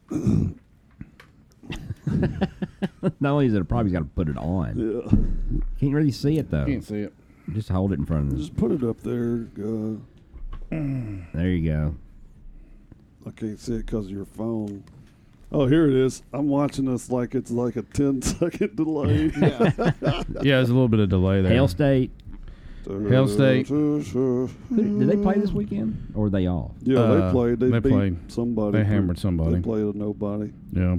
[SPEAKER 4] time. Not only is it a prop, he's got to put it on.
[SPEAKER 2] Yeah.
[SPEAKER 4] Can't really see it though.
[SPEAKER 3] see it.
[SPEAKER 4] Just hold it in front of us.
[SPEAKER 2] Just put it up there. Uh,
[SPEAKER 4] There you go.
[SPEAKER 2] I can't see it because of your phone. Oh, here it is. I'm watching this like it's like a 10 second delay. Yeah.
[SPEAKER 3] Yeah, there's a little bit of delay there.
[SPEAKER 4] Hail State.
[SPEAKER 2] Hell
[SPEAKER 3] State.
[SPEAKER 4] Did they play this weekend? Or are they off?
[SPEAKER 2] Yeah,
[SPEAKER 3] Uh,
[SPEAKER 2] they played. They,
[SPEAKER 3] they
[SPEAKER 2] beat
[SPEAKER 3] played.
[SPEAKER 2] somebody.
[SPEAKER 3] They hammered somebody.
[SPEAKER 2] They played a nobody.
[SPEAKER 3] Yeah.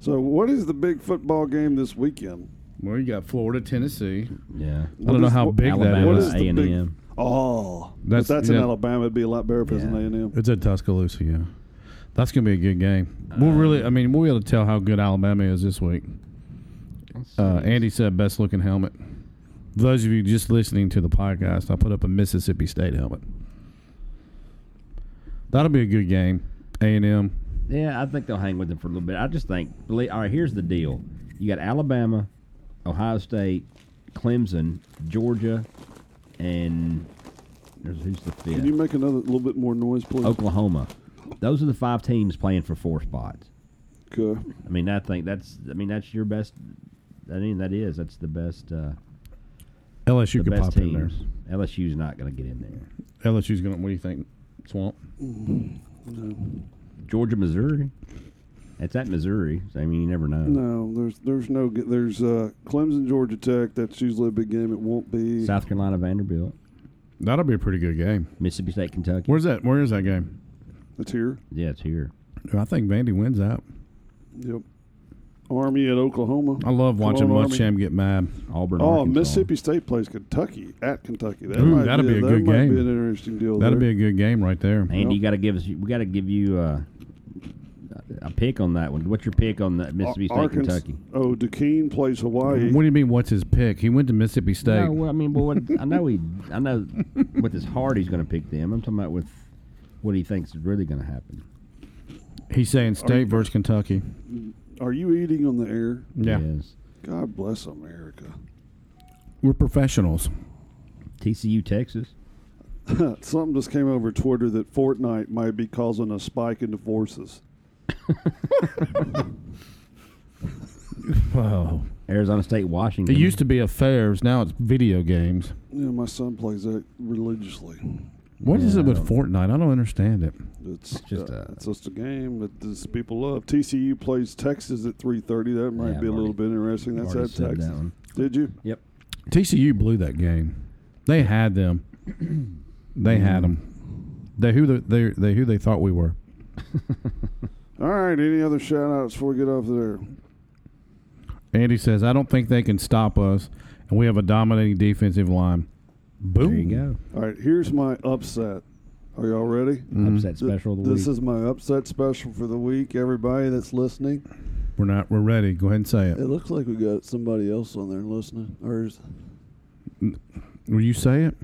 [SPEAKER 2] So, what is the big football game this weekend?
[SPEAKER 3] Well, you got Florida, Tennessee.
[SPEAKER 4] Yeah.
[SPEAKER 3] I don't know how big
[SPEAKER 4] Alabama,
[SPEAKER 3] that
[SPEAKER 2] what
[SPEAKER 3] is.
[SPEAKER 2] is the
[SPEAKER 4] A&M.
[SPEAKER 2] big- Oh, that's,
[SPEAKER 3] That's-
[SPEAKER 2] that's in
[SPEAKER 3] yeah.
[SPEAKER 2] Alabama. It'd be a lot better if it was in
[SPEAKER 4] Yeah.
[SPEAKER 2] A&M.
[SPEAKER 3] It's at Tuscaloosa. Yeah, that's gonna be a good game. we'll really, I mean, we'll be able to tell how good Alabama is this week. Uh, Andy said best looking helmet. For those of you just listening to the podcast, I put up a Mississippi State helmet. That'll be a good game. A and M.
[SPEAKER 4] Yeah, I think they'll hang with them for a little bit. I just think, believe, all right, here's the deal. You got Alabama, Ohio State, Clemson, Georgia, and there's, who's the fifth?
[SPEAKER 2] Can you make another little bit more noise, please?
[SPEAKER 4] Oklahoma. Those are the five teams playing for four spots.
[SPEAKER 2] Okay.
[SPEAKER 4] I mean, I think that's. I mean, that's your best. I mean, that is. That's the best. Uh,
[SPEAKER 3] LSU
[SPEAKER 4] the
[SPEAKER 3] could
[SPEAKER 4] best
[SPEAKER 3] pop in there.
[SPEAKER 4] teams. LSU's not going to get in there.
[SPEAKER 3] LSU's gonna. What do you think, Swamp?
[SPEAKER 4] Georgia, Missouri. It's at Missouri. So, I mean, you never know.
[SPEAKER 2] No, there's there's no g- there's uh, Clemson Georgia Tech. That's usually a big game. It won't be.
[SPEAKER 4] South Carolina, Vanderbilt,
[SPEAKER 3] That'll be a pretty good game.
[SPEAKER 4] Mississippi State, Kentucky.
[SPEAKER 3] Where's that? Where is that game?
[SPEAKER 2] It's here.
[SPEAKER 4] Yeah, it's here.
[SPEAKER 3] I think Vandy wins out.
[SPEAKER 2] Yep. Army at Oklahoma.
[SPEAKER 3] I love
[SPEAKER 2] Come
[SPEAKER 3] watching
[SPEAKER 2] on, Army.
[SPEAKER 3] Muschamp get mad.
[SPEAKER 4] Auburn.
[SPEAKER 2] Oh,
[SPEAKER 4] Arkansas.
[SPEAKER 2] Mississippi State plays Kentucky at Kentucky. That
[SPEAKER 3] Ooh,
[SPEAKER 2] might
[SPEAKER 3] that'd be a
[SPEAKER 2] that
[SPEAKER 3] good
[SPEAKER 2] might
[SPEAKER 3] game.
[SPEAKER 2] Be an interesting deal.
[SPEAKER 3] That'll be
[SPEAKER 2] there.
[SPEAKER 3] a good game right there.
[SPEAKER 4] Andy, you got to give us. We got to give you uh, a pick on that one. What's your pick on that Mississippi State,
[SPEAKER 2] Arkansas-
[SPEAKER 4] Kentucky?
[SPEAKER 2] Oh, Duquesne plays Hawaii.
[SPEAKER 3] What do you mean? What's his pick? He went to Mississippi State.
[SPEAKER 4] No, well, I mean, well, what, I know he. I know with his heart he's going to pick them. I'm talking about with what he thinks is really going to happen.
[SPEAKER 3] He's saying State versus Kentucky.
[SPEAKER 2] Are you eating on the air?
[SPEAKER 3] Yeah,
[SPEAKER 4] Yes.
[SPEAKER 2] God bless America.
[SPEAKER 3] we're professionals.
[SPEAKER 4] TCU, Texas.
[SPEAKER 2] Something just came over Twitter that Fortnite might be causing a spike in divorces.
[SPEAKER 3] Wow.
[SPEAKER 4] Arizona State, Washington.
[SPEAKER 3] It used to be affairs. Now it's video games.
[SPEAKER 2] Yeah, my son plays that religiously.
[SPEAKER 3] What is
[SPEAKER 4] Yeah,
[SPEAKER 3] it
[SPEAKER 4] I
[SPEAKER 3] with
[SPEAKER 4] don't-
[SPEAKER 3] Fortnite? I don't understand it.
[SPEAKER 2] It's
[SPEAKER 4] Just,
[SPEAKER 2] just uh,
[SPEAKER 4] uh,
[SPEAKER 2] it's just a game that this people love. TCU plays Texas at three thirty. That might
[SPEAKER 4] Yeah,
[SPEAKER 2] be a
[SPEAKER 4] I've
[SPEAKER 2] little
[SPEAKER 4] already-
[SPEAKER 2] bit interesting. That's
[SPEAKER 4] already
[SPEAKER 2] at
[SPEAKER 4] said
[SPEAKER 2] Texas.
[SPEAKER 4] that one.
[SPEAKER 2] Did you?
[SPEAKER 4] Yep.
[SPEAKER 3] TCU blew that game. They had them. They had them. They who the, they they who they thought we were.
[SPEAKER 2] All right. Any other shout outs before we get off there?
[SPEAKER 3] Andy says, "I don't think they can stop us, and we have a dominating defensive line." Boom.
[SPEAKER 4] There you go.
[SPEAKER 2] All right. Here's my upset. Are y'all ready?
[SPEAKER 4] Upset Mm, special of the
[SPEAKER 2] This
[SPEAKER 4] week.
[SPEAKER 2] is my upset special for the week. Everybody that's listening,
[SPEAKER 3] We're not. We're ready. Go ahead and say
[SPEAKER 6] It
[SPEAKER 3] it.
[SPEAKER 6] looks like we got somebody else on there listening. Or is,
[SPEAKER 3] Will you say it?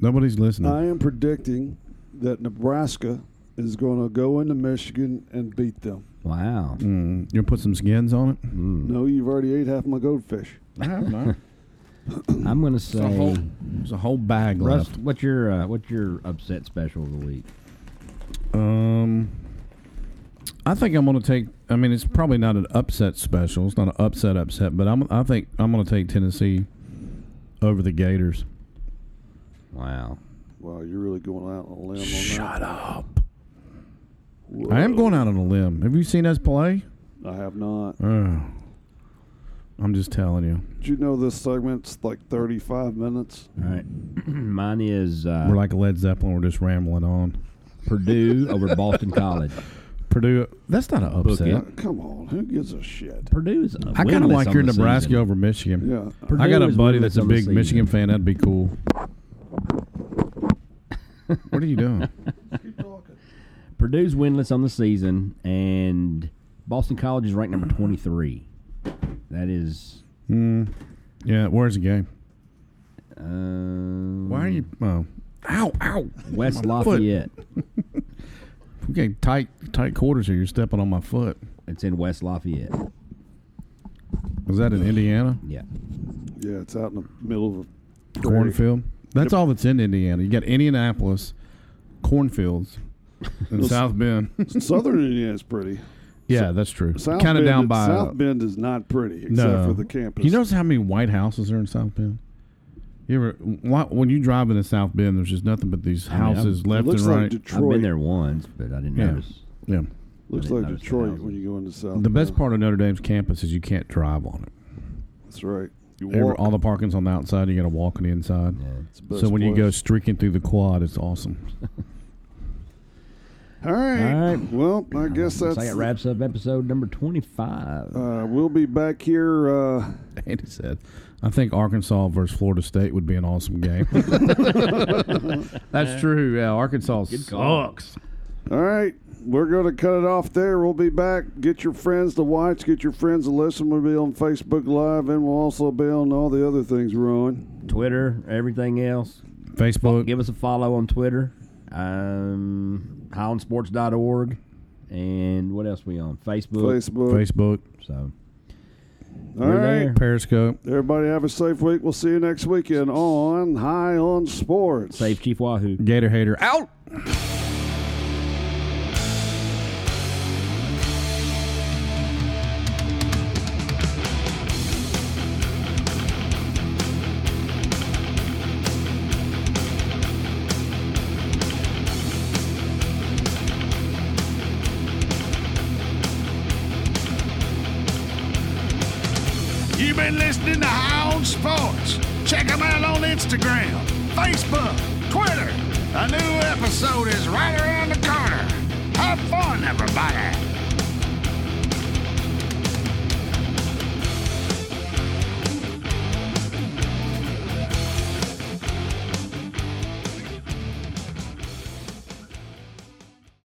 [SPEAKER 3] Nobody's listening.
[SPEAKER 2] I am predicting that Nebraska is going to go into Michigan and beat them.
[SPEAKER 4] wow.
[SPEAKER 3] Mm, you'll put some skins on it.
[SPEAKER 2] No, you've already ate half my goldfish.
[SPEAKER 3] I have not.
[SPEAKER 4] I'm gonna
[SPEAKER 3] There's a whole,
[SPEAKER 4] say,
[SPEAKER 3] there's a whole bag
[SPEAKER 4] Russ,
[SPEAKER 3] left.
[SPEAKER 4] what's your uh, what's your upset special of the week?
[SPEAKER 3] Um, I think I'm going to take. I mean, it's probably not an upset special. It's not an upset upset, but I'm. I think I'm going to take Tennessee over the Gators.
[SPEAKER 4] Wow.
[SPEAKER 2] Wow, you're really going out on a limb on that.
[SPEAKER 3] up. I am going out on a limb. Have you seen us play?
[SPEAKER 2] I have not.
[SPEAKER 3] Oh, I'm just telling you.
[SPEAKER 2] Did you know this segment's like 35 minutes?
[SPEAKER 4] All right. Mine is uh,
[SPEAKER 3] We're like Led Zeppelin. We're just rambling on.
[SPEAKER 4] Purdue over Boston College.
[SPEAKER 3] Purdue. That's not an upset.
[SPEAKER 4] it.
[SPEAKER 2] Come on, who gives a shit?
[SPEAKER 4] Purdue is.
[SPEAKER 3] I kind of
[SPEAKER 4] winless
[SPEAKER 3] like
[SPEAKER 4] on
[SPEAKER 3] your
[SPEAKER 4] the
[SPEAKER 3] Nebraska
[SPEAKER 4] season.
[SPEAKER 3] over Michigan.
[SPEAKER 2] Yeah. uh,
[SPEAKER 3] I got
[SPEAKER 4] Purdue
[SPEAKER 3] a
[SPEAKER 4] is
[SPEAKER 3] buddy
[SPEAKER 4] winless
[SPEAKER 3] that's a
[SPEAKER 4] on the
[SPEAKER 3] big
[SPEAKER 4] season.
[SPEAKER 3] Michigan fan. That'd be cool. what are you doing?
[SPEAKER 4] Purdue's winless on the season, and Boston College is ranked number 23. That is.
[SPEAKER 3] Yeah, where's the game?
[SPEAKER 4] uh, Um,
[SPEAKER 3] Why are you? Oh, ow, ow!
[SPEAKER 4] West
[SPEAKER 3] My foot.
[SPEAKER 4] Lafayette.
[SPEAKER 3] Okay, tight, tight quarters here. You're stepping on my foot.
[SPEAKER 4] It's in West Lafayette.
[SPEAKER 3] Was that in Indiana
[SPEAKER 4] Yeah.
[SPEAKER 2] Yeah, it's out in the middle of a
[SPEAKER 3] cornfield? That's all that's in Indiana. You got Indianapolis cornfields and South Bend.
[SPEAKER 2] Southern Indiana is pretty.
[SPEAKER 3] yeah, that's true.
[SPEAKER 2] South
[SPEAKER 3] Kind of
[SPEAKER 2] Bend-
[SPEAKER 3] down by. uh,
[SPEAKER 2] South Bend is not pretty except
[SPEAKER 3] no,
[SPEAKER 2] for the campus.
[SPEAKER 3] You notice how many White Houses are in South Bend? You ever why- when you drive into South Bend, there's just nothing but these
[SPEAKER 4] mean,
[SPEAKER 3] houses
[SPEAKER 2] it
[SPEAKER 3] left and
[SPEAKER 2] looks like
[SPEAKER 3] right.
[SPEAKER 2] Detroit.
[SPEAKER 4] I've been there once, but I didn't
[SPEAKER 3] Yeah.
[SPEAKER 4] notice.
[SPEAKER 3] yeah.
[SPEAKER 2] Looks
[SPEAKER 4] I
[SPEAKER 2] like
[SPEAKER 4] didn't notice the
[SPEAKER 2] Detroit
[SPEAKER 4] houses.
[SPEAKER 2] when you go into South.
[SPEAKER 3] The best
[SPEAKER 2] Bend.
[SPEAKER 3] part of Notre Dame's campus is you can't drive on it.
[SPEAKER 2] That's right. You
[SPEAKER 3] Every-
[SPEAKER 2] walk.
[SPEAKER 3] all the parking's on the outside. You got to walk on the inside.
[SPEAKER 2] It's the
[SPEAKER 3] So
[SPEAKER 2] best
[SPEAKER 3] when you go
[SPEAKER 2] place.
[SPEAKER 3] streaking through the quad, it's awesome.
[SPEAKER 2] all right.
[SPEAKER 4] All right.
[SPEAKER 2] Well, I guess
[SPEAKER 4] So
[SPEAKER 2] that's.
[SPEAKER 4] that wraps up episode number 25.
[SPEAKER 2] uh, we'll be back here. Uh,
[SPEAKER 3] Andy said, "I think Arkansas versus Florida State would be an awesome game." That's true. Yeah, Arkansas
[SPEAKER 4] call.
[SPEAKER 3] sucks.
[SPEAKER 2] all right. We're going to cut it off there. We'll be back. Get your friends to watch. Get your friends to listen. We'll be on Facebook Live, and we'll also be on all the other things we're on.
[SPEAKER 4] Twitter, everything else.
[SPEAKER 3] Facebook.
[SPEAKER 4] Give us a follow on Twitter, um, highlandsports.org, and what else we on? Uh, Facebook.
[SPEAKER 2] Facebook.
[SPEAKER 3] Facebook.
[SPEAKER 4] So
[SPEAKER 2] all
[SPEAKER 4] we're
[SPEAKER 2] right.
[SPEAKER 4] there.
[SPEAKER 3] Periscope.
[SPEAKER 2] Everybody have a safe week. We'll see you next weekend on High on Sports.
[SPEAKER 4] Safe Chief Wahoo.
[SPEAKER 3] Gator Hater. Out.
[SPEAKER 1] You've been listening to Hound Sports. Check them out on Instagram, Facebook, Twitter. A new episode is right around the corner. Have fun, everybody.